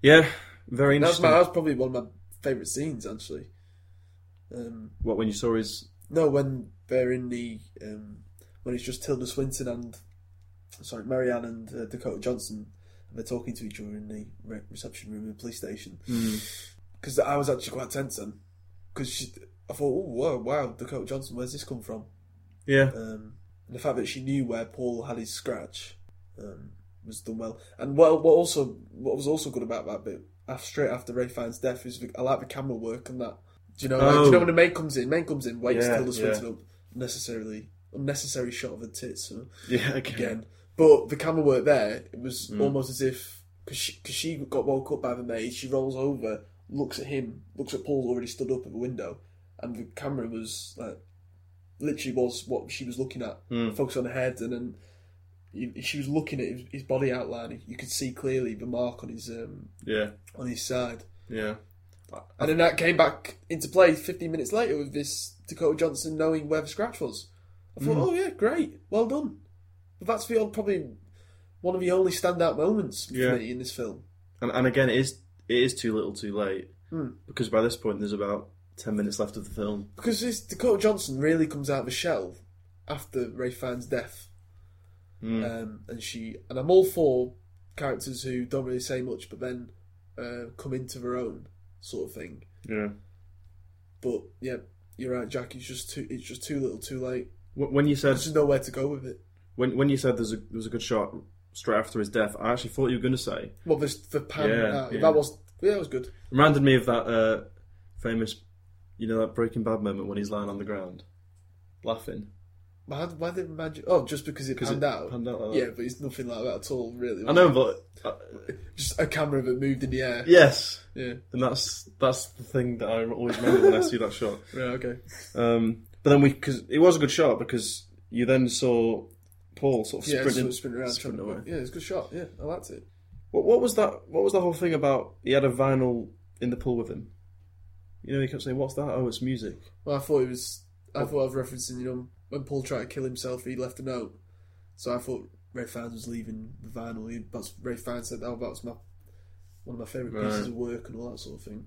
Speaker 2: yeah. Very
Speaker 9: That's
Speaker 2: interesting.
Speaker 9: my, that was probably one of my favourite scenes actually. Um,
Speaker 2: What when you saw his?
Speaker 9: no, when they're in the um, when it's just Tilda Swinton and sorry Marianne and uh, Dakota Johnson, and they're talking to each other in the re- reception room in the police station. Because I was actually quite tense then, because I thought, oh wow, wow, Dakota Johnson, where's this come from?
Speaker 2: Yeah,
Speaker 9: Um, and the fact that she knew where Paul had his scratch um, was done well. And what, what also what was also good about that bit after, straight after Ray Fine's death is the, I like the camera work and that. Do you know? like, do you know
Speaker 2: Oh.
Speaker 9: when the maid comes in? Maid comes in, waits
Speaker 2: Yeah,
Speaker 9: till the swings
Speaker 2: yeah.
Speaker 9: up necessarily unnecessary shot of her tits you know,
Speaker 2: yeah. Okay.
Speaker 9: again. But the camera work there, it was almost as if because she, 'cause she got woke up by the maid, she rolls over, looks at him, looks at Paul already stood up at the window, and the camera was like literally was what she was looking at, focused on her head, and then you- she was looking at his, his body outline. You could see clearly the mark on his um,
Speaker 2: Yeah,
Speaker 9: on his side.
Speaker 2: yeah.
Speaker 9: And then that came back into play 15 minutes later with this Dakota Johnson knowing where the scratch was. I thought, oh yeah, great, well done. But that's the probably one of the only standout moments for
Speaker 2: Yeah.
Speaker 9: me in this film.
Speaker 2: And, and again, it is it is too little, too late.
Speaker 9: Hmm.
Speaker 2: Because by this point, there's about ten minutes left of the film.
Speaker 9: Because this Dakota Johnson really comes out of the shell after Ray Fine's death. Um, and she and I'm all for characters who don't really say much but then uh, come into their own sort of thing.
Speaker 2: Yeah.
Speaker 9: But yeah, you're right, Jack, it's just too it's just too little too late.
Speaker 2: Wh- When you said
Speaker 9: There's just nowhere to go with it.
Speaker 2: when when you said there's a there was a good shot straight after his death, I actually thought you were going to say
Speaker 9: Well this the pan
Speaker 2: Yeah,
Speaker 9: uh,
Speaker 2: yeah.
Speaker 9: that was yeah, that was good.
Speaker 2: reminded me of that uh, famous, you know, that Breaking Bad moment when he's lying on the ground, laughing.
Speaker 9: Why, why did it remind you? Oh, just because it
Speaker 2: 'Cause
Speaker 9: panned
Speaker 2: it
Speaker 9: out.
Speaker 2: panned out like that.
Speaker 9: Yeah, but it's nothing like that at all, really.
Speaker 2: I know, but uh,
Speaker 9: Just a camera that moved in the air.
Speaker 2: yes,
Speaker 9: Yeah.
Speaker 2: and that's that's the thing that I always remember when I see that shot.
Speaker 9: Right, okay.
Speaker 2: Um, but then we because it was a good shot because you then saw Paul sort of
Speaker 9: Yeah,
Speaker 2: sprinting,
Speaker 9: sort of spin around.
Speaker 2: sprinting
Speaker 9: trying to-
Speaker 2: away.
Speaker 9: Yeah, it's a good shot. Yeah, I liked it.
Speaker 2: What, what was that? What was the whole thing about? He had a vinyl in the pool with him. You know, he kept saying, "What's that? Oh, it's music."
Speaker 9: Well, I thought it was.
Speaker 2: Oh.
Speaker 9: I thought I was referencing, you know, when Paul tried to kill himself, he left a note. So I thought Ray Fiennes was leaving the vinyl. He, that's, Ray Fiennes said, oh, that was my, one of my favourite pieces
Speaker 2: Right.
Speaker 9: of work and all that sort of thing.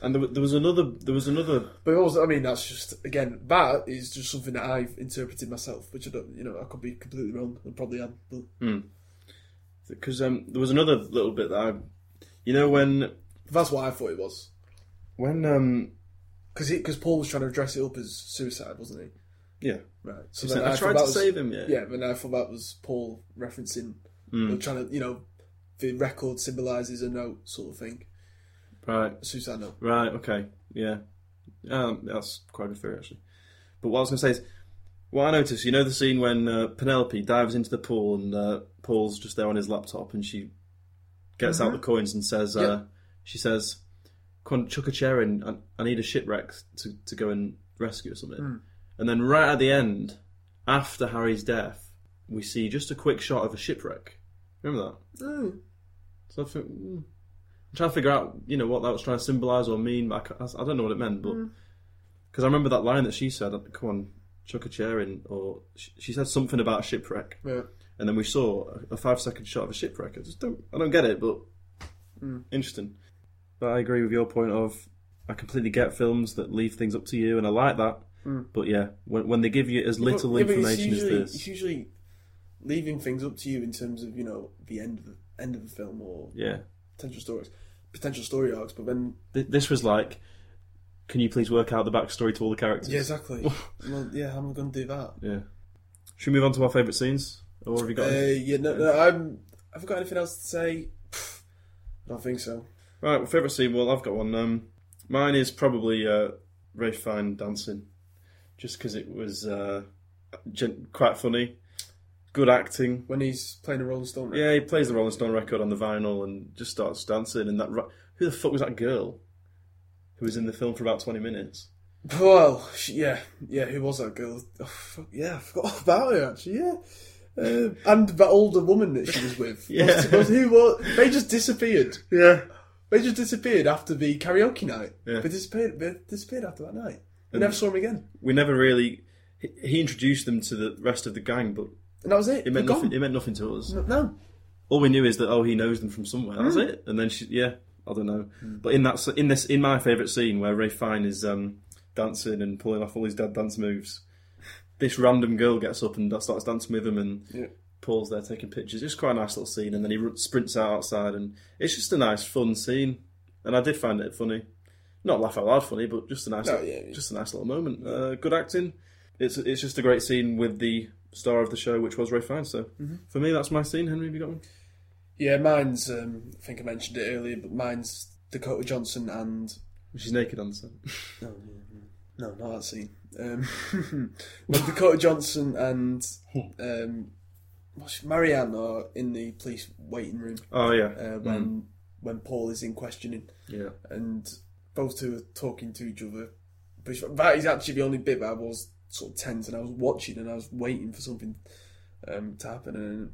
Speaker 2: And there, wa- there was another. There was another.
Speaker 9: But also, I mean, that's just again that is just something that I've interpreted myself, which I don't, you know, I could be completely wrong and probably am. But
Speaker 2: Because um, there was another little bit that I. You know when
Speaker 9: that's what I thought it was
Speaker 2: when um
Speaker 9: because because Paul was trying to dress it up as suicide, wasn't he?
Speaker 2: yeah
Speaker 9: Right. So
Speaker 2: he said,
Speaker 9: then
Speaker 2: I
Speaker 9: thought
Speaker 2: tried
Speaker 9: that
Speaker 2: to
Speaker 9: was-
Speaker 2: save him yeah
Speaker 9: Yeah, but I thought that was Paul referencing,
Speaker 2: Hmm.
Speaker 9: or trying to, you know, the record symbolises a note sort of thing,
Speaker 2: right
Speaker 9: a suicide note.
Speaker 2: right okay yeah um, that's quite a theory actually. But what I was gonna say is what I noticed. You know the scene when uh, Penelope dives into the pool and uh, Paul's just there on his laptop and she gets out the coins and says uh,
Speaker 9: Yeah.
Speaker 2: she says "Come on, chuck a chair in I, I need a shipwreck to to go and rescue or something. And then right at the end, after Harry's death, we see just a quick shot of a shipwreck. Remember that? Oh. So I think, mm, I'm trying to figure out, you know, what that was trying to symbolise or mean. But I, ca- I s- I don't know what it meant,
Speaker 9: Hmm.
Speaker 2: but because I remember that line that she said, uh, "Come on, chuck a chair in," or she, she said something about shipwreck,
Speaker 9: Yeah.
Speaker 2: and then we saw a, a five-second shot of a shipwreck. I just don't, I don't get it, but
Speaker 9: Hmm.
Speaker 2: interesting. But I agree with your point of I completely get films that leave things up to you, and I like that. But yeah, when, when they give you as little
Speaker 9: But- Hmm. yeah, but it's
Speaker 2: information as
Speaker 9: usually- It's
Speaker 2: this,
Speaker 9: usually leaving things up to you in terms of you know the end of the end of the film or
Speaker 2: yeah,
Speaker 9: potential stories, potential story arcs. But then,
Speaker 2: Th- this was like, can you please work out the backstory to all the characters?
Speaker 9: yeah, exactly. well, yeah, how am I going to do that?
Speaker 2: Yeah. Should we move on to our favourite scenes? Or have you got
Speaker 9: Uh, yeah, no, no, I'm. Have I got anything else to say? Pff, I don't think so.
Speaker 2: Right, well, favourite scene, well, I've got one. Um, mine is probably uh, Ray Fine dancing, just because it was uh, gen- quite funny. Good acting.
Speaker 9: When he's playing a Rolling Stone, record.
Speaker 2: Yeah, he plays the Rolling Stone record on the vinyl and just starts dancing. And that ra- who the fuck was that girl who was in the film for about twenty minutes?
Speaker 9: Well, sh yeah, yeah. Who was that girl? Oh, fuck, yeah, I forgot all about her actually. Yeah, uh, and that older woman that she was with.
Speaker 2: Yeah.
Speaker 9: Was- was- who was? They just disappeared.
Speaker 2: Yeah,
Speaker 9: They just disappeared after the karaoke night.
Speaker 2: Yeah.
Speaker 9: They disappeared. They disappeared after that night. We never saw them again,
Speaker 2: we never really. he- He introduced them to the rest of the gang, but
Speaker 9: and that was it.
Speaker 2: it meant
Speaker 9: They're
Speaker 2: nothing.
Speaker 9: gone.
Speaker 2: It meant nothing to us.
Speaker 9: No,
Speaker 2: all we knew is that oh he knows them from somewhere. That's
Speaker 9: Hmm.
Speaker 2: it. And then she yeah I don't know. But in that s- in this in my favourite scene where Ray Fine is um, dancing and pulling off all his dad dance moves, this random girl gets up and starts dancing with him and.
Speaker 9: Yeah.
Speaker 2: Paul's there taking pictures. It's quite a nice little scene, and then he ru- sprints out outside, and it's just a nice, fun scene. And I did find it funny, not laugh out loud funny, but just a nice,
Speaker 9: No,
Speaker 2: little-
Speaker 9: yeah, yeah.
Speaker 2: just a nice little moment. Uh, good acting. It's it's just a great scene with the star of the show, which was Ray Fine. So
Speaker 9: Mm-hmm.
Speaker 2: for me, that's my scene. Henry, have you got one?
Speaker 9: yeah, mine's. Um, I think I mentioned it earlier, but mine's Dakota Johnson and
Speaker 2: She's naked on set.
Speaker 9: Oh, No, not that scene. Oh, Um, when Dakota Johnson and um, what's she- Marianne are in the police waiting room
Speaker 2: Oh yeah,
Speaker 9: uh, when when Paul is in questioning,
Speaker 2: yeah.
Speaker 9: and both two are talking to each other. But it's- that is actually the only bit that I was sort of tense, and I was watching, and I was waiting for something um, to happen. And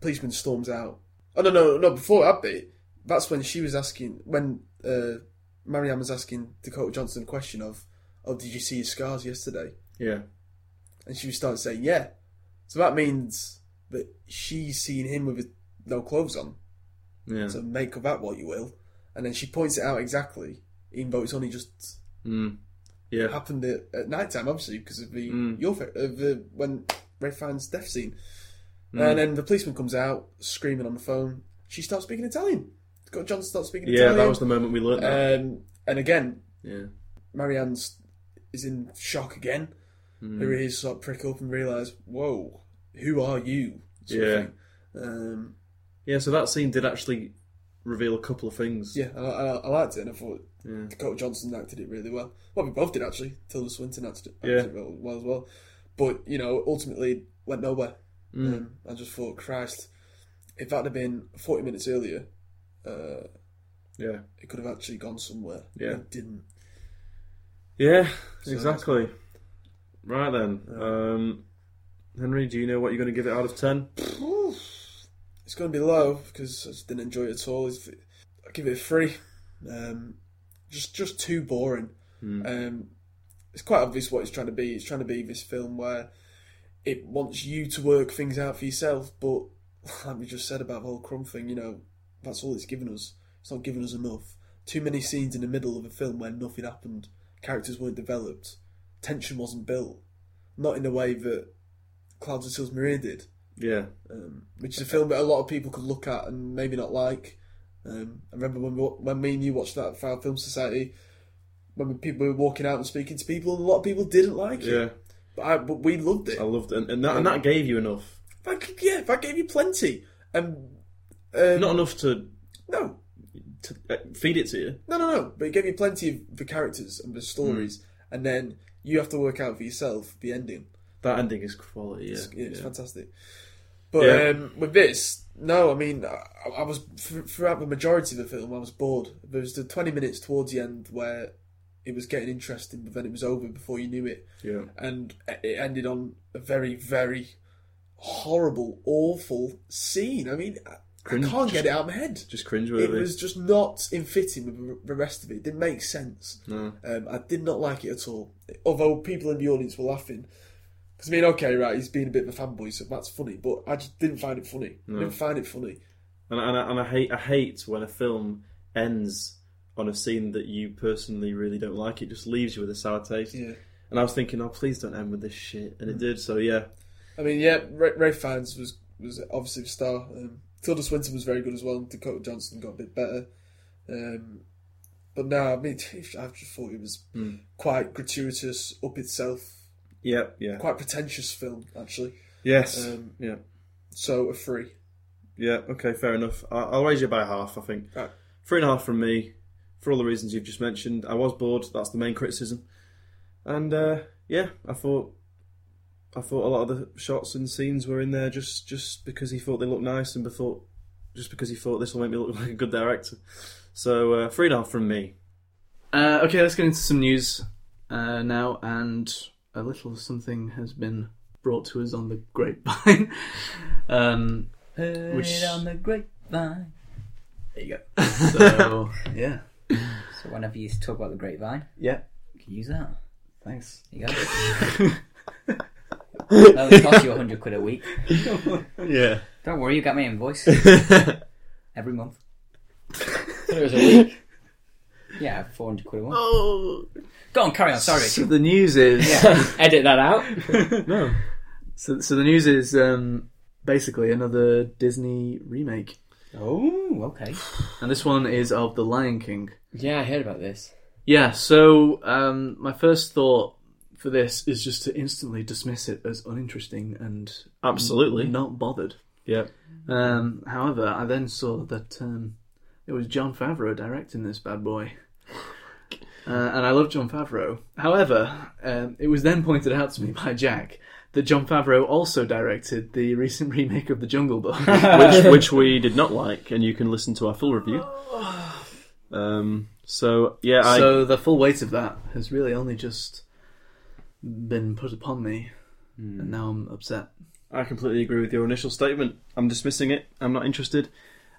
Speaker 9: policeman storms out. Oh no, no, no! Before that bit, that's when she was asking when uh, Marianne was asking Dakota Johnson a question of, "Oh, did you see his scars yesterday?"
Speaker 2: Yeah.
Speaker 9: And she started saying, "Yeah." So that means that she's seen him with his- no clothes on.
Speaker 2: Yeah.
Speaker 9: So make of that what you will. And then she points it out exactly, even though it's only just
Speaker 2: Mm. Yeah. Mm.
Speaker 9: happened at, at night time, obviously, because of the your fa- of the when Ray finds death scene.
Speaker 2: Mm.
Speaker 9: And then the policeman comes out screaming on the phone. She starts speaking Italian. Got John starts speaking
Speaker 2: Yeah,
Speaker 9: Italian.
Speaker 2: that was the moment we learnt that.
Speaker 9: Um, and again,
Speaker 2: yeah.
Speaker 9: Marianne's is in shock again.
Speaker 2: Hmm.
Speaker 9: Her ears sort of prick up and realise, whoa, who are you? sort of
Speaker 2: Yeah.
Speaker 9: thing. Um,
Speaker 2: Yeah, so that scene did actually reveal a couple of things.
Speaker 9: yeah, I, I, I liked it and I thought
Speaker 2: Yeah.
Speaker 9: Dakota Johnson acted it really well. Well, we both did actually. Tilda Swinton acted, acted
Speaker 2: Yeah.
Speaker 9: it well, well as well. But, you know, ultimately it went nowhere.
Speaker 2: Hmm.
Speaker 9: Um, I just thought, Christ, if that had been 40 minutes earlier, uh,
Speaker 2: Yeah.
Speaker 9: it could have actually gone somewhere.
Speaker 2: Yeah.
Speaker 9: It didn't.
Speaker 2: Yeah, exactly. Right then. Um, Henry, do you know what you're going to give it out of 10?
Speaker 9: It's going to be low because I just didn't enjoy it at all. It's, I give it a three. Um, just just too boring. Um, it's quite obvious what it's trying to be. It's trying to be this film where it wants you to work things out for yourself, but like we just said about the whole crumb thing, you know, that's all it's given us. It's not given us enough. Too many scenes in the middle of a film where nothing happened, characters weren't developed, tension wasn't built, not in the way that Clouds and Seals Marine did
Speaker 2: Yeah.
Speaker 9: um, which is a film that a lot of people could look at and maybe not like. Um, I remember when we, when me and you watched that Foul Film Society, when we, people were walking out and speaking to people, a lot of people didn't like it.
Speaker 2: Yeah.
Speaker 9: But, I, but we loved it.
Speaker 2: I loved it. And, and, that, and that gave you enough.
Speaker 9: That, g- yeah, that gave you plenty. Um, um,
Speaker 2: Not enough to,
Speaker 9: no,
Speaker 2: to uh, feed it to you.
Speaker 9: no, no, no. But it gave you plenty of the characters and the stories, and then you have to work out for yourself the ending.
Speaker 2: That ending is quality, yeah.
Speaker 9: It's, yeah, it's fantastic. But
Speaker 2: Yeah.
Speaker 9: um, with this, no, I mean, I, I was thr- throughout the majority of the film, I was bored. There was the twenty minutes towards the end where it was getting interesting, but then it was over before you knew it,
Speaker 2: yeah.
Speaker 9: and e, it ended on a very, very horrible, awful scene. I mean, I, I
Speaker 2: Cringe.
Speaker 9: can't get it out of my head.
Speaker 2: Just cringe
Speaker 9: It was just not in fitting with the rest of it. It didn't make sense.
Speaker 2: No.
Speaker 9: Um, I did not like it at all. Although people in the audience were laughing. Because, I mean, okay, right, he's being a bit of a fanboy, so that's funny. But I just didn't find it funny. I didn't find it funny.
Speaker 2: And, and, I, and I hate I hate when a film ends on a scene that you personally really don't like. It just leaves you with a sour taste.
Speaker 9: Yeah. Mm.
Speaker 2: And I was thinking, oh, please don't end with this shit. And it did. So yeah,
Speaker 9: I mean, yeah, Ray, Ray Fiennes was, was obviously the star. Um, Tilda Swinton was very good as well. Dakota Johnson got a bit better. Um, but no, I mean, I just thought it was quite gratuitous, up itself,
Speaker 2: yeah, yeah,
Speaker 9: quite pretentious film, actually.
Speaker 2: yes,
Speaker 9: Um,
Speaker 2: yeah,
Speaker 9: So, a three.
Speaker 2: yeah. Okay, fair enough. I, I'll raise you by half. I think
Speaker 9: Right.
Speaker 2: three and a half from me for all the reasons you've just mentioned. I was bored. That's the main criticism. And uh, yeah, I thought I thought a lot of the shots and scenes were in there just just because he thought they looked nice and thought just because he thought this will make me look like a good director. So uh, three and a half from me.
Speaker 1: Uh, okay, let's get into some news uh, now, and a little something has been brought to us on the grapevine. um, which,
Speaker 3: on the grapevine.
Speaker 1: there you go. So, yeah,
Speaker 3: So whenever you talk about the grapevine,
Speaker 1: yeah,
Speaker 3: you can use that.
Speaker 1: thanks.
Speaker 3: There you go. That'll cost you 100 quid a week.
Speaker 1: Yeah,
Speaker 3: Don't worry, you got my invoice. Every month.
Speaker 4: It was a week.
Speaker 3: Yeah, 400 quid a month. Go on, carry on, sorry.
Speaker 1: So the news is.
Speaker 4: Edit that out.
Speaker 1: So, so the news is um, basically another Disney remake,
Speaker 4: Oh.
Speaker 3: Okay.
Speaker 1: and this one is of The Lion King.
Speaker 4: Yeah, I heard about this.
Speaker 1: Yeah. So um, my first thought for this is just to instantly dismiss it as uninteresting and
Speaker 2: Absolutely.
Speaker 1: not bothered.
Speaker 2: Yeah.
Speaker 1: Um, however, I then saw that um, it was John Favreau directing this bad boy. Uh, and I love John Favreau. However, um, it was then pointed out to me by Jack that John Favreau also directed the recent remake of The Jungle Book.
Speaker 2: which which we did not like, and you can listen to our full review. Um. So yeah, I
Speaker 1: So the full weight of that has really only just been put upon me,
Speaker 2: Hmm.
Speaker 1: and now I'm upset.
Speaker 2: I completely agree with your initial statement. I'm dismissing it. I'm not interested.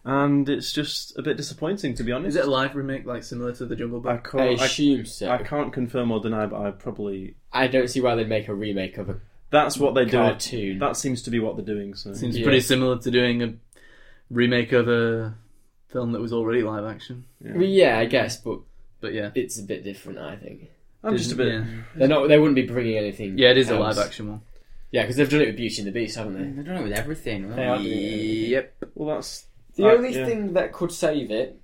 Speaker 2: and it's just a bit disappointing to be honest.
Speaker 1: Is it a live remake, like similar to the Jungle
Speaker 2: I
Speaker 1: Book?
Speaker 4: I
Speaker 2: can't. I,
Speaker 4: assume so.
Speaker 2: I
Speaker 4: I,
Speaker 2: can't confirm or deny, but I probably
Speaker 4: don't see why they'd make a remake of a
Speaker 2: that's what they do.
Speaker 4: cartoon.
Speaker 2: That seems to be what they're doing. So
Speaker 1: Seems
Speaker 4: Yeah.
Speaker 1: pretty similar to doing a remake of a film that was already live action.
Speaker 4: Well, yeah, I guess, but
Speaker 1: But yeah,
Speaker 4: it's a bit different. I think
Speaker 2: I'm just a bit.
Speaker 1: Yeah,
Speaker 4: they're not. They wouldn't be bringing anything.
Speaker 1: yeah it is a
Speaker 4: else.
Speaker 1: live action one.
Speaker 4: Yeah, because they've done it with Beauty and the Beast, haven't they?
Speaker 2: Mm-hmm.
Speaker 3: They're doing it with everything.
Speaker 4: They are
Speaker 3: Right?
Speaker 4: doing it.
Speaker 1: Yep.
Speaker 2: Well, that's
Speaker 4: The
Speaker 2: that-
Speaker 4: only
Speaker 2: yeah.
Speaker 4: thing that could save it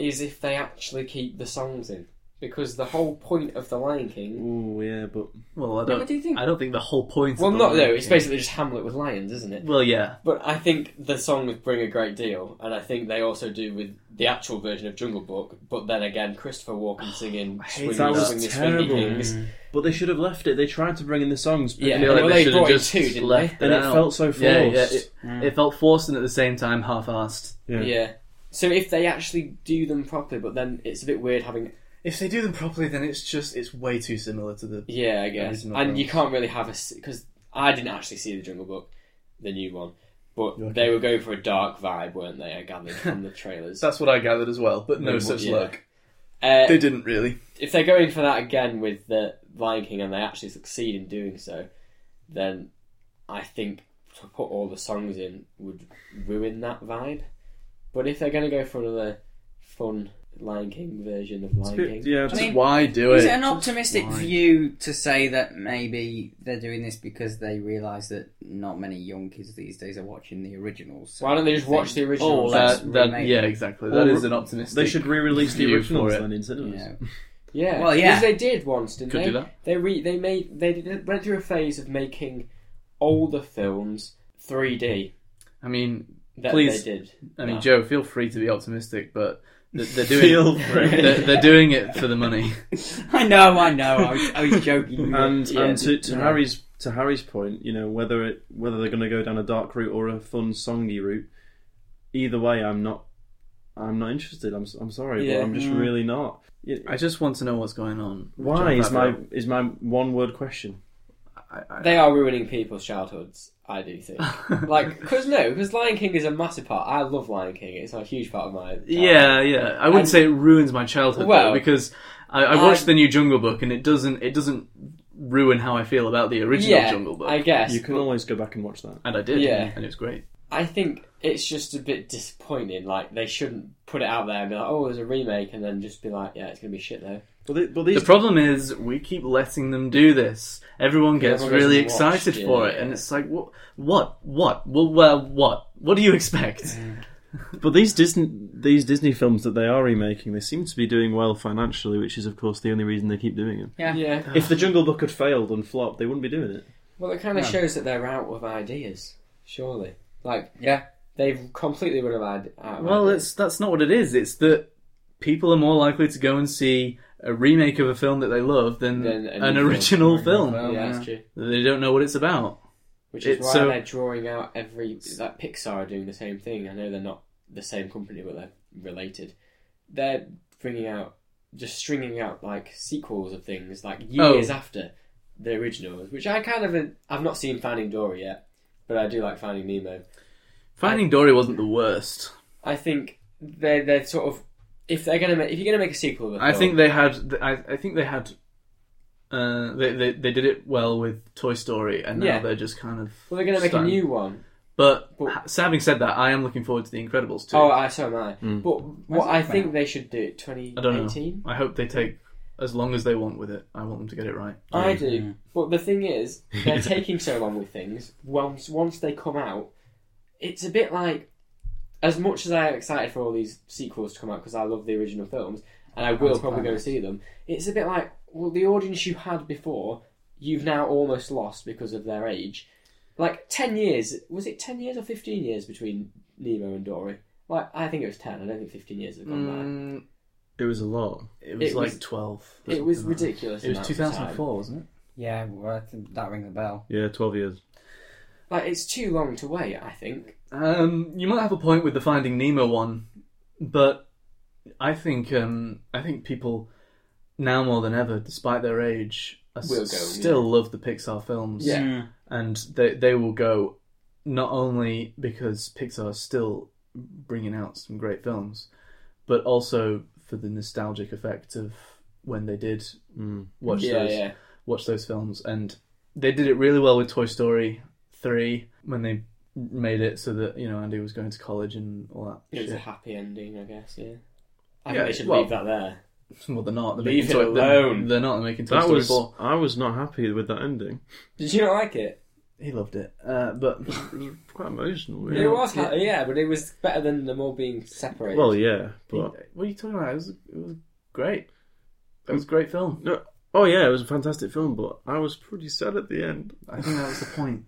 Speaker 4: is if they actually keep the songs in, because the whole point of the Lion King.
Speaker 2: Ooh, oh, yeah, but
Speaker 1: Well, I
Speaker 3: but
Speaker 1: don't.
Speaker 3: do you think-
Speaker 1: I don't think the whole point.
Speaker 4: Well,
Speaker 1: of
Speaker 4: not
Speaker 1: the-
Speaker 4: no. It's basically just Hamlet with lions, isn't it?
Speaker 1: Well, yeah.
Speaker 4: But I think the songs bring a great deal, and I think they also do with the actual version of Jungle Book. But then again, Christopher Walken singing "Swing
Speaker 2: Oh, that.
Speaker 4: Low,
Speaker 2: That
Speaker 4: Swing
Speaker 2: was
Speaker 4: the Swingy
Speaker 2: terrible. Mm.
Speaker 4: Things."
Speaker 2: but they should have left it. They tried to bring in the songs, but
Speaker 4: Yeah,
Speaker 1: I feel like
Speaker 4: well,
Speaker 1: they
Speaker 4: they
Speaker 1: should have
Speaker 4: brought in
Speaker 1: just
Speaker 4: two, didn't
Speaker 1: left
Speaker 4: they?
Speaker 1: it
Speaker 2: and it
Speaker 1: out.
Speaker 2: felt so forced.
Speaker 1: Yeah, yeah. It, it felt forced and at the same time half-assed.
Speaker 2: Yeah.
Speaker 4: Yeah. So if they actually do them properly, but then it's a bit weird having.
Speaker 1: If they do them properly, then it's just it's way too similar to the.
Speaker 4: Yeah, I guess,
Speaker 1: Original
Speaker 4: and you
Speaker 1: films.
Speaker 4: can't really have a because I didn't actually see the Jungle Book, the new one, but they were going for a dark vibe, weren't they? I gathered from the trailers.
Speaker 1: That's what I gathered as well, but no
Speaker 4: Yeah.
Speaker 1: such
Speaker 4: Yeah.
Speaker 1: luck.
Speaker 4: Uh,
Speaker 1: They didn't really.
Speaker 4: if they're going for that again with the Lion King and they actually succeed in doing so, then I think to put all the songs in would ruin that vibe. But if they're going to go for another fun Lion King version of Lion King,
Speaker 2: yeah,
Speaker 3: I
Speaker 2: just-
Speaker 3: mean,
Speaker 1: Why do
Speaker 3: is
Speaker 1: it?
Speaker 3: it an optimistic
Speaker 1: Why?
Speaker 3: view to say that maybe they're doing this because they realise that not many young kids these days are watching the originals? So
Speaker 4: why don't they just watch the
Speaker 3: think-
Speaker 4: original?
Speaker 3: Oh,
Speaker 4: then?
Speaker 3: that's-
Speaker 1: That, that,
Speaker 3: remake.
Speaker 1: yeah, exactly.
Speaker 2: Or
Speaker 1: That is
Speaker 2: re-
Speaker 1: an optimistic.
Speaker 2: they should re-release the
Speaker 1: view
Speaker 2: originals
Speaker 1: for it.
Speaker 2: then in cinemas.
Speaker 3: Yeah.
Speaker 4: yeah,
Speaker 3: Well,
Speaker 4: because
Speaker 3: yeah.
Speaker 4: they did once, didn't
Speaker 1: Could
Speaker 4: they?
Speaker 1: do that.
Speaker 4: They re- they made they did, went through a phase of making older films 3D.
Speaker 1: I mean,
Speaker 4: That
Speaker 1: Please.
Speaker 4: they did.
Speaker 1: I mean,
Speaker 4: No.
Speaker 1: Joe, feel free to be optimistic, but they're, they're doing
Speaker 2: Feel free.
Speaker 1: they're, they're doing it for the money.
Speaker 3: I know, I know. I was, I was joking.
Speaker 2: And
Speaker 4: Yeah,
Speaker 2: and to, to
Speaker 4: yeah.
Speaker 2: Harry's to Harry's point, you know whether it whether they're going to go down a dark route or a fun songy route, either way, I'm not I'm not interested. I'm s- I'm sorry,
Speaker 4: Yeah.
Speaker 2: but I'm just really not. Y-
Speaker 1: I just want to know what's going on.
Speaker 2: Why
Speaker 1: John
Speaker 2: is my
Speaker 1: Favreau.
Speaker 2: is my one word question?
Speaker 1: I, I,
Speaker 4: They are ruining people's childhoods, I do think. like, because no, because Lion King is a massive part. I love Lion King, it's a huge part of my. uh, childhood.
Speaker 1: yeah, yeah. I wouldn't
Speaker 4: And-
Speaker 1: say it ruins my childhood
Speaker 4: Well,
Speaker 1: though, because I, I watched the new Jungle Book, and it doesn't it doesn't ruin how I feel about the original
Speaker 4: Yeah,
Speaker 1: Jungle Book,
Speaker 4: I guess.
Speaker 2: You can always go back and watch that.
Speaker 1: and I did,
Speaker 4: Yeah.
Speaker 1: and it was great.
Speaker 4: I think it's just a bit disappointing. Like, they shouldn't put it out there and be like, oh, there's a remake, and then just be like, yeah, it's going to be shit, though.
Speaker 2: But, the, but
Speaker 1: The
Speaker 2: these
Speaker 1: problem is we keep letting them do this. Everyone gets
Speaker 4: everyone goes
Speaker 1: really
Speaker 4: and watched,
Speaker 1: excited
Speaker 4: yeah,
Speaker 1: for it,
Speaker 4: yeah.
Speaker 1: and it's like, what, what, what, well, well, what, what do you expect?
Speaker 2: but these Disney these Disney films that they are remaking, they seem to be doing well financially, which is of course the only reason they keep doing it.
Speaker 3: Yeah.
Speaker 4: Yeah.
Speaker 2: If the Jungle Book had failed and flopped, they wouldn't be doing it.
Speaker 4: Well, it kind of shows that they're out of ideas, surely. Like,
Speaker 3: Yeah.
Speaker 4: they've completely run out of ideas.
Speaker 1: Well, it's that's not what it is. It's that people are more likely to go and see a remake of a film that they love than
Speaker 4: Than a new
Speaker 1: Mm. an
Speaker 4: film.
Speaker 1: original film.
Speaker 4: Yeah,
Speaker 3: yeah.
Speaker 4: that's true.
Speaker 1: that They don't know what it's about.
Speaker 4: Which is
Speaker 1: It's
Speaker 4: why
Speaker 1: so-
Speaker 4: they're drawing out every like Pixar are doing the same thing. I know they're not the same company, but they're related. They're bringing out just stringing out like sequels of things like
Speaker 1: Oh.
Speaker 4: years after the originals, which I kind of I've not seen Finding Dory yet, but I do like Finding Nemo.
Speaker 1: Finding Dory wasn't the worst.
Speaker 4: I think they they're sort of if they're gonna make, if you're gonna make a sequel, of a
Speaker 1: I
Speaker 4: film-
Speaker 1: think they had. I, I think they had. Uh, they, they they did it well with Toy Story, and now
Speaker 4: Yeah.
Speaker 1: they're just kind of.
Speaker 4: well they're gonna make a
Speaker 1: starting-
Speaker 4: new one.
Speaker 1: But,
Speaker 4: But-
Speaker 1: ha- so having said that, I am looking forward to The Incredibles too.
Speaker 4: Oh, I so am I. But
Speaker 3: When's
Speaker 4: what
Speaker 3: it
Speaker 4: I
Speaker 3: come
Speaker 4: think
Speaker 3: out?
Speaker 4: they should do
Speaker 1: Mm. I don't know.
Speaker 4: 2018.
Speaker 1: I hope they take as long as they want with it. I want them to get it right.
Speaker 4: I do. But the thing is, they're taking so long with things. Once once they come out, it's a bit like as much as I am excited for all these sequels to come out because I love the original films and I will probably go and see them. It's a bit like well, the audience you had before, you've now almost lost because of their age. Like ten years was it ten years or fifteen years between Nemo and Dory? Like I think it was ten. I don't think fifteen years have gone
Speaker 1: Mm,
Speaker 2: It was a lot.
Speaker 1: it was
Speaker 4: It
Speaker 1: like
Speaker 4: was-
Speaker 1: twelve.
Speaker 4: by. It was ridiculous.
Speaker 1: It was
Speaker 4: amount of
Speaker 1: two
Speaker 4: time.
Speaker 1: thousand four, wasn't it?
Speaker 3: Yeah, well, I think that rings a bell.
Speaker 2: Yeah, twelve years.
Speaker 4: Like it's too long to wait. I think.
Speaker 1: Um, you might have a point with the Finding Nemo one, but I think um, I think people now more than ever, despite their age, are s-
Speaker 4: Will go,
Speaker 1: still love the Pixar films.
Speaker 4: Yeah.
Speaker 1: and they they will go not only because Pixar is still bringing out some great films, but also for the nostalgic effect of when they did watch
Speaker 4: Yeah,
Speaker 1: those
Speaker 4: yeah.
Speaker 1: watch those films, and they did it really well with Toy Story three when they made it so that you know Andy was going to college and all that.
Speaker 4: It was a
Speaker 1: Shit.
Speaker 4: happy ending, I guess. Yeah. I
Speaker 1: Yeah,
Speaker 4: think they should
Speaker 1: well-
Speaker 4: leave that there.
Speaker 1: Well, they're not. They're
Speaker 4: Leave
Speaker 1: making
Speaker 4: it
Speaker 1: Toy- they're-
Speaker 4: alone.
Speaker 1: They're, not. They're making Toy
Speaker 2: That
Speaker 1: Story
Speaker 2: was
Speaker 1: four.
Speaker 2: I was not happy with that ending.
Speaker 4: Did you not like it?
Speaker 1: He loved it, uh, but
Speaker 2: It was quite emotional.
Speaker 4: It
Speaker 2: Really.
Speaker 4: was, ha- yeah. but it was better than them all being separated.
Speaker 2: Well, yeah, but
Speaker 1: what are you talking about? It was, it was great. It was a great film.
Speaker 2: no. Oh yeah, it was a fantastic film, but I was pretty sad at the end.
Speaker 1: I think that was the point.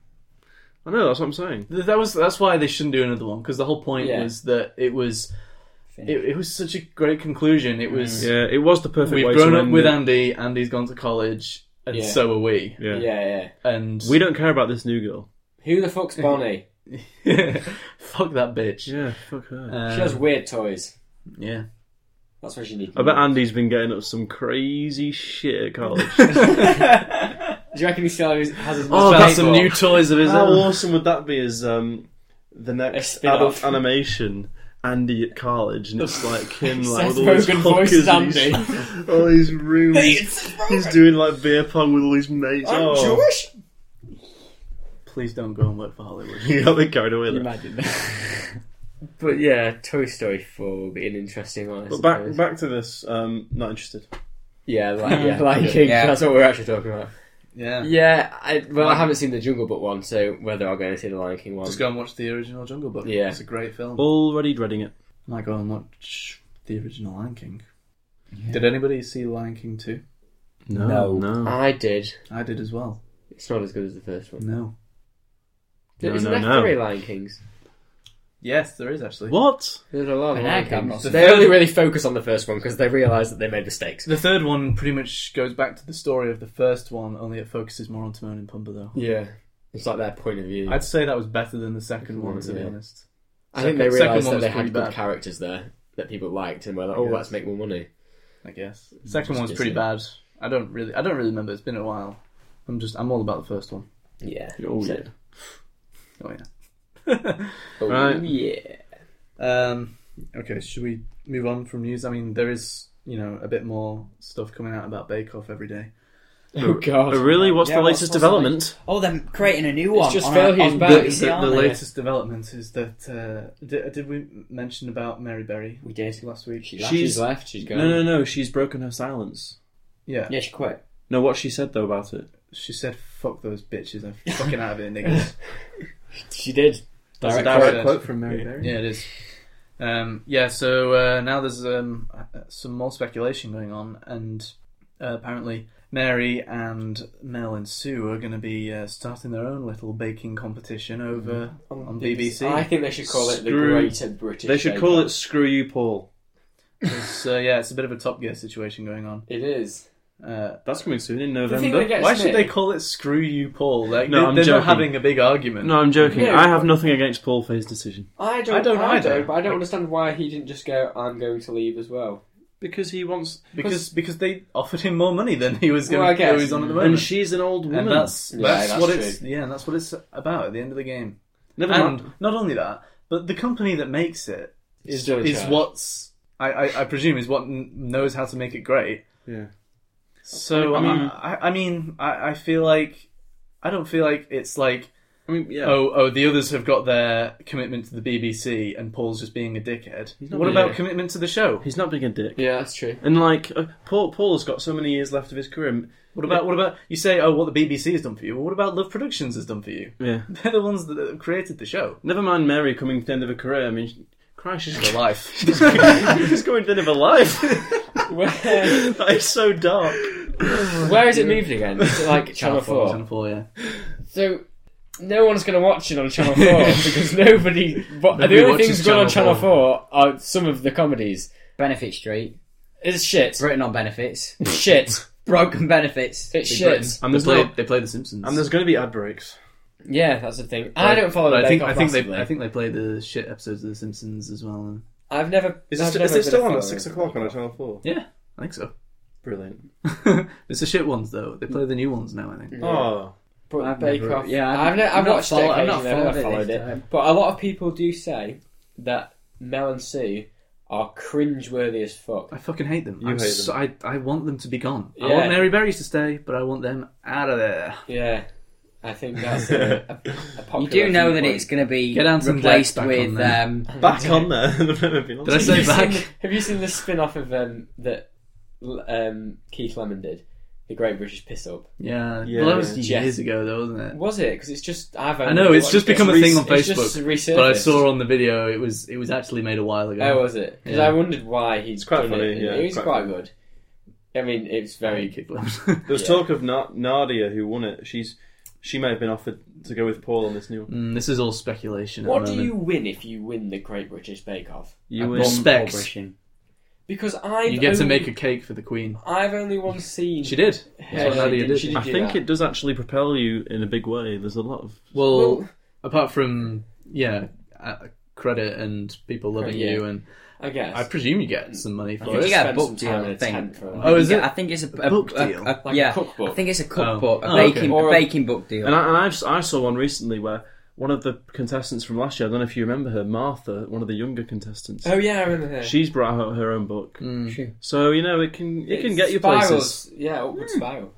Speaker 2: I know that's what I'm saying.
Speaker 1: Th- That was that's why they shouldn't do another one because the whole point
Speaker 4: Yeah.
Speaker 1: was that it was it, it was such a great conclusion. It
Speaker 4: Mm.
Speaker 1: was
Speaker 2: Yeah, it was the perfect way
Speaker 1: we've
Speaker 2: to
Speaker 1: grown up
Speaker 2: end
Speaker 1: with
Speaker 2: it.
Speaker 1: Andy. Andy's gone to college, and
Speaker 4: Yeah.
Speaker 1: so are we.
Speaker 2: Yeah.
Speaker 4: yeah, yeah.
Speaker 1: And
Speaker 2: we don't care about this new girl.
Speaker 4: Who the fuck's Bonnie?
Speaker 1: fuck that bitch.
Speaker 2: Yeah, fuck her.
Speaker 1: Um,
Speaker 4: she has weird toys.
Speaker 1: yeah.
Speaker 4: That's what she needs.
Speaker 2: I bet Andy's been getting up some crazy shit at college.
Speaker 4: Do you reckon he still has, has his?
Speaker 1: Oh, got
Speaker 4: that's
Speaker 1: some new toys of his
Speaker 2: How
Speaker 1: own.
Speaker 2: awesome would that be as um, the next
Speaker 4: spin-off.
Speaker 2: adult animation? Andy at college, and it's like him, like with
Speaker 4: Seth
Speaker 2: all these
Speaker 4: Rogen voices
Speaker 2: hookers, and he's, all these rooms. he's doing like beer pong with all his mates. oh,
Speaker 4: Jewish.
Speaker 1: Please don't go and work for Hollywood.
Speaker 2: you got me carried away. There.
Speaker 4: Imagine that. but yeah, Toy Story Four will be an interesting one. I
Speaker 2: But back
Speaker 4: suppose.
Speaker 2: back to this. Um, not interested.
Speaker 4: yeah, like, yeah, like that's what we're actually talking about.
Speaker 1: Yeah.
Speaker 4: Yeah, I, well, I haven't seen the Jungle Book one, so whether I'll go and see the Lion King one.
Speaker 1: Just go and watch the original Jungle Book.
Speaker 4: Yeah.
Speaker 1: it's a great film.
Speaker 2: Already dreading it.
Speaker 1: I might go and watch the original Lion King. Did anybody see Lion King 2?
Speaker 2: No, no, no,
Speaker 4: I did.
Speaker 1: I did as well.
Speaker 4: It's not as good as the first one.
Speaker 1: No.
Speaker 2: no,
Speaker 4: Isn't
Speaker 2: no,
Speaker 4: there three Lion Kings?
Speaker 1: Yes, there is actually.
Speaker 2: What?
Speaker 4: There's a lot of
Speaker 3: An
Speaker 4: Lion
Speaker 3: egg, I'm
Speaker 4: Kings.
Speaker 3: not-
Speaker 4: They only really focus on the first one because they realise that they made mistakes.
Speaker 1: The third one pretty much goes back to the story of the first one, only it focuses more on Timon and Pumbaa, though.
Speaker 4: Yeah, it's like their point of view.
Speaker 1: I'd say that was better than the second one, to be
Speaker 4: Yeah.
Speaker 1: honest.
Speaker 4: I think
Speaker 1: second-
Speaker 4: they
Speaker 1: second
Speaker 4: realised
Speaker 1: one
Speaker 4: that
Speaker 1: was
Speaker 4: they
Speaker 1: pretty
Speaker 4: had good
Speaker 1: bad.
Speaker 4: characters there that people liked, and were like, "Oh,
Speaker 1: Yeah.
Speaker 4: let's make more money."
Speaker 1: I guess second
Speaker 4: Just
Speaker 1: one's pretty
Speaker 4: dissing.
Speaker 1: bad. I don't really, I don't really remember. It's been a while. I'm just, I'm all about the first one.
Speaker 4: Yeah.
Speaker 2: Oh yeah.
Speaker 1: Oh yeah.
Speaker 4: Oh,
Speaker 2: Right.
Speaker 4: Yeah.
Speaker 1: Um, okay, should we move on from news? I mean, there is, you know, a bit more stuff coming out about Bake Off every day.
Speaker 4: Oh god.
Speaker 2: Oh, really? What's
Speaker 3: Yeah,
Speaker 2: the
Speaker 3: what's-
Speaker 2: latest
Speaker 3: what's the
Speaker 2: development?
Speaker 3: Oh, they're creating a new one.
Speaker 4: just
Speaker 3: on
Speaker 4: Phil
Speaker 3: a,
Speaker 4: who's
Speaker 3: on
Speaker 4: back.
Speaker 1: The,
Speaker 3: BBC,
Speaker 1: the- the
Speaker 3: aren't they?
Speaker 1: latest development is that uh, did, did we mention about Mary Berry
Speaker 3: We did.
Speaker 1: last week?
Speaker 4: She-
Speaker 2: She's-
Speaker 4: she's left. She's gone.
Speaker 2: No, no, no. She's broken her silence.
Speaker 1: yeah.
Speaker 3: Yeah, she quit.
Speaker 2: No, what she said though about it.
Speaker 1: she said, "Fuck those bitches, I'm fucking out of here, niggas."
Speaker 4: She did.
Speaker 1: That's a
Speaker 4: Direct
Speaker 1: direct
Speaker 4: quote.
Speaker 1: quote from Mary Berry. Yeah, it is. Um, yeah, so uh, now there's um, uh, some more speculation going on, and uh, apparently Mary and Mel and Sue are going to be uh, starting their own little baking competition over
Speaker 4: Mm-hmm.
Speaker 1: on BBC.
Speaker 4: I think they should call it the
Speaker 2: Screw-
Speaker 4: Greater British.
Speaker 2: They should
Speaker 4: Bake
Speaker 2: call
Speaker 4: Off.
Speaker 2: it "Screw You, Paul."
Speaker 1: So yeah, it's a bit of a Top Gear situation going on.
Speaker 4: It is.
Speaker 1: Uh,
Speaker 2: That's coming soon in
Speaker 4: The thing that
Speaker 2: November.
Speaker 4: gets
Speaker 1: why should
Speaker 4: me-
Speaker 1: they call it "Screw You, Paul"? Like
Speaker 2: No,
Speaker 1: they,
Speaker 2: I'm
Speaker 1: they're not
Speaker 2: joking.
Speaker 1: having a big argument.
Speaker 2: No, I'm joking.
Speaker 4: Yeah,
Speaker 2: I have nothing against Paul for his decision
Speaker 4: I don't.
Speaker 1: I don't either.
Speaker 4: but I don't understand why he didn't just go. I'm going to leave as well.
Speaker 2: because he wants.
Speaker 1: because because they offered him more money than he was going.
Speaker 4: Well, I guess.
Speaker 1: he was on at the moment.
Speaker 2: And she's an old woman.
Speaker 1: and that's
Speaker 4: Yeah,
Speaker 1: that's,
Speaker 4: that's
Speaker 1: what
Speaker 4: true.
Speaker 1: it's yeah, and that's what it's about at the end of the game.
Speaker 2: Never mind.
Speaker 1: And not only that, but the company that makes it is
Speaker 4: Still in
Speaker 1: is
Speaker 4: charge.
Speaker 1: what's I, I, I presume is what kn- knows how to make it great.
Speaker 2: Yeah.
Speaker 1: So
Speaker 2: I
Speaker 1: I
Speaker 2: mean-
Speaker 1: mean, I, I mean, I, I feel like I don't feel like it's like
Speaker 2: I mean, yeah.
Speaker 1: oh oh the others have got their commitment to the BBC and Paul's just being a dickhead.
Speaker 2: He's not
Speaker 1: What
Speaker 2: being
Speaker 1: about
Speaker 2: a-
Speaker 1: commitment to the show?
Speaker 2: He's not being a dick.
Speaker 4: Yeah, that's true.
Speaker 2: And like, uh, Paul, Paul's got so many years left of his career.
Speaker 1: What about what about you say oh what the BBC has done for you? Well, what about Love Productions has done for you?
Speaker 2: Yeah.
Speaker 1: They're the ones that have created the show.
Speaker 2: Never mind Mary coming to the end of her career. I mean, she- Christ, she's,
Speaker 1: The life.
Speaker 2: she's going to the end of her life.
Speaker 4: Where,
Speaker 2: that is so dark.
Speaker 4: where is it moving again? Is it like Channel Four?
Speaker 1: Channel Four, yeah.
Speaker 4: So no one's going to watch it on Channel Four because nobody. But
Speaker 1: Nobody
Speaker 4: the only
Speaker 1: watches
Speaker 4: things going on
Speaker 1: Channel
Speaker 4: Channel Four are some of the comedies.
Speaker 3: Benefit Street.
Speaker 4: It's shit.
Speaker 3: Britain on benefits.
Speaker 4: shit.
Speaker 3: Broken benefits.
Speaker 4: It's
Speaker 3: Big
Speaker 4: shit.
Speaker 3: Britain.
Speaker 2: And
Speaker 1: They
Speaker 2: there's
Speaker 1: play,
Speaker 2: no,
Speaker 1: they play The Simpsons.
Speaker 2: and there's going to be ad breaks.
Speaker 4: Yeah, that's the thing. I don't follow. The
Speaker 1: But I think
Speaker 4: Bake Off
Speaker 1: I think they
Speaker 4: massively.
Speaker 1: I think they play the shit episodes of The Simpsons as well.
Speaker 4: I've never.
Speaker 2: Is,
Speaker 4: I've
Speaker 2: it,
Speaker 4: never
Speaker 2: is it
Speaker 4: been
Speaker 2: still
Speaker 4: a
Speaker 2: on
Speaker 4: follower.
Speaker 2: at six o'clock on Channel Four?
Speaker 1: Yeah, I think so.
Speaker 2: Brilliant.
Speaker 1: it's the shit ones though. They play the new ones now. I think.
Speaker 2: Oh,
Speaker 4: But
Speaker 3: I've
Speaker 4: Bake
Speaker 3: never-
Speaker 4: Off.
Speaker 3: yeah,
Speaker 4: Yeah,
Speaker 3: I've-
Speaker 4: I've, ne- I've
Speaker 3: I've not
Speaker 4: watched
Speaker 3: follow-
Speaker 4: it.
Speaker 3: I've not
Speaker 4: occasionally, I've never
Speaker 3: followed it
Speaker 4: followed
Speaker 3: this
Speaker 4: it.
Speaker 3: time.
Speaker 4: But a lot of people do say that Mel and Sue are cringeworthy as fuck.
Speaker 1: I fucking hate them. I'm
Speaker 2: hate them.
Speaker 1: So, I, I want them to be gone. I
Speaker 4: Yeah.
Speaker 1: want Mary Berries to stay, but I want them out of there.
Speaker 4: Yeah, I think that's a,
Speaker 2: Oh.
Speaker 4: a, a popular
Speaker 3: You do know that
Speaker 4: viewpoint.
Speaker 3: it's going to be
Speaker 1: Get Anson
Speaker 3: replaced
Speaker 1: Deck back on
Speaker 3: with.
Speaker 1: there.
Speaker 3: Um,
Speaker 2: Back on there.
Speaker 1: Did I
Speaker 4: Have
Speaker 1: say
Speaker 4: you
Speaker 1: back?
Speaker 4: seen- have you seen the spin-off of um, that l- um, Keith Lemon did, The Great British Piss Up?
Speaker 1: Yeah.
Speaker 2: Yeah.
Speaker 1: well, that was
Speaker 4: Yeah.
Speaker 1: years ago, though, wasn't it?
Speaker 4: Was it? Because it's just I've
Speaker 1: I know it's just become a thing on
Speaker 4: It's just
Speaker 1: Facebook,
Speaker 4: resurfaced.
Speaker 1: but I saw on the video it was it was actually made a while ago.
Speaker 4: Oh, was it? Because
Speaker 1: Yeah.
Speaker 4: I wondered why he's
Speaker 2: It's quite
Speaker 4: done
Speaker 2: funny,
Speaker 4: It.
Speaker 2: yeah,
Speaker 4: it was
Speaker 2: quite
Speaker 4: quite,
Speaker 2: funny.
Speaker 4: good. I mean, it's very
Speaker 1: Very kick left.
Speaker 2: There was
Speaker 4: Yeah.
Speaker 2: talk of Na- Nadia who won it. She's she may have been offered to go with Paul on this new one.
Speaker 1: Mm, this is all speculation.
Speaker 4: What
Speaker 1: at the
Speaker 4: do
Speaker 1: moment.
Speaker 4: you win if you win the Great British Bake Off?
Speaker 2: You
Speaker 3: a
Speaker 2: win.
Speaker 3: bomb
Speaker 1: Specs.
Speaker 3: corporation.
Speaker 4: Because I
Speaker 1: You get to make a cake for the Queen.
Speaker 4: I've only once seen.
Speaker 1: She did. That's
Speaker 4: Yeah,
Speaker 1: what
Speaker 4: she
Speaker 1: Nadia
Speaker 4: did,
Speaker 1: did.
Speaker 4: she did.
Speaker 2: I
Speaker 4: do
Speaker 2: think
Speaker 4: that.
Speaker 2: it does actually propel you in a big way. There's a lot of
Speaker 1: Well,
Speaker 4: Well-
Speaker 1: apart from yeah, uh, credit and people loving
Speaker 4: yeah.
Speaker 1: you, and
Speaker 4: I guess.
Speaker 1: I presume you get some money for
Speaker 4: think
Speaker 1: it.
Speaker 3: You get a
Speaker 4: spend
Speaker 3: book
Speaker 4: some
Speaker 3: deal,
Speaker 4: time in
Speaker 3: I
Speaker 4: a
Speaker 3: think.
Speaker 4: tent for a
Speaker 1: Oh, is
Speaker 3: Yeah,
Speaker 1: it?
Speaker 3: I think it's a,
Speaker 1: A book deal?
Speaker 3: a-
Speaker 4: Like a
Speaker 3: yeah,
Speaker 4: cookbook.
Speaker 3: I think it's a
Speaker 1: Oh.
Speaker 3: cookbook,
Speaker 1: Oh,
Speaker 3: a
Speaker 1: okay.
Speaker 3: baking,
Speaker 4: Or
Speaker 3: a
Speaker 4: a-
Speaker 3: baking book deal.
Speaker 2: And I, and I've, I saw one recently where one of the contestants from last year, I don't know if you remember her, Martha, one of the younger contestants,
Speaker 4: oh yeah, I remember her.
Speaker 2: she's brought out her own book.
Speaker 1: Mm.
Speaker 2: So, you know, it can it, can
Speaker 4: It
Speaker 2: get you
Speaker 4: spirals.
Speaker 2: places. Hmm.
Speaker 4: Yeah, upward spiral.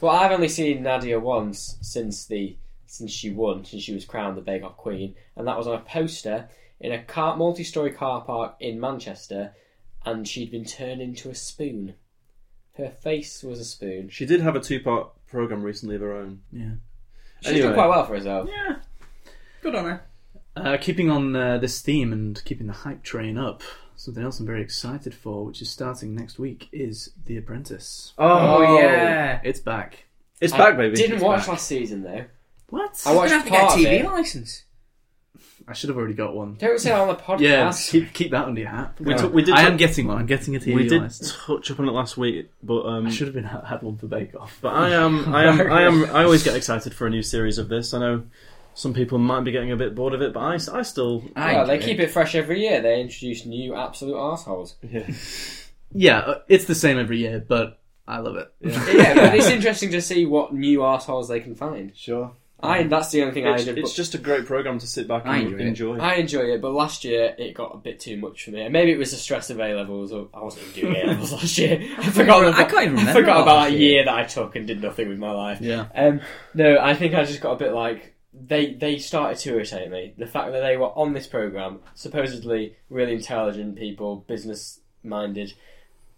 Speaker 4: But I've only seen Nadia once since the since she won, since she was crowned the Bake Off Queen, and that was on a poster in a car, multi-story car park in Manchester, and she'd been turned into a spoon. Her face was a spoon.
Speaker 2: She did have a two part programme recently of her own.
Speaker 1: Yeah.
Speaker 4: She
Speaker 2: Anyway.
Speaker 4: did quite well for herself.
Speaker 3: Good on her.
Speaker 1: Uh, keeping on uh, this theme and keeping the hype train up, something else I'm very excited for, which is starting next week, is The Apprentice.
Speaker 3: Oh, yeah.
Speaker 1: It's back.
Speaker 2: It's
Speaker 4: I
Speaker 2: back, baby.
Speaker 4: Didn't
Speaker 2: It's
Speaker 4: watch
Speaker 2: back.
Speaker 4: last season though.
Speaker 1: What?
Speaker 4: I
Speaker 3: You
Speaker 4: watched
Speaker 3: don't have to
Speaker 4: part
Speaker 3: get a TV
Speaker 4: of it.
Speaker 3: license.
Speaker 1: I should have already got one.
Speaker 4: Don't say that on the
Speaker 1: Yeah,
Speaker 4: podcast.
Speaker 1: keep, keep that under your hat.
Speaker 2: We, took- we did,
Speaker 1: I
Speaker 2: touch-
Speaker 1: am getting one. I'm getting a TV
Speaker 2: we did
Speaker 1: license.
Speaker 2: touch upon it last week, but um,
Speaker 1: I should have been had one for Bake Off.
Speaker 2: But I am, I am, I am. I always get excited for a new series of this. I know some people might be getting a bit bored of it, but I, I still.
Speaker 3: I
Speaker 4: well, they
Speaker 3: enjoy
Speaker 4: keep it fresh every year. They introduce new absolute arseholes.
Speaker 1: Yeah, uh, it's the same every year, but I love it.
Speaker 4: yeah, but it's interesting to see what new arseholes they can find.
Speaker 2: Sure.
Speaker 4: I that's the only thing
Speaker 2: It's,
Speaker 4: I did.
Speaker 2: it's
Speaker 4: but-
Speaker 2: just a great program to sit back
Speaker 3: I
Speaker 2: and
Speaker 3: enjoy it.
Speaker 2: enjoy.
Speaker 4: I enjoy it, but last year it got a bit too much for me. And maybe it was the stress of A levels, or I wasn't even doing A levels last year. I forgot.
Speaker 3: I
Speaker 4: about,
Speaker 3: can't even remember
Speaker 4: forgot
Speaker 3: about
Speaker 4: about
Speaker 3: last
Speaker 4: a
Speaker 3: year.
Speaker 4: year that I took and did nothing with my life.
Speaker 1: Yeah.
Speaker 4: Um, no, I think I just got a bit like they they started to irritate me. The fact that they were on this program, supposedly really intelligent people, business minded,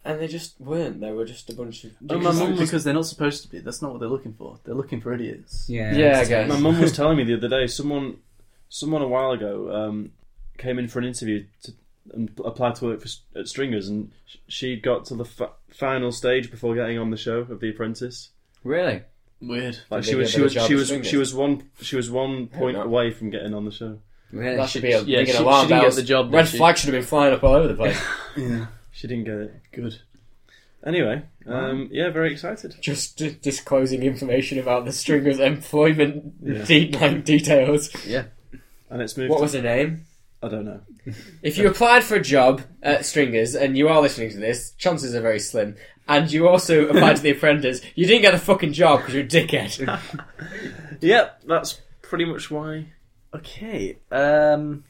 Speaker 4: and they just weren't. They were just a bunch of.
Speaker 2: Oh, my mum was-
Speaker 1: because they're not supposed to be. That's not what they're looking for. They're looking for idiots.
Speaker 3: Yeah,
Speaker 4: Yeah, I guess.
Speaker 2: My mum was telling me the other day. Someone, someone a while ago, um, came in for an interview to, and p- applied to work for S- at Stringers, and sh- she got to the fi- final stage before getting on the show of The Apprentice.
Speaker 3: Really?
Speaker 1: Weird.
Speaker 2: Like
Speaker 4: Did
Speaker 2: she
Speaker 4: they
Speaker 2: was,
Speaker 4: give
Speaker 2: she
Speaker 4: her the
Speaker 2: was,
Speaker 4: job
Speaker 2: she
Speaker 4: at
Speaker 2: was,
Speaker 4: Stringers?
Speaker 2: she was one, she was one point
Speaker 4: no.
Speaker 2: away from getting on the show.
Speaker 3: Really?
Speaker 4: That should be a
Speaker 1: Yeah,
Speaker 4: big
Speaker 1: she-
Speaker 4: alarm
Speaker 1: she didn't get
Speaker 4: bells.
Speaker 1: the job,
Speaker 4: Red
Speaker 1: did she?
Speaker 4: flag should have been flying up all over the place.
Speaker 1: Yeah.
Speaker 2: She didn't get it.
Speaker 1: Good.
Speaker 2: Anyway, um, yeah, very excited.
Speaker 4: just d- disclosing information about the stringer's employment
Speaker 2: Yeah.
Speaker 4: de- like, details.
Speaker 2: And it's moved.
Speaker 4: What was her name?
Speaker 2: I don't know.
Speaker 4: If you applied for a job at Stringers and you are listening to this, chances are very slim. And you also applied to The Apprentice, you didn't get the fucking job because you're a dickhead.
Speaker 2: Yep, that's pretty much why.
Speaker 1: Okay. Um,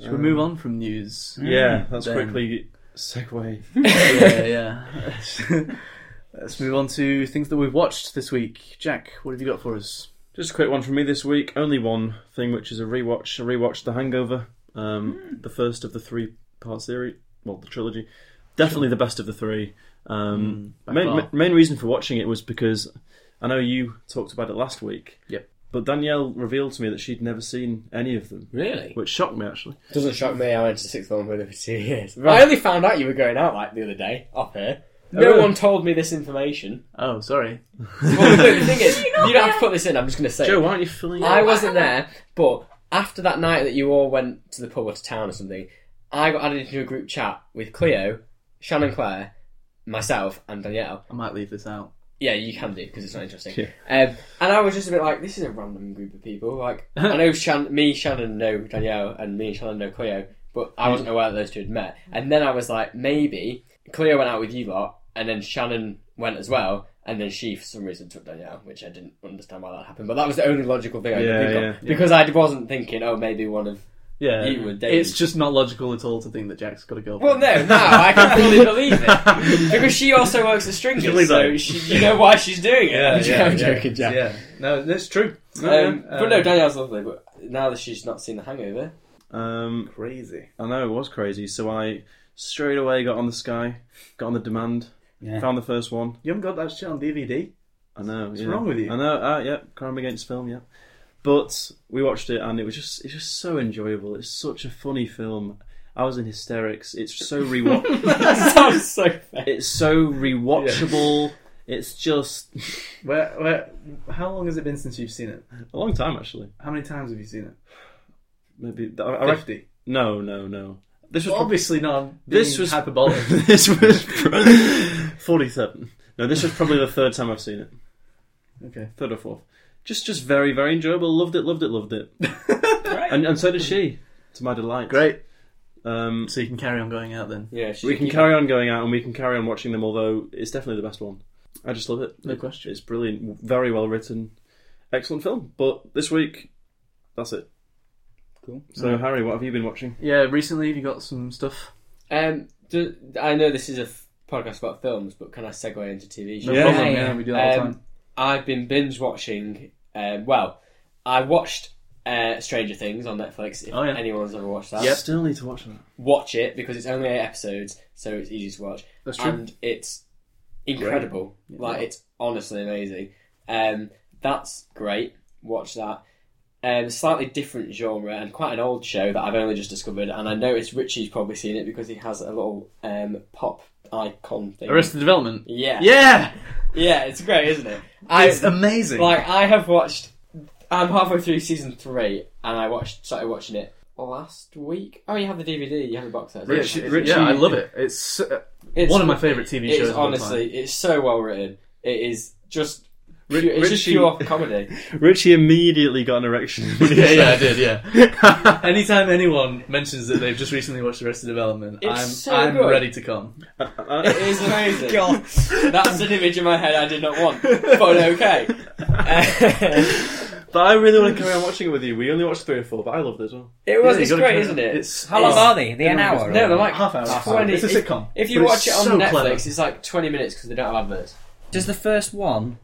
Speaker 1: should we move on from news?
Speaker 2: Yeah, that's
Speaker 1: Mm, Then-
Speaker 2: quickly segue.
Speaker 1: yeah, yeah. Let's move on to things that we've watched this week. Jack, what have you got for us?
Speaker 2: Just a quick one from me this week. Only one thing, which is a rewatch. A rewatch The Hangover, um,
Speaker 1: Mm.
Speaker 2: the first of the three part series. Well, the trilogy. Definitely the best of the three. Um,
Speaker 1: Mm, by
Speaker 2: main,
Speaker 1: far.
Speaker 2: ma- main reason for watching it was because I know you talked about it last week.
Speaker 1: Yep.
Speaker 2: But Danielle revealed to me that she'd never seen any of them,
Speaker 3: Really?
Speaker 2: which shocked me actually.
Speaker 4: Doesn't shock me, I went to sixth form with her for two years. I only found out you were going out like the other day, off here. No
Speaker 2: really?
Speaker 4: one told me this information.
Speaker 1: Oh, sorry.
Speaker 4: Well, look, the thing is, you don't have to put this in, I'm just going to say. it.
Speaker 2: Joe, why aren't you filling? it
Speaker 4: I
Speaker 2: out?
Speaker 4: wasn't there, but after that night that you all went to the pub or to town or something, I got added into a group chat with Cleo, Shannon Clare, myself, and Danielle.
Speaker 1: I might leave this out.
Speaker 4: Yeah, you can do because it's not interesting. Um, and I was just a bit like, this is a random group of people. Like, I know Shan- me, Shannon know Danielle, and me and Shannon know Cleo, but I wasn't aware that those two had met. And then I was like, maybe Cleo went out with you lot, and then Shannon went as well. And then she, for some reason, took Danielle, which I didn't understand why that happened. But that was the only logical thing I could
Speaker 2: Yeah,
Speaker 4: think
Speaker 2: yeah.
Speaker 4: of because I wasn't thinking, oh, maybe one of
Speaker 2: Yeah,
Speaker 4: You were dead.
Speaker 1: It's just not logical at all to think that Jack's got a girlfriend.
Speaker 4: Well, no, no, I can fully believe it because she also works at Stringers,
Speaker 2: Believe
Speaker 4: so
Speaker 2: that.
Speaker 4: she, you know why she's doing it.
Speaker 1: Yeah, yeah,
Speaker 4: I'm
Speaker 1: yeah.
Speaker 4: joking, Jack.
Speaker 1: Yeah, no, that's true.
Speaker 4: Um, but no,
Speaker 1: Uh,
Speaker 4: Danielle's lovely. But now that she's not seen The Hangover,
Speaker 2: Um,
Speaker 1: crazy.
Speaker 2: I know it was crazy. So I straight away got on the Sky, got on the demand,
Speaker 3: Yeah.
Speaker 2: found the first one.
Speaker 1: You haven't got that shit on DVD.
Speaker 2: I know. What's
Speaker 1: wrong with you?
Speaker 2: I know. Uh, yeah, crime against film. Yeah, but we watched it and it was just it's just so enjoyable. It's such a funny film. I was in hysterics. It's so rewatch.
Speaker 4: that sounds so fair.
Speaker 2: it's so rewatchable. It's just
Speaker 1: Where, where? How long has it been since you've seen it?
Speaker 2: a long time actually.
Speaker 1: How many times have you seen it?
Speaker 2: Maybe I, I reckon,
Speaker 1: Fifty.
Speaker 2: no, no, no. This was
Speaker 1: Well,
Speaker 2: probably
Speaker 1: obviously not.
Speaker 2: This
Speaker 1: being
Speaker 2: was-
Speaker 1: hyperbolic.
Speaker 2: this was pro- 47. No, this was probably the third time I've seen it.
Speaker 1: Okay.
Speaker 2: Third or fourth. Just just very, very enjoyable. Loved it, loved it, loved it. and, and so did she, to my delight.
Speaker 1: Great.
Speaker 2: Um,
Speaker 1: So you can carry on going out then.
Speaker 4: Yeah, she's
Speaker 2: we can carry on going out and we can carry on watching them, although it's definitely the best one. I just love it.
Speaker 1: No question.
Speaker 2: It's brilliant, very well written, excellent film. But this week, that's it.
Speaker 3: Cool.
Speaker 2: So, Harry, what have you been watching?
Speaker 1: Yeah. Recently, have you got some stuff?
Speaker 4: Um, do, I know this is a f- podcast about films, but can I segue into TV shows?
Speaker 1: No
Speaker 2: Yeah,
Speaker 1: problem.
Speaker 3: yeah.
Speaker 1: we do that all the
Speaker 4: Um,
Speaker 1: time.
Speaker 4: I've been binge watching. Um, well, I watched uh, Stranger Things on Netflix. If
Speaker 1: Oh, yeah.
Speaker 4: anyone's ever watched that,
Speaker 2: I still need to watch that.
Speaker 4: watch it because it's only eight episodes, so it's easy to watch.
Speaker 1: That's true.
Speaker 4: And it's incredible. Like it's honestly amazing. Um, that's great. Watch that. Um, slightly different genre and quite an old show that I've only just discovered, and I noticed Richie's probably seen it because he has a little um, pop icon thing.
Speaker 1: Arrested Development.
Speaker 4: Yeah,
Speaker 1: Yeah.
Speaker 4: yeah, it's great, isn't it?
Speaker 1: It's
Speaker 4: I
Speaker 1: amazing.
Speaker 4: like. I have watched. I'm halfway through season three, and I watched started watching it last week. Oh, you have the DVD, you have the box set.
Speaker 1: Yeah,
Speaker 4: It's-
Speaker 1: yeah,
Speaker 4: it's-
Speaker 1: yeah, I love it. It's uh,
Speaker 4: it's
Speaker 1: one of my favourite TV
Speaker 4: it
Speaker 1: shows.
Speaker 4: is
Speaker 1: of all time.
Speaker 4: honestly, it's so well written. It is just,
Speaker 2: Ri-
Speaker 4: pure, it's just
Speaker 2: Richie-
Speaker 4: pure comedy.
Speaker 2: Richie immediately got an erection.
Speaker 1: yeah, yeah, I did. Yeah. Anytime anyone mentions that they've just recently watched Arrested Development,
Speaker 4: It's
Speaker 1: I'm
Speaker 4: so
Speaker 1: I'm
Speaker 4: good.
Speaker 1: ready to come.
Speaker 4: It is amazing. That's an image in my head I did not want, but okay. Uh,
Speaker 2: But I really want to carry on watching it with you. We only watched three or four, but I loved it as well.
Speaker 4: it was.
Speaker 1: Yeah, you
Speaker 4: it's
Speaker 1: gotta
Speaker 4: great,
Speaker 1: carry
Speaker 4: isn't
Speaker 1: on.
Speaker 4: it?
Speaker 1: It's- uh,
Speaker 3: How long are they? Are they an hour?
Speaker 4: no, they're like
Speaker 1: Half hour. half hour.
Speaker 4: 20
Speaker 1: It's a
Speaker 4: if-
Speaker 1: sitcom.
Speaker 4: If you
Speaker 1: but it's
Speaker 4: watch it on
Speaker 1: so
Speaker 4: Netflix,
Speaker 1: clever.
Speaker 4: it's like twenty minutes because they don't have adverts.
Speaker 3: Does the first one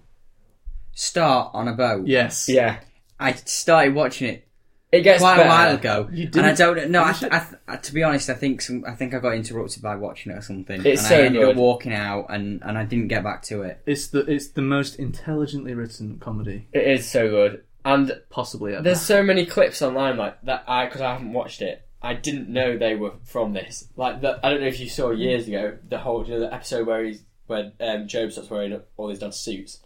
Speaker 3: start on a boat?
Speaker 1: yes.
Speaker 4: Yeah,
Speaker 3: I started watching it
Speaker 4: it gets
Speaker 3: quite a
Speaker 4: better.
Speaker 3: while ago,
Speaker 1: You
Speaker 3: and I
Speaker 1: didn't
Speaker 3: don't know. I, th- I, th- I, to be honest, I think some, I think I got interrupted by watching it or something,
Speaker 4: It's
Speaker 3: and
Speaker 4: so
Speaker 3: I ended
Speaker 4: good.
Speaker 3: up walking out, and, and I didn't get back to it.
Speaker 1: It's the it's the most intelligently written comedy
Speaker 4: It is so good, and
Speaker 1: possibly ever.
Speaker 4: There's so many clips online like that I because I haven't watched it. I didn't know they were from this. Like the, I don't know if you saw years ago the whole you know the episode where he's where um, Job starts wearing all his dad's suits,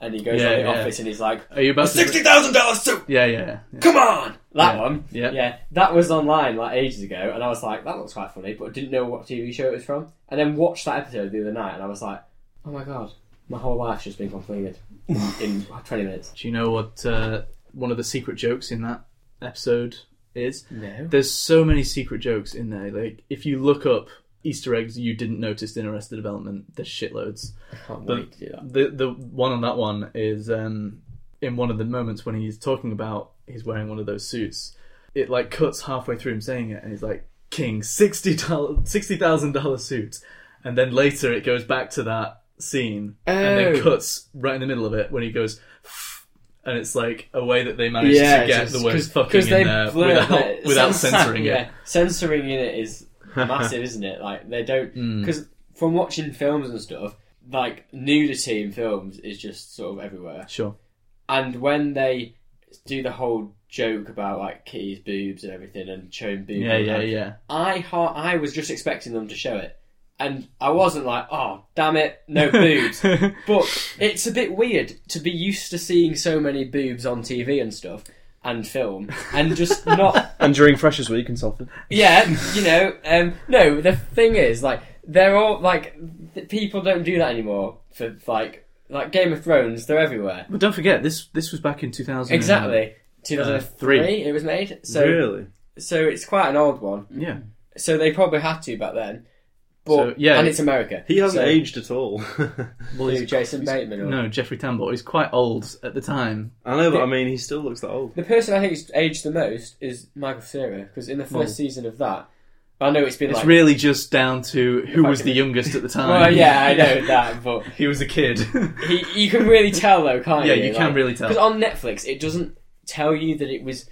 Speaker 4: and he goes
Speaker 1: Yeah,
Speaker 4: on the
Speaker 1: yeah.
Speaker 4: office and he's like
Speaker 1: Are you about
Speaker 4: sixty
Speaker 1: to?
Speaker 4: thousand dollars suit.
Speaker 1: Yeah, yeah, yeah.
Speaker 4: Come on, that
Speaker 1: Yeah.
Speaker 4: one.
Speaker 1: Yeah.
Speaker 4: yeah, that was online like ages ago, and I was like that looks quite funny, but didn't know what TV show it was from. And then watched that episode the other night, and I was like, oh my god, my whole life's just been completed in twenty minutes.
Speaker 1: Do you know what uh, one of the secret jokes in that episode is?
Speaker 4: No.
Speaker 1: There's so many secret jokes in there. Like if you look up Easter eggs you didn't notice in Arrested Development, there's shitloads.
Speaker 4: Can't
Speaker 1: The-
Speaker 4: wait to do that.
Speaker 1: The the one on that one is um, in one of the moments when he's talking about he's wearing one of those suits. It like cuts halfway through him saying it, and he's like, "King sixty dollars sixty thousand dollar suit," and then later it goes back to that scene and
Speaker 4: Oh.
Speaker 1: then cuts right in the middle of it when he goes. And it's like a way that they managed
Speaker 4: Yeah,
Speaker 1: to get
Speaker 4: just-
Speaker 1: the words
Speaker 4: 'cause-
Speaker 1: fucking
Speaker 4: 'cause they
Speaker 1: in there
Speaker 4: blur
Speaker 1: without,
Speaker 4: it.
Speaker 1: without
Speaker 4: Censor-
Speaker 1: censoring
Speaker 4: yeah.
Speaker 1: it.
Speaker 4: Censoring in it is massive, isn't it? Like they don't
Speaker 1: Hmm.
Speaker 4: because from watching films and stuff, like nudity in films is just sort of everywhere.
Speaker 1: Sure.
Speaker 4: And when they do the whole joke about like Kitty's boobs and everything and showing boobs,
Speaker 1: Yeah,
Speaker 4: and
Speaker 1: yeah,
Speaker 4: that,
Speaker 1: yeah.
Speaker 4: I ha- I was just expecting them to show it. And I wasn't like, oh, damn it, no boobs. but it's a bit weird to be used to seeing so many boobs on TV and stuff and film and just not.
Speaker 2: And during Freshers Week in Salford.
Speaker 4: yeah, you know. Um, no, the thing is, like, they're all like th- people don't do that anymore for like like Game of Thrones. They're everywhere.
Speaker 1: But don't forget this. This was back in two thousand.
Speaker 4: Exactly. 2003
Speaker 1: Mm. three.
Speaker 4: it was made so
Speaker 2: really?
Speaker 4: so it's quite an old one
Speaker 1: Yeah.
Speaker 4: so they probably had to back then. But,
Speaker 1: So, yeah,
Speaker 4: and
Speaker 1: it-
Speaker 4: it's America.
Speaker 2: He hasn't
Speaker 4: So-
Speaker 2: aged at all.
Speaker 1: Well,
Speaker 4: Who,
Speaker 1: he's-
Speaker 4: Jason Bateman. Or...
Speaker 1: no, Jeffrey Tambor. He's quite old at the time.
Speaker 2: I know, but I mean, he still looks that old.
Speaker 4: The person I think who's aged the most is Michael Cera because in the first
Speaker 1: Well-
Speaker 4: season of that, I know it's been
Speaker 1: Hmm. It's
Speaker 4: like.
Speaker 1: really just down to who
Speaker 4: I
Speaker 1: was the
Speaker 4: could-
Speaker 1: youngest at the time.
Speaker 4: Well, yeah, I know that, but
Speaker 1: he was a kid.
Speaker 4: he, you can really tell though, can't
Speaker 1: Yeah,
Speaker 4: you?
Speaker 1: you can really tell.
Speaker 4: Because on Netflix, it doesn't tell you that it was,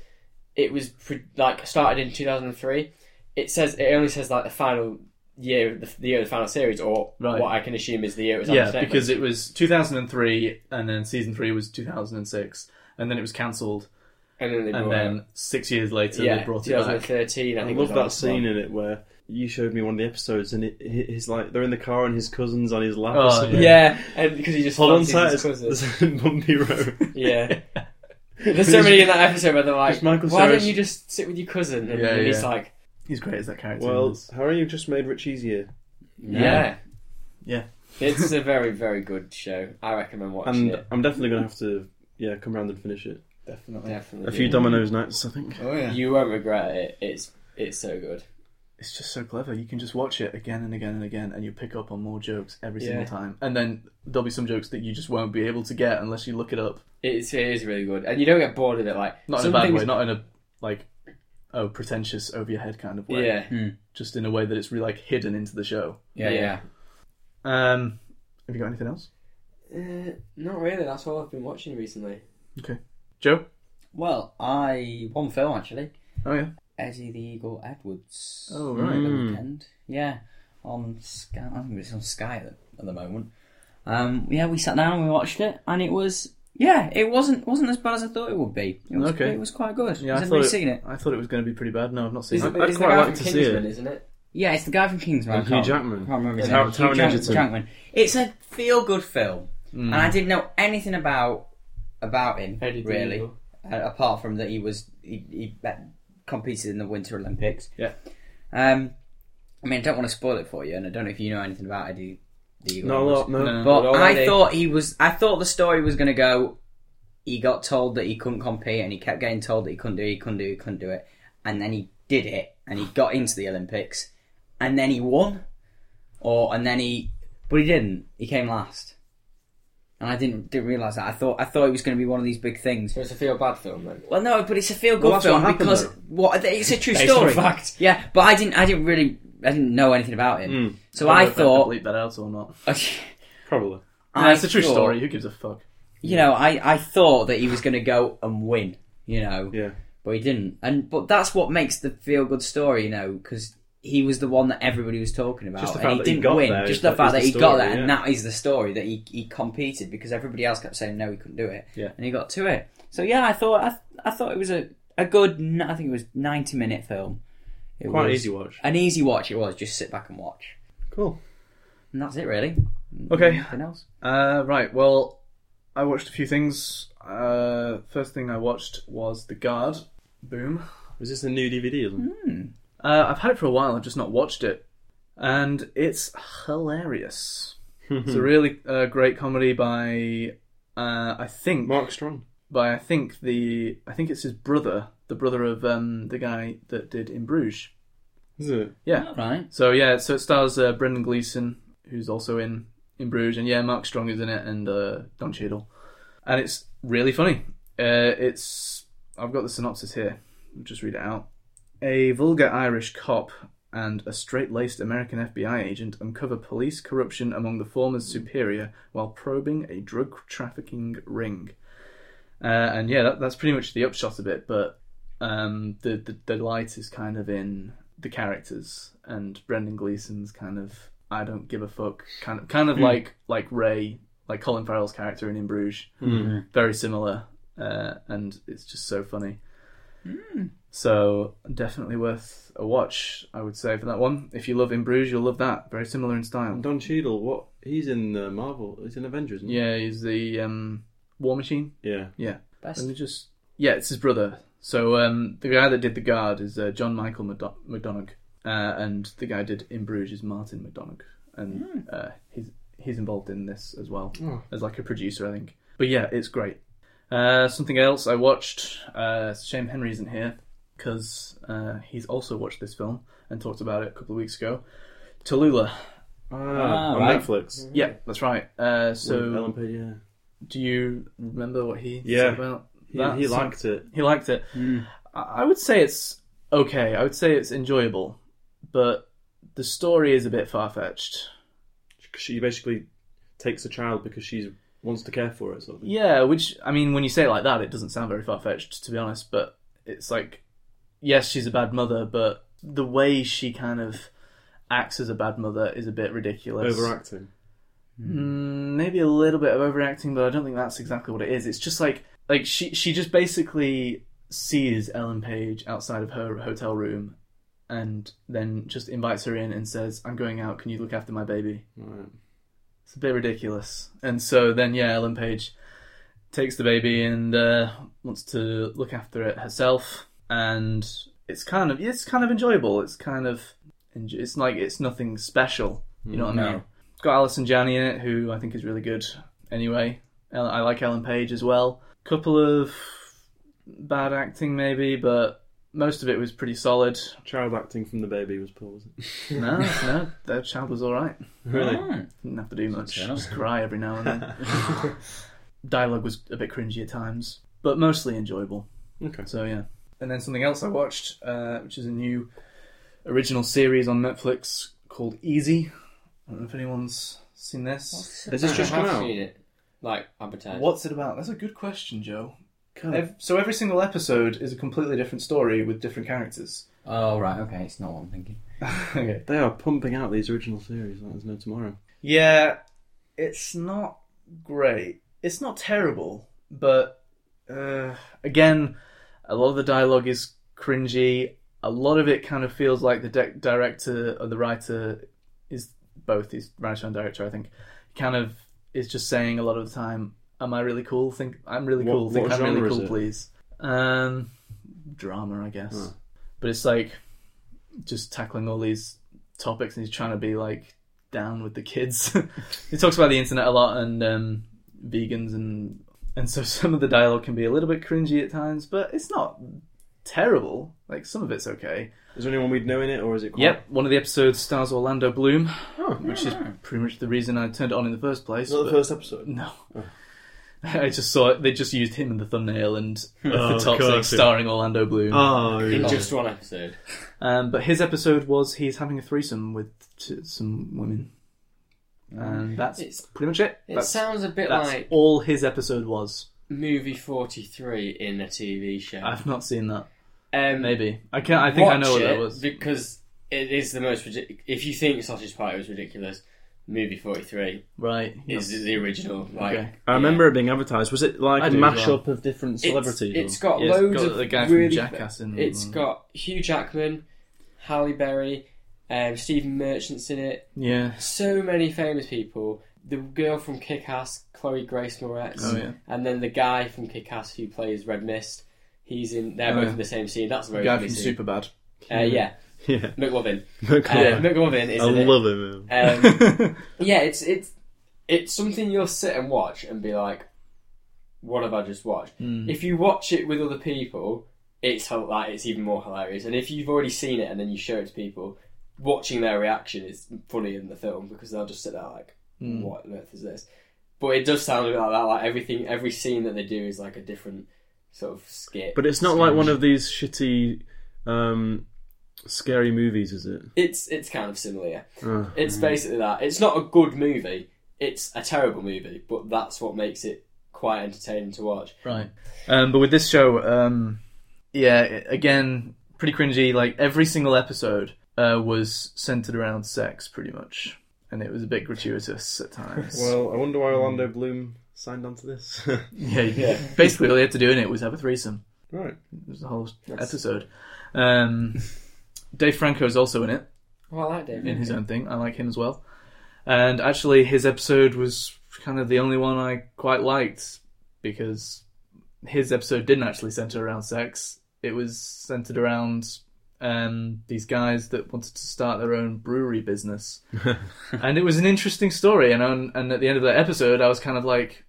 Speaker 4: it was pre- like started in two thousand and three. It says it only says like the final year, the, the year of the final series, or
Speaker 1: Right.
Speaker 4: what I can assume is the year it was. on
Speaker 1: yeah,
Speaker 4: Netflix.
Speaker 1: because it was 2003, and then season three was 2006, and then it was cancelled,
Speaker 4: and then they
Speaker 1: and
Speaker 4: brought
Speaker 1: then
Speaker 4: it.
Speaker 1: six years later
Speaker 4: yeah,
Speaker 1: they brought it back.
Speaker 4: 2013. I,
Speaker 2: I
Speaker 4: think
Speaker 2: love
Speaker 4: it was on
Speaker 2: that
Speaker 4: as
Speaker 2: scene
Speaker 4: well.
Speaker 2: in it where you showed me one of the episodes, and it, he- he's like they're in the car and his cousin's on his lap.
Speaker 1: Oh,
Speaker 2: or something.
Speaker 4: Yeah, and because he just
Speaker 2: Hold on
Speaker 4: fancies
Speaker 2: tight,
Speaker 4: his
Speaker 2: it's-
Speaker 4: cousin.
Speaker 2: there's a bumpy road.
Speaker 4: Yeah. There's so many in that episode where they're like,
Speaker 2: Just Michael
Speaker 4: why
Speaker 2: Cera's-
Speaker 4: don't you just sit with your cousin? And
Speaker 1: Yeah,
Speaker 4: then he's
Speaker 1: yeah.
Speaker 4: like,
Speaker 1: He's great as that character. in
Speaker 2: Well,
Speaker 1: this.
Speaker 2: Harry, you've just made Rich easier.
Speaker 4: yeah.
Speaker 1: Yeah.
Speaker 4: it's a very, very good show. I recommend watching
Speaker 2: And
Speaker 4: it.
Speaker 2: I'm definitely going to have to, yeah, come round and finish it.
Speaker 1: definitely.
Speaker 4: Definitely.
Speaker 2: A few
Speaker 4: do.
Speaker 2: Domino's nights, I think.
Speaker 1: Oh yeah,
Speaker 4: You won't regret it. It's it's so good.
Speaker 1: it's just so clever. You can just watch it again and again and again, and you pick up on more jokes every single
Speaker 4: Yeah.
Speaker 1: time. And then there'll be some jokes that you just won't be able to get unless you look it up.
Speaker 4: It's, it is really good. And you don't get bored of it. Like,
Speaker 1: Not
Speaker 4: some
Speaker 1: in a bad
Speaker 4: things-
Speaker 1: way. Not in a like oh pretentious over your head kind of way. Hmm.
Speaker 4: Yeah.
Speaker 1: Just in a way that it's really like hidden into the show.
Speaker 4: Yeah. yeah.
Speaker 1: Um, have you got anything else,
Speaker 4: Uh, not really. That's all I've been watching recently.
Speaker 1: Joe?
Speaker 3: Well, I one film actually,
Speaker 1: Oh yeah.
Speaker 3: Eddie the Eagle Edwards.
Speaker 1: Oh, right.
Speaker 3: The
Speaker 2: Mm.
Speaker 3: weekend, yeah, on Sky. I think it's on Sky at the, at the moment. Um, yeah, we sat down and we watched it, and it was yeah, it wasn't wasn't as bad as I thought it would be. It was,
Speaker 1: Okay.
Speaker 3: it was quite good.
Speaker 1: Yeah,
Speaker 3: Has
Speaker 1: I thought
Speaker 3: everybody
Speaker 1: it-
Speaker 3: seen it?
Speaker 1: I thought it was going to be pretty bad. No, I've not seen
Speaker 4: Is
Speaker 1: it.
Speaker 4: it,
Speaker 2: I'd
Speaker 4: is
Speaker 2: quite
Speaker 4: the guy
Speaker 2: like
Speaker 4: from
Speaker 2: to see it.
Speaker 4: Kingsman, isn't it?
Speaker 3: Yeah, it's the guy from Kingsman. I
Speaker 2: And Hugh
Speaker 3: can't-
Speaker 2: Jackman.
Speaker 3: I can't remember his
Speaker 2: Tar-
Speaker 3: name.
Speaker 2: Taron
Speaker 3: Hugh Jack-
Speaker 2: Egerton.
Speaker 3: Jackman. It's a feel-good film,
Speaker 1: Hmm.
Speaker 3: and I didn't know anything about about him
Speaker 4: Eddie the
Speaker 3: really,
Speaker 4: Eagle.
Speaker 3: uh, apart from that he was he, he uh, competed in the Winter Olympics.
Speaker 1: Yeah.
Speaker 3: Um, I mean, I don't want to spoil it for you, and I don't know if you know anything about Eddie the Eagle.
Speaker 2: Not a lot, no.
Speaker 1: No.
Speaker 3: But
Speaker 4: Well,
Speaker 3: I
Speaker 4: already-
Speaker 3: thought he was. I thought the story was going to go. He got told that he couldn't compete, and he kept getting told that he couldn't do it, he couldn't do it, he couldn't do it, and then he did it, and he got into the Olympics, and then he won, or and then he, but he didn't. He came last, and I didn't didn't realize that. I thought I thought it was going to be one of these big things.
Speaker 4: So it's a feel bad film then.
Speaker 3: Well, no, but it's a feel good
Speaker 2: Well, that's
Speaker 3: film
Speaker 2: what happened,
Speaker 3: because
Speaker 2: though.
Speaker 3: what it's a true
Speaker 4: Based on
Speaker 3: story.
Speaker 4: fact. Hmm.
Speaker 3: Yeah, but I didn't I didn't really I didn't know anything about him,
Speaker 2: Mm.
Speaker 3: so
Speaker 1: don't
Speaker 3: I,
Speaker 1: know if have
Speaker 3: thought.
Speaker 1: to bleep that out or not.
Speaker 2: Probably.
Speaker 1: No, it's a true
Speaker 3: thought-
Speaker 1: story. Who gives a fuck?
Speaker 3: you know, I, I thought that he was going to go and win, you know,
Speaker 2: Yeah.
Speaker 3: but he didn't. And but that's what makes the feel good story, you know, because he was the one that everybody was talking about,
Speaker 2: Just the
Speaker 3: and
Speaker 2: fact
Speaker 3: he
Speaker 2: that he
Speaker 3: didn't
Speaker 2: got
Speaker 3: win.
Speaker 2: there
Speaker 3: Just
Speaker 2: is
Speaker 3: the
Speaker 2: the-
Speaker 3: fact that
Speaker 2: is
Speaker 3: he
Speaker 2: the
Speaker 3: got
Speaker 2: story,
Speaker 3: there, and
Speaker 2: yeah.
Speaker 3: that is the story that he, he competed because everybody else kept saying no, he couldn't do it,
Speaker 1: Yeah.
Speaker 3: and he got to it. So yeah, I thought I, I thought it was a a good, n- I think it was ninety minute film. It
Speaker 2: Quite an
Speaker 3: was
Speaker 2: easy watch.
Speaker 3: An easy watch it was. Just sit back and watch,
Speaker 2: Cool.
Speaker 3: and that's it really.
Speaker 1: Okay.
Speaker 3: Nothing else.
Speaker 1: Uh, right. Well, I watched a few things. Uh, first thing I watched was The Guard. Boom.
Speaker 2: Was this a new DVD? Isn't it?
Speaker 1: Uh, I've had it for a while. I've just not watched it, and it's hilarious. it's a really uh, great comedy by, uh, I think,
Speaker 2: Mark Strong.
Speaker 1: by I think the I think it's his brother, the brother of um, the guy that did In Bruges.
Speaker 2: Is it?
Speaker 1: Yeah.
Speaker 3: All right.
Speaker 1: So yeah, so it stars uh, Brendan Gleeson, who's also in in Bruges, and yeah, Mark Strong is in it, and uh, Don Cheadle, and it's really funny. Uh, it's I've got the synopsis here. I'll just read it out. A vulgar Irish cop and a straight-laced American FBI agent uncover police corruption among the former's superior while probing a drug trafficking ring. Uh, and yeah, that, that's pretty much the upshot of it. But um, the, the the light is kind of in the characters and Brendan Gleeson's kind of I don't give a fuck kind of kind of like like Ray like Colin Farrell's character in In Bruges very similar uh, and it's just so funny so definitely worth a watch I would say for that one if you love In Bruges you'll love that very similar in style
Speaker 2: And Don Cheadle. What? He's in uh, Marvel. He's in Avengers. Isn't he?
Speaker 1: yeah he's the um, War Machine
Speaker 2: Yeah.
Speaker 1: yeah
Speaker 3: Best.
Speaker 1: and they just yeah it's his brother so um, the guy that did the guard is uh, john michael McDo- mcdonough uh, and the guy did in bruges is martin mcdonough and uh, he's he's involved in this as well as like a producer i think but yeah it's great uh, something else i watched uh, it's a shame henry isn't here because uh, he's also watched this film and talked about it a couple of weeks ago Tallulah.
Speaker 2: Ah, on
Speaker 3: right.
Speaker 2: Netflix.
Speaker 1: Yeah, that's right. Uh, so,
Speaker 2: LMP, yeah.
Speaker 1: do you remember what he
Speaker 2: Yeah.
Speaker 1: said about
Speaker 2: He,
Speaker 1: that?
Speaker 2: he
Speaker 1: So-
Speaker 2: liked it.
Speaker 1: He liked it. I I would say it's okay. I would say it's enjoyable, but the story is a bit far fetched.
Speaker 2: She basically takes a child because she wants to care for it. Sort of thing.
Speaker 1: Yeah, which I mean, when you say it like that, it doesn't sound very far fetched, to be honest. But it's like, yes, she's a bad mother, but the way she kind of acts as a bad mother is a bit ridiculous.
Speaker 2: Overacting.
Speaker 1: Mm, maybe a little bit of overacting, but I don't think that's exactly what it is. It's just like like she she just basically sees Ellen Page outside of her hotel room, and then just invites her in and says, "I'm going out. Can you look after my baby?"
Speaker 2: Right.
Speaker 1: It's a bit ridiculous. And so then yeah, Ellen Page takes the baby and uh, wants to look after it herself, and it's kind of it's kind of enjoyable. It's kind of enj- it's like it's nothing special. You know what I mean?
Speaker 3: No.
Speaker 1: It's got Alison Janney in it, who I think is really good anyway. El- I like Ellen Page as well. Couple of bad acting maybe, but most of it was pretty solid.
Speaker 2: Child acting from the baby was poor, wasn't it?
Speaker 1: No, no, their child was all right.
Speaker 2: Really?
Speaker 1: Didn't have to do much.
Speaker 3: enough.
Speaker 1: Just cry every now and then. Dialogue was a bit cringy at times, but mostly enjoyable.
Speaker 2: Okay.
Speaker 1: So yeah. And then something else I watched, uh, which is a new original series on Netflix called Easy. I don't know if anyone's seen this.
Speaker 2: Has this just
Speaker 4: I
Speaker 2: come
Speaker 4: have
Speaker 2: out?
Speaker 4: seen it, like advertised.
Speaker 1: What's it about? That's a good question, Joe. Ev- so every single episode is a completely different story with different characters.
Speaker 3: Oh right, okay, it's not what I'm thinking.
Speaker 1: okay.
Speaker 2: They are pumping out these original series. Like there's no tomorrow.
Speaker 1: Yeah, it's not great. It's not terrible, but uh, again, a lot of the dialogue is cringy. A lot of it kind of feels like the de- director or the writer is both. He's writer and director, I think. Kind of is just saying a lot of the time, "Am I really cool? Think I'm really
Speaker 2: What-
Speaker 1: cool. Think
Speaker 2: what
Speaker 1: I'm really
Speaker 2: genre is
Speaker 1: cool,
Speaker 2: it?"
Speaker 1: please." Um, drama, I guess.
Speaker 2: Huh.
Speaker 1: But it's like just tackling all these topics, and he's trying to be like down with the kids. he talks about the internet a lot and um, vegans, and and so some of the dialogue can be a little bit cringy at times, but it's not terrible. Like some of it's okay.
Speaker 2: Is there anyone we'd know in it, or is it? Quite...
Speaker 1: Yep, one of the episodes stars Orlando Bloom,
Speaker 4: Oh,
Speaker 1: which is pretty much the reason I turned it on in the first place.
Speaker 2: Not the
Speaker 1: but-
Speaker 2: first Oh. episode.
Speaker 1: No. I just saw it. They just used him in the thumbnail and
Speaker 2: Oh,
Speaker 1: the top
Speaker 2: of
Speaker 1: saying
Speaker 2: course.
Speaker 1: starring Orlando Bloom.
Speaker 2: Oh,
Speaker 4: in just one episode?
Speaker 1: Um, but his episode was he's having a threesome with t- some women, and that's
Speaker 4: It's-
Speaker 1: pretty much it.
Speaker 4: It
Speaker 1: that's
Speaker 4: sounds a bit
Speaker 1: that's
Speaker 4: like
Speaker 1: all his episode was.
Speaker 4: movie forty three in a TV show.
Speaker 1: I've not seen that.
Speaker 4: um,
Speaker 1: Maybe I can not I think I know
Speaker 4: watch
Speaker 1: what that
Speaker 4: it,
Speaker 1: was.
Speaker 4: because it is the most. ridic- If you think Sausage Party was ridiculous, movie forty three
Speaker 1: Right.
Speaker 4: is the original. Like
Speaker 1: Okay.
Speaker 2: I remember it being advertised. Was it like
Speaker 1: I
Speaker 2: a
Speaker 1: do as well.
Speaker 2: mashup of different
Speaker 4: It's-
Speaker 2: celebrities?
Speaker 4: it's got
Speaker 1: Yeah, it's
Speaker 4: loads
Speaker 1: got
Speaker 4: of
Speaker 1: the guy from
Speaker 4: really
Speaker 1: Jackass in
Speaker 4: It's
Speaker 1: it.
Speaker 4: got Hugh Jackman, Halle Berry, um, Stephen Merchant's in it.
Speaker 1: Yeah.
Speaker 4: So many famous people. The girl from Kick-Ass, Chloe Grace Moretz,
Speaker 1: Oh, yeah.
Speaker 4: and then the guy from Kick-Ass who plays Red Mist. He's in. They're
Speaker 1: Oh,
Speaker 4: both
Speaker 1: yeah.
Speaker 4: in the same scene. That's very
Speaker 1: Guy
Speaker 4: funny
Speaker 1: from
Speaker 4: scene.
Speaker 1: Superbad.
Speaker 4: Uh, yeah,
Speaker 2: or- Mm-hmm. yeah.
Speaker 4: McLovin. Uh,
Speaker 2: I
Speaker 4: McLovin is in it.
Speaker 2: love him.
Speaker 4: Um, yeah, it's it's it's something you'll sit and watch and be like, "What have I just watched?"
Speaker 2: Mm.
Speaker 4: If you watch it with other people, it's hel- like it's even more hilarious. And if you've already seen it and then you show it to people, watching their reaction is funny in the film because they'll just sit there like,
Speaker 2: Mm.
Speaker 4: "What on earth is this?" But it does sound a bit like that. Like everything, every scene that they do is like a different sort of skit.
Speaker 2: But it's not like one of these shitty, um, scary movies, is it?
Speaker 4: it's it's kind of similar. yeah.
Speaker 2: Oh.
Speaker 3: Mm.
Speaker 4: It's basically that. It's not a good movie. It's a terrible movie, but that's what makes it quite entertaining to watch.
Speaker 1: Right. Um, but with this show, um, yeah, i- again, pretty cringy. Like every single episode uh, was centered around sex, pretty much, and it was a bit gratuitous at times.
Speaker 2: Well, I wonder why Orlando Bloom signed on to this.
Speaker 1: yeah, yeah. Basically, all you had to do in it was have a threesome.
Speaker 2: right.
Speaker 1: It was the whole episode. Um, Dave Franco is also in it
Speaker 4: Well, I like David.
Speaker 1: in his own thing. I like him as well. And actually, his episode was kind of the only one I quite liked because his episode didn't actually center around sex. It was centered around um, these guys that wanted to start their own brewery business, and it was an interesting story. And on, and at the end of that episode, I was kind of like,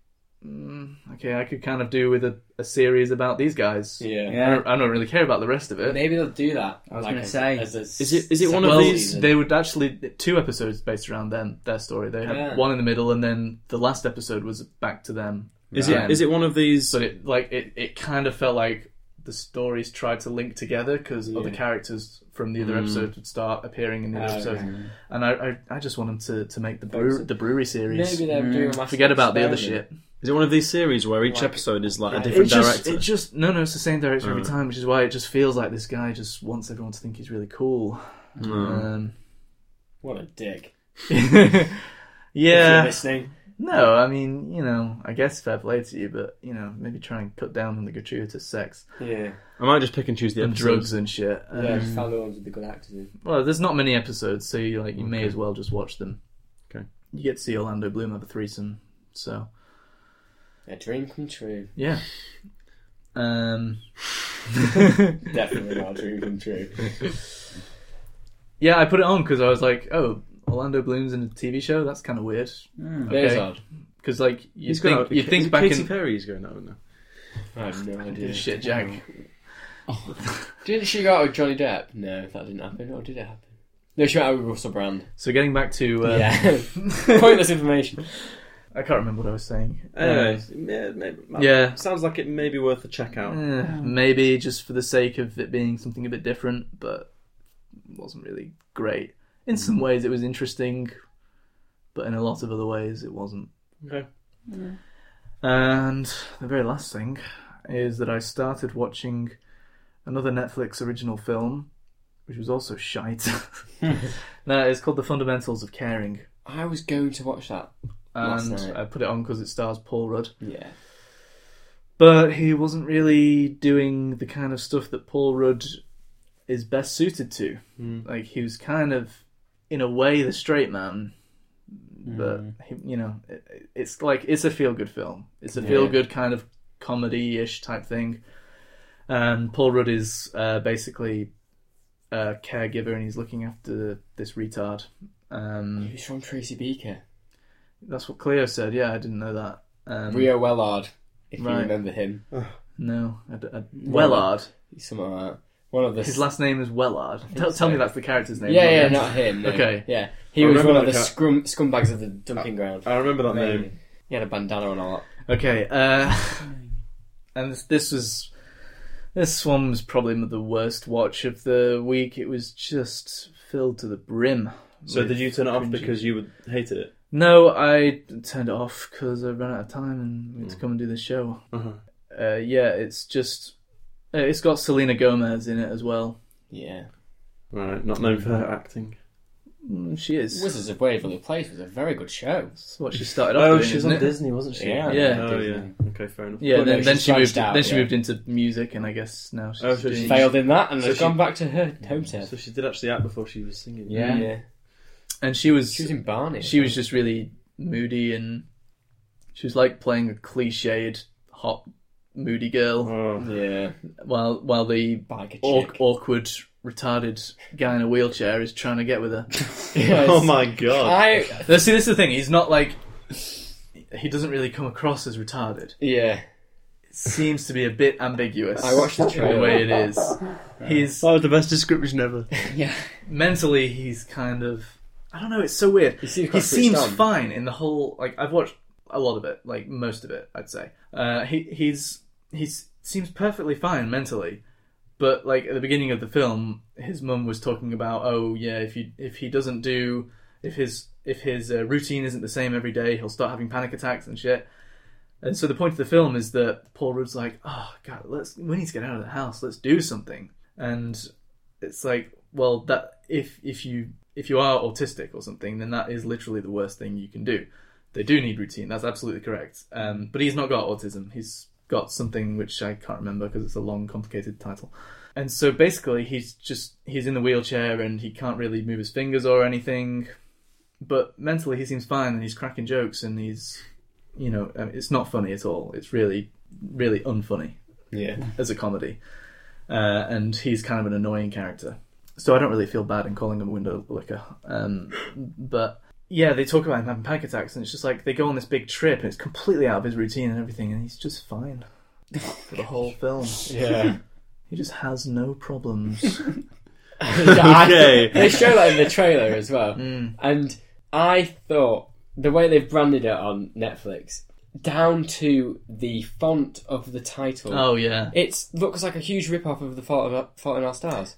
Speaker 1: "Mm, okay, I could kind of do with a, a series about these guys.
Speaker 4: Yeah.
Speaker 1: I, don't, I don't really care about the rest of it.
Speaker 4: Maybe they'll do that. I
Speaker 3: was gonna say.
Speaker 2: Is it- is it one of
Speaker 1: well,
Speaker 2: these-
Speaker 1: they would actually two episodes based around them their story. They had
Speaker 4: Yeah.
Speaker 1: one in the middle, and then the last episode was back to them.
Speaker 2: Is
Speaker 1: Um,
Speaker 2: it is it one of these?
Speaker 1: But it like it, it kind of felt like the stories tried to link together because other characters from the other
Speaker 2: Hmm.
Speaker 1: episodes would start appearing in the other
Speaker 4: Oh,
Speaker 1: episodes, and I, I I just want them to to make the brew, the brewery series.
Speaker 4: Maybe they'll do a massive
Speaker 1: Forget about the other
Speaker 4: experiment.
Speaker 1: shit.
Speaker 2: Is it one of these series where each episode is like a
Speaker 1: It
Speaker 2: different
Speaker 1: just,
Speaker 2: director?
Speaker 1: it just no no it's the same director
Speaker 4: Oh.
Speaker 1: every
Speaker 2: Right.
Speaker 1: time, which is why it just feels like this guy just wants everyone to think he's really cool.
Speaker 4: Oh.
Speaker 1: Um,
Speaker 4: What a dick. If you're
Speaker 1: yeah,
Speaker 4: listening.
Speaker 1: No, I mean, you know, I guess fair play to you, but you know, maybe try and cut down on the gratuitous sex
Speaker 4: Yeah.
Speaker 2: I might just pick and choose the
Speaker 1: and
Speaker 2: episodes.
Speaker 1: drugs and shit. Um,
Speaker 4: Yeah, just found the ones with the good actors in.
Speaker 1: Well, there's not many episodes, so you like you may as well just watch them.
Speaker 2: Okay.
Speaker 1: You get to see Orlando Bloom have a threesome, so
Speaker 4: A dream come true.
Speaker 1: yeah. Um,
Speaker 4: Definitely not a dream come true.
Speaker 1: yeah, I put it on because I was like, oh, Orlando Bloom's in a TV show. That's kind of weird.
Speaker 4: Hmm. There's
Speaker 1: Okay.
Speaker 4: odd.
Speaker 1: Because like you
Speaker 2: He's
Speaker 1: think
Speaker 2: got
Speaker 1: you think back
Speaker 2: Katy
Speaker 1: in Oh,
Speaker 2: Perry is going out now.
Speaker 4: I have no idea.
Speaker 1: shit, Jack.
Speaker 4: Didn't she go out with Johnny Depp? No, that didn't happen. Or did it happen? No, she went out with Russell Brand.
Speaker 1: So getting back to uh,
Speaker 4: yeah. Pointless information.
Speaker 1: I can't remember what I was saying.
Speaker 2: Anyway, Uh, yeah, maybe,
Speaker 1: Yeah.
Speaker 2: sounds like it may be worth a check out.
Speaker 1: Eh, maybe just for the sake of it being something a bit different, but it wasn't really great.
Speaker 2: Mm.
Speaker 1: In some ways, it was interesting, but in a lot of other ways, it wasn't.
Speaker 2: Okay.
Speaker 1: And the very last thing is that I started watching another Netflix original film, which was also shite. no, it's called The Fundamentals of Caring,
Speaker 4: I was going to watch that. Last
Speaker 1: and
Speaker 4: night.
Speaker 1: I put it on because it stars Paul Rudd.
Speaker 4: Yeah.
Speaker 1: but he wasn't really doing the kind of stuff that Paul Rudd is best suited to.
Speaker 4: Hmm.
Speaker 1: Like he was kind of, in a way, the straight man. But
Speaker 4: Hmm.
Speaker 1: he, you know, it, it's like it's a feel-good film. It's a feel-good kind of comedy-ish type thing. And Paul Rudd is uh, basically a caregiver, and he's looking after this retard. Um,
Speaker 4: He's from Tracy Beaker.
Speaker 1: that's what Cleo said. Yeah, I didn't know that. Um,
Speaker 4: Rio Wellard, if you
Speaker 1: Right.
Speaker 4: remember him.
Speaker 1: No, I d I Wellard.
Speaker 4: He's something like that. One of the.
Speaker 1: His last name is Wellard. Tell, tell me that's the character's name.
Speaker 4: Yeah,
Speaker 1: not
Speaker 4: yeah,
Speaker 1: him.
Speaker 4: not him. no.
Speaker 1: Okay.
Speaker 4: Yeah. He
Speaker 2: I
Speaker 4: was
Speaker 2: remember
Speaker 4: one of the
Speaker 2: that cat.
Speaker 4: scrum, scumbags of the dumping ground.
Speaker 1: Oh,
Speaker 2: I remember that name.
Speaker 4: He had a bandana on a lot.
Speaker 1: Okay. Uh, and this, this was this one was probably the worst watch of the week. It was just filled to the brim.
Speaker 2: So
Speaker 1: with
Speaker 2: did you turn it off
Speaker 1: cringy-
Speaker 2: because you would- hated it?
Speaker 1: No, I turned it off because I ran out of time and we had to
Speaker 2: Mm.
Speaker 1: come and do this show.
Speaker 4: Mm-hmm.
Speaker 2: Uh-huh.
Speaker 1: Uh, yeah, it's just uh, it's got Selena Gomez in it as well.
Speaker 4: Yeah.
Speaker 2: Right, not known for her acting.
Speaker 1: Mm, She is.
Speaker 4: Wizards of Waverly Place was a very good show.
Speaker 1: That's what she started off
Speaker 4: Oh,
Speaker 1: doing. isn't it?
Speaker 2: Oh, Disney, wasn't she?
Speaker 4: Yeah.
Speaker 1: Yeah.
Speaker 2: Oh yeah. Okay, fair enough.
Speaker 1: Yeah,
Speaker 4: But no,
Speaker 1: then,
Speaker 4: she
Speaker 1: then she
Speaker 4: branched
Speaker 1: moved.
Speaker 4: out,
Speaker 1: then she
Speaker 4: yeah.
Speaker 1: moved into music, and I guess now she's
Speaker 2: Oh, so
Speaker 1: doing-
Speaker 2: she-
Speaker 4: Failed in that and
Speaker 2: So
Speaker 4: has
Speaker 2: she-
Speaker 4: gone back to her hometown.
Speaker 2: So she did actually act before she was singing.
Speaker 4: Yeah.
Speaker 1: and she was
Speaker 4: She was in Barney.
Speaker 1: she was just really moody, and she was like playing a cliched hot moody girl,
Speaker 2: Oh.
Speaker 4: Yeah.
Speaker 1: while while the
Speaker 4: Bag of
Speaker 1: awk-
Speaker 4: chick.
Speaker 1: awkward retarded guy in a wheelchair is trying to get with her.
Speaker 4: Yes.
Speaker 2: Oh my god.
Speaker 4: I
Speaker 1: Now, See, this is the thing. He's not like he doesn't really come across as retarded.
Speaker 4: yeah.
Speaker 1: Seems to be a bit ambiguous.
Speaker 4: I watched the
Speaker 1: the
Speaker 4: trailer.
Speaker 1: way it is. He's
Speaker 2: Oh, the best description ever.
Speaker 3: Yeah.
Speaker 1: mentally he's kind of I don't know, it's so weird. He seems,
Speaker 4: seems quite switched on.
Speaker 1: fine in the whole like I've watched a lot of it, like most of it, I'd say. Uh he he's he's seems perfectly fine mentally. But like at the beginning of the film, his mum was talking about, oh yeah, if you if he doesn't do if his if his uh, routine isn't the same every day, he'll start having panic attacks and shit. And so the point of the film is that Paul Rudd's like, oh god, let's we need to get out of the house, let's do something. And it's like well that if if you if you are autistic or something then that is literally the worst thing you can do they do need routine that's absolutely correct um, but he's not got autism he's got something which i can't remember because it's a long complicated title and so basically he's just he's in the wheelchair and he can't really move his fingers or anything but mentally he seems fine and he's cracking jokes and he's you know um, it's not funny at all it's really really unfunny
Speaker 4: Yeah.
Speaker 1: as a comedy, uh, and he's kind of an annoying character. So I don't really feel bad in calling him a window licker, um, but yeah, they talk about him having panic attacks, and it's just like they go on this big trip, and it's completely out of his routine and everything, and he's just fine for the whole film.
Speaker 2: Yeah.
Speaker 1: He just has no problems.
Speaker 2: Okay.
Speaker 4: they show that in the trailer as well. And I thought the way they've branded it on Netflix, down to the font of the title,
Speaker 1: oh yeah,
Speaker 4: it looks like a huge rip off of the Fault in Our- Fault in Our Stars.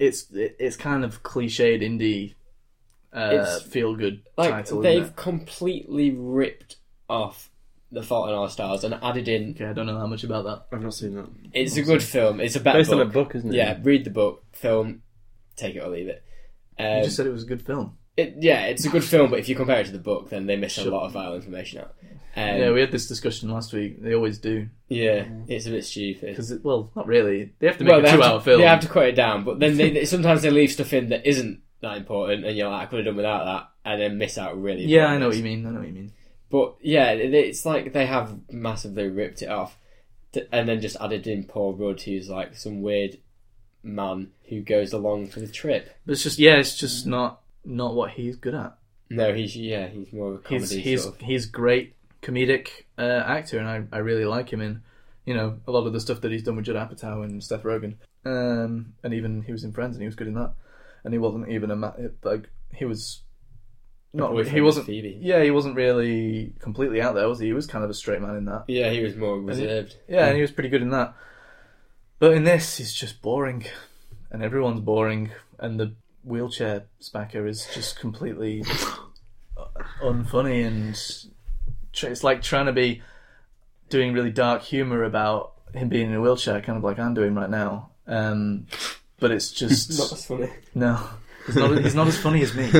Speaker 1: it's it, it's kind of cliched indie, uh,
Speaker 4: It's-
Speaker 1: feel good
Speaker 4: Like
Speaker 1: title. isn't
Speaker 4: they've
Speaker 1: it?
Speaker 4: completely ripped off the Fault in Our Stars and added in.
Speaker 1: Okay, I don't know that much about that.
Speaker 2: I've not seen that.
Speaker 4: It's a good film. It's a better
Speaker 2: Based
Speaker 4: book.
Speaker 2: on a book, isn't it?
Speaker 4: Yeah, read the book, film, take it or leave it. Um,
Speaker 1: You just said it was a good film.
Speaker 4: It, yeah, it's a good film, but if you compare it to the book, then they miss a lot of vital information out. Um,
Speaker 1: yeah,
Speaker 4: yeah,
Speaker 1: we had this discussion last week. They always do
Speaker 4: it's a bit stupid.
Speaker 1: because well, not really. They have to make
Speaker 4: Well,
Speaker 1: a
Speaker 4: they have,
Speaker 1: two-hour
Speaker 4: to,
Speaker 1: film.
Speaker 4: they have to cut it down, but then they, they- sometimes they leave stuff in that isn't that important, and you're like, I could have done without that, and then miss out really.
Speaker 1: yeah,
Speaker 4: important
Speaker 1: I know what
Speaker 4: bits.
Speaker 1: you mean. I know what you mean.
Speaker 4: But yeah, it- it's like they have massively ripped it off, t- and then just added in Paul Rudd, who's like some weird man who goes along for the trip.
Speaker 1: But it's just yeah, it's just not not what he's good at.
Speaker 4: No, he's yeah, he's more of a comedy.
Speaker 1: he's he's
Speaker 4: sort of.
Speaker 1: he's great comedic uh, actor, and I, I really like him in you know a lot of the stuff that he's done with Judd Apatow and Seth Rogen, um, and even he was in Friends and he was good in that, and he wasn't even a ma- like he was not
Speaker 4: boyfriend
Speaker 1: he wasn't
Speaker 4: of Phoebe.
Speaker 1: yeah he wasn't really completely out there was he he was kind of a straight man in that
Speaker 4: Yeah, he was more reserved.
Speaker 1: yeah and he was pretty good in that, but in this he's just boring, and everyone's boring, and the wheelchair spacker is just completely unfunny and tr- it's like trying to be doing really dark humor about him being in a wheelchair, kind of like I'm doing right now. Um, but it's
Speaker 4: Not
Speaker 1: just
Speaker 4: as funny.
Speaker 1: no. He's not, he's not as funny as me.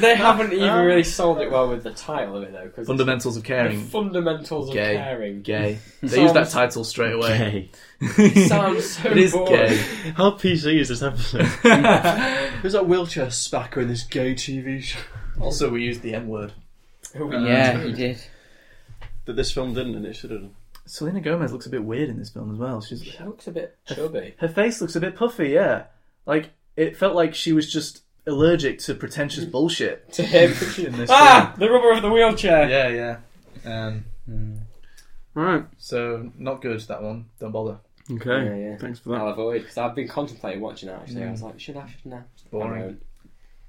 Speaker 4: They haven't even really sold it well with Ah, the title of it though, because
Speaker 1: Fundamentals of
Speaker 4: the
Speaker 1: caring.
Speaker 4: fundamentals of
Speaker 1: Gay.
Speaker 4: caring.
Speaker 1: Gay. They
Speaker 4: Sounds-
Speaker 1: use that title straight away.
Speaker 2: Okay.
Speaker 4: Sounds so
Speaker 1: it is
Speaker 4: boring.
Speaker 1: gay.
Speaker 2: How PC is this episode? There's that wheelchair spacker in this gay TV show
Speaker 1: Also, we used the N word.
Speaker 3: yeah, you did.
Speaker 2: that this film didn't, and it should have. done.
Speaker 1: Selena Gomez looks a bit weird in this film as well. She's
Speaker 4: She looks a bit chubby.
Speaker 1: her face looks a bit puffy. Yeah, like it felt like she was just allergic to pretentious bullshit.
Speaker 4: to him.
Speaker 1: In this
Speaker 4: ah, the rubber of the wheelchair.
Speaker 1: Yeah, yeah. Um,
Speaker 2: Right.
Speaker 1: so not good that one. Don't bother.
Speaker 2: Okay.
Speaker 4: Yeah, yeah.
Speaker 2: Thanks for that.
Speaker 4: I'll avoid because I've been contemplating watching that actually. I was like, should I? Should I? I
Speaker 1: Boring.
Speaker 4: won't.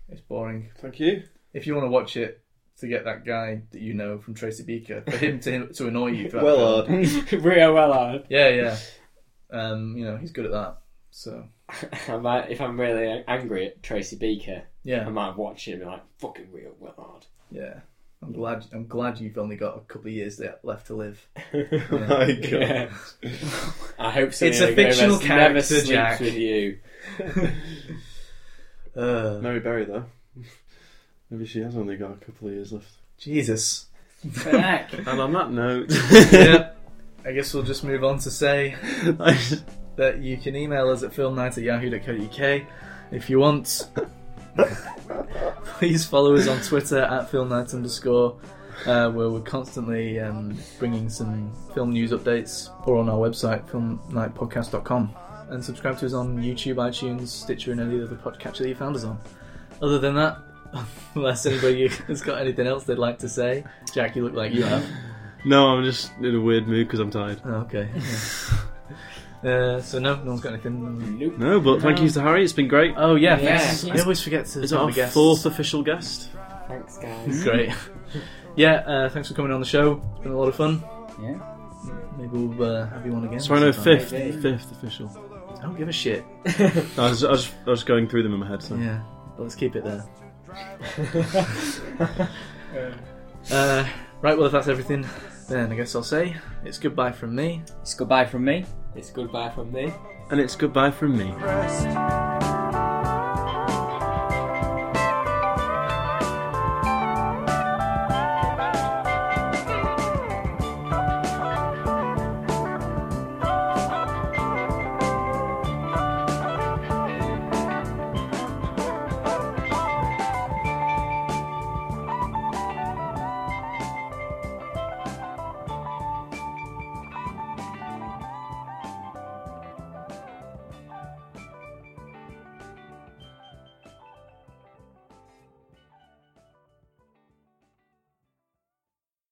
Speaker 1: It's boring.
Speaker 2: Thank you.
Speaker 1: If you want to watch it to get that guy that you know from Tracy Beaker, for him to to annoy you. Throughout the film.
Speaker 2: Well, uh,
Speaker 4: Um, Real well on.
Speaker 1: Yeah, yeah. Um, you know he's good at that. So
Speaker 4: I might, if I'm really angry at Tracy Beaker, I
Speaker 2: Um,
Speaker 1: yeah,
Speaker 4: might watch it and be like, fucking real well
Speaker 1: yeah. I'm glad. I'm glad you've only got a couple of years le- left to live.
Speaker 4: Oh
Speaker 2: my God.
Speaker 4: Yeah. I hope so.
Speaker 1: It's a fictional
Speaker 4: never
Speaker 1: character,
Speaker 4: sleeps
Speaker 1: Jack.
Speaker 4: with you.
Speaker 1: Uh,
Speaker 2: Mary Berry though. Maybe she has only got a couple of years left.
Speaker 1: Jesus.
Speaker 2: And on that note,
Speaker 1: yep. I guess we'll just move on to say that you can email us at filmnight at yahoo.co.uk if you want. Please follow us on Twitter at filmnight underscore, uh, where we're constantly um, bringing some film news updates, or on our website, filmnightpodcast.com. And subscribe to us on YouTube, iTunes, Stitcher, and any other podcatcher that you found us on. Other than that, unless anybody has got anything else they'd like to say, Jack, you look like you have.
Speaker 2: no, I'm just in a weird mood because I'm tired.
Speaker 1: Okay. yeah. uh, so no, no one's got anything.
Speaker 4: Nope.
Speaker 2: No, but thank you to Harry. It's been great.
Speaker 1: Oh yeah,
Speaker 4: Yeah.
Speaker 1: thanks. I always forget to.
Speaker 2: Is
Speaker 1: tell
Speaker 2: our
Speaker 1: the guests.
Speaker 2: fourth official guest?
Speaker 4: Thanks, guys.
Speaker 1: Great. yeah, uh, thanks for coming on the show. It's been a lot of fun.
Speaker 3: Yeah.
Speaker 1: Maybe we'll uh, have you on again.
Speaker 2: Sorry, no,
Speaker 1: sometime.
Speaker 2: fifth.
Speaker 4: Maybe.
Speaker 2: Fifth official.
Speaker 1: I don't give a shit.
Speaker 2: I was, I, was, I was going through them in my head. So.
Speaker 1: Yeah, but let's keep it there. uh, right. Well, if that's everything, then I guess I'll say it's goodbye from me.
Speaker 3: It's goodbye from me.
Speaker 4: It's goodbye from me.
Speaker 2: And it's goodbye from me.
Speaker 7: Rest.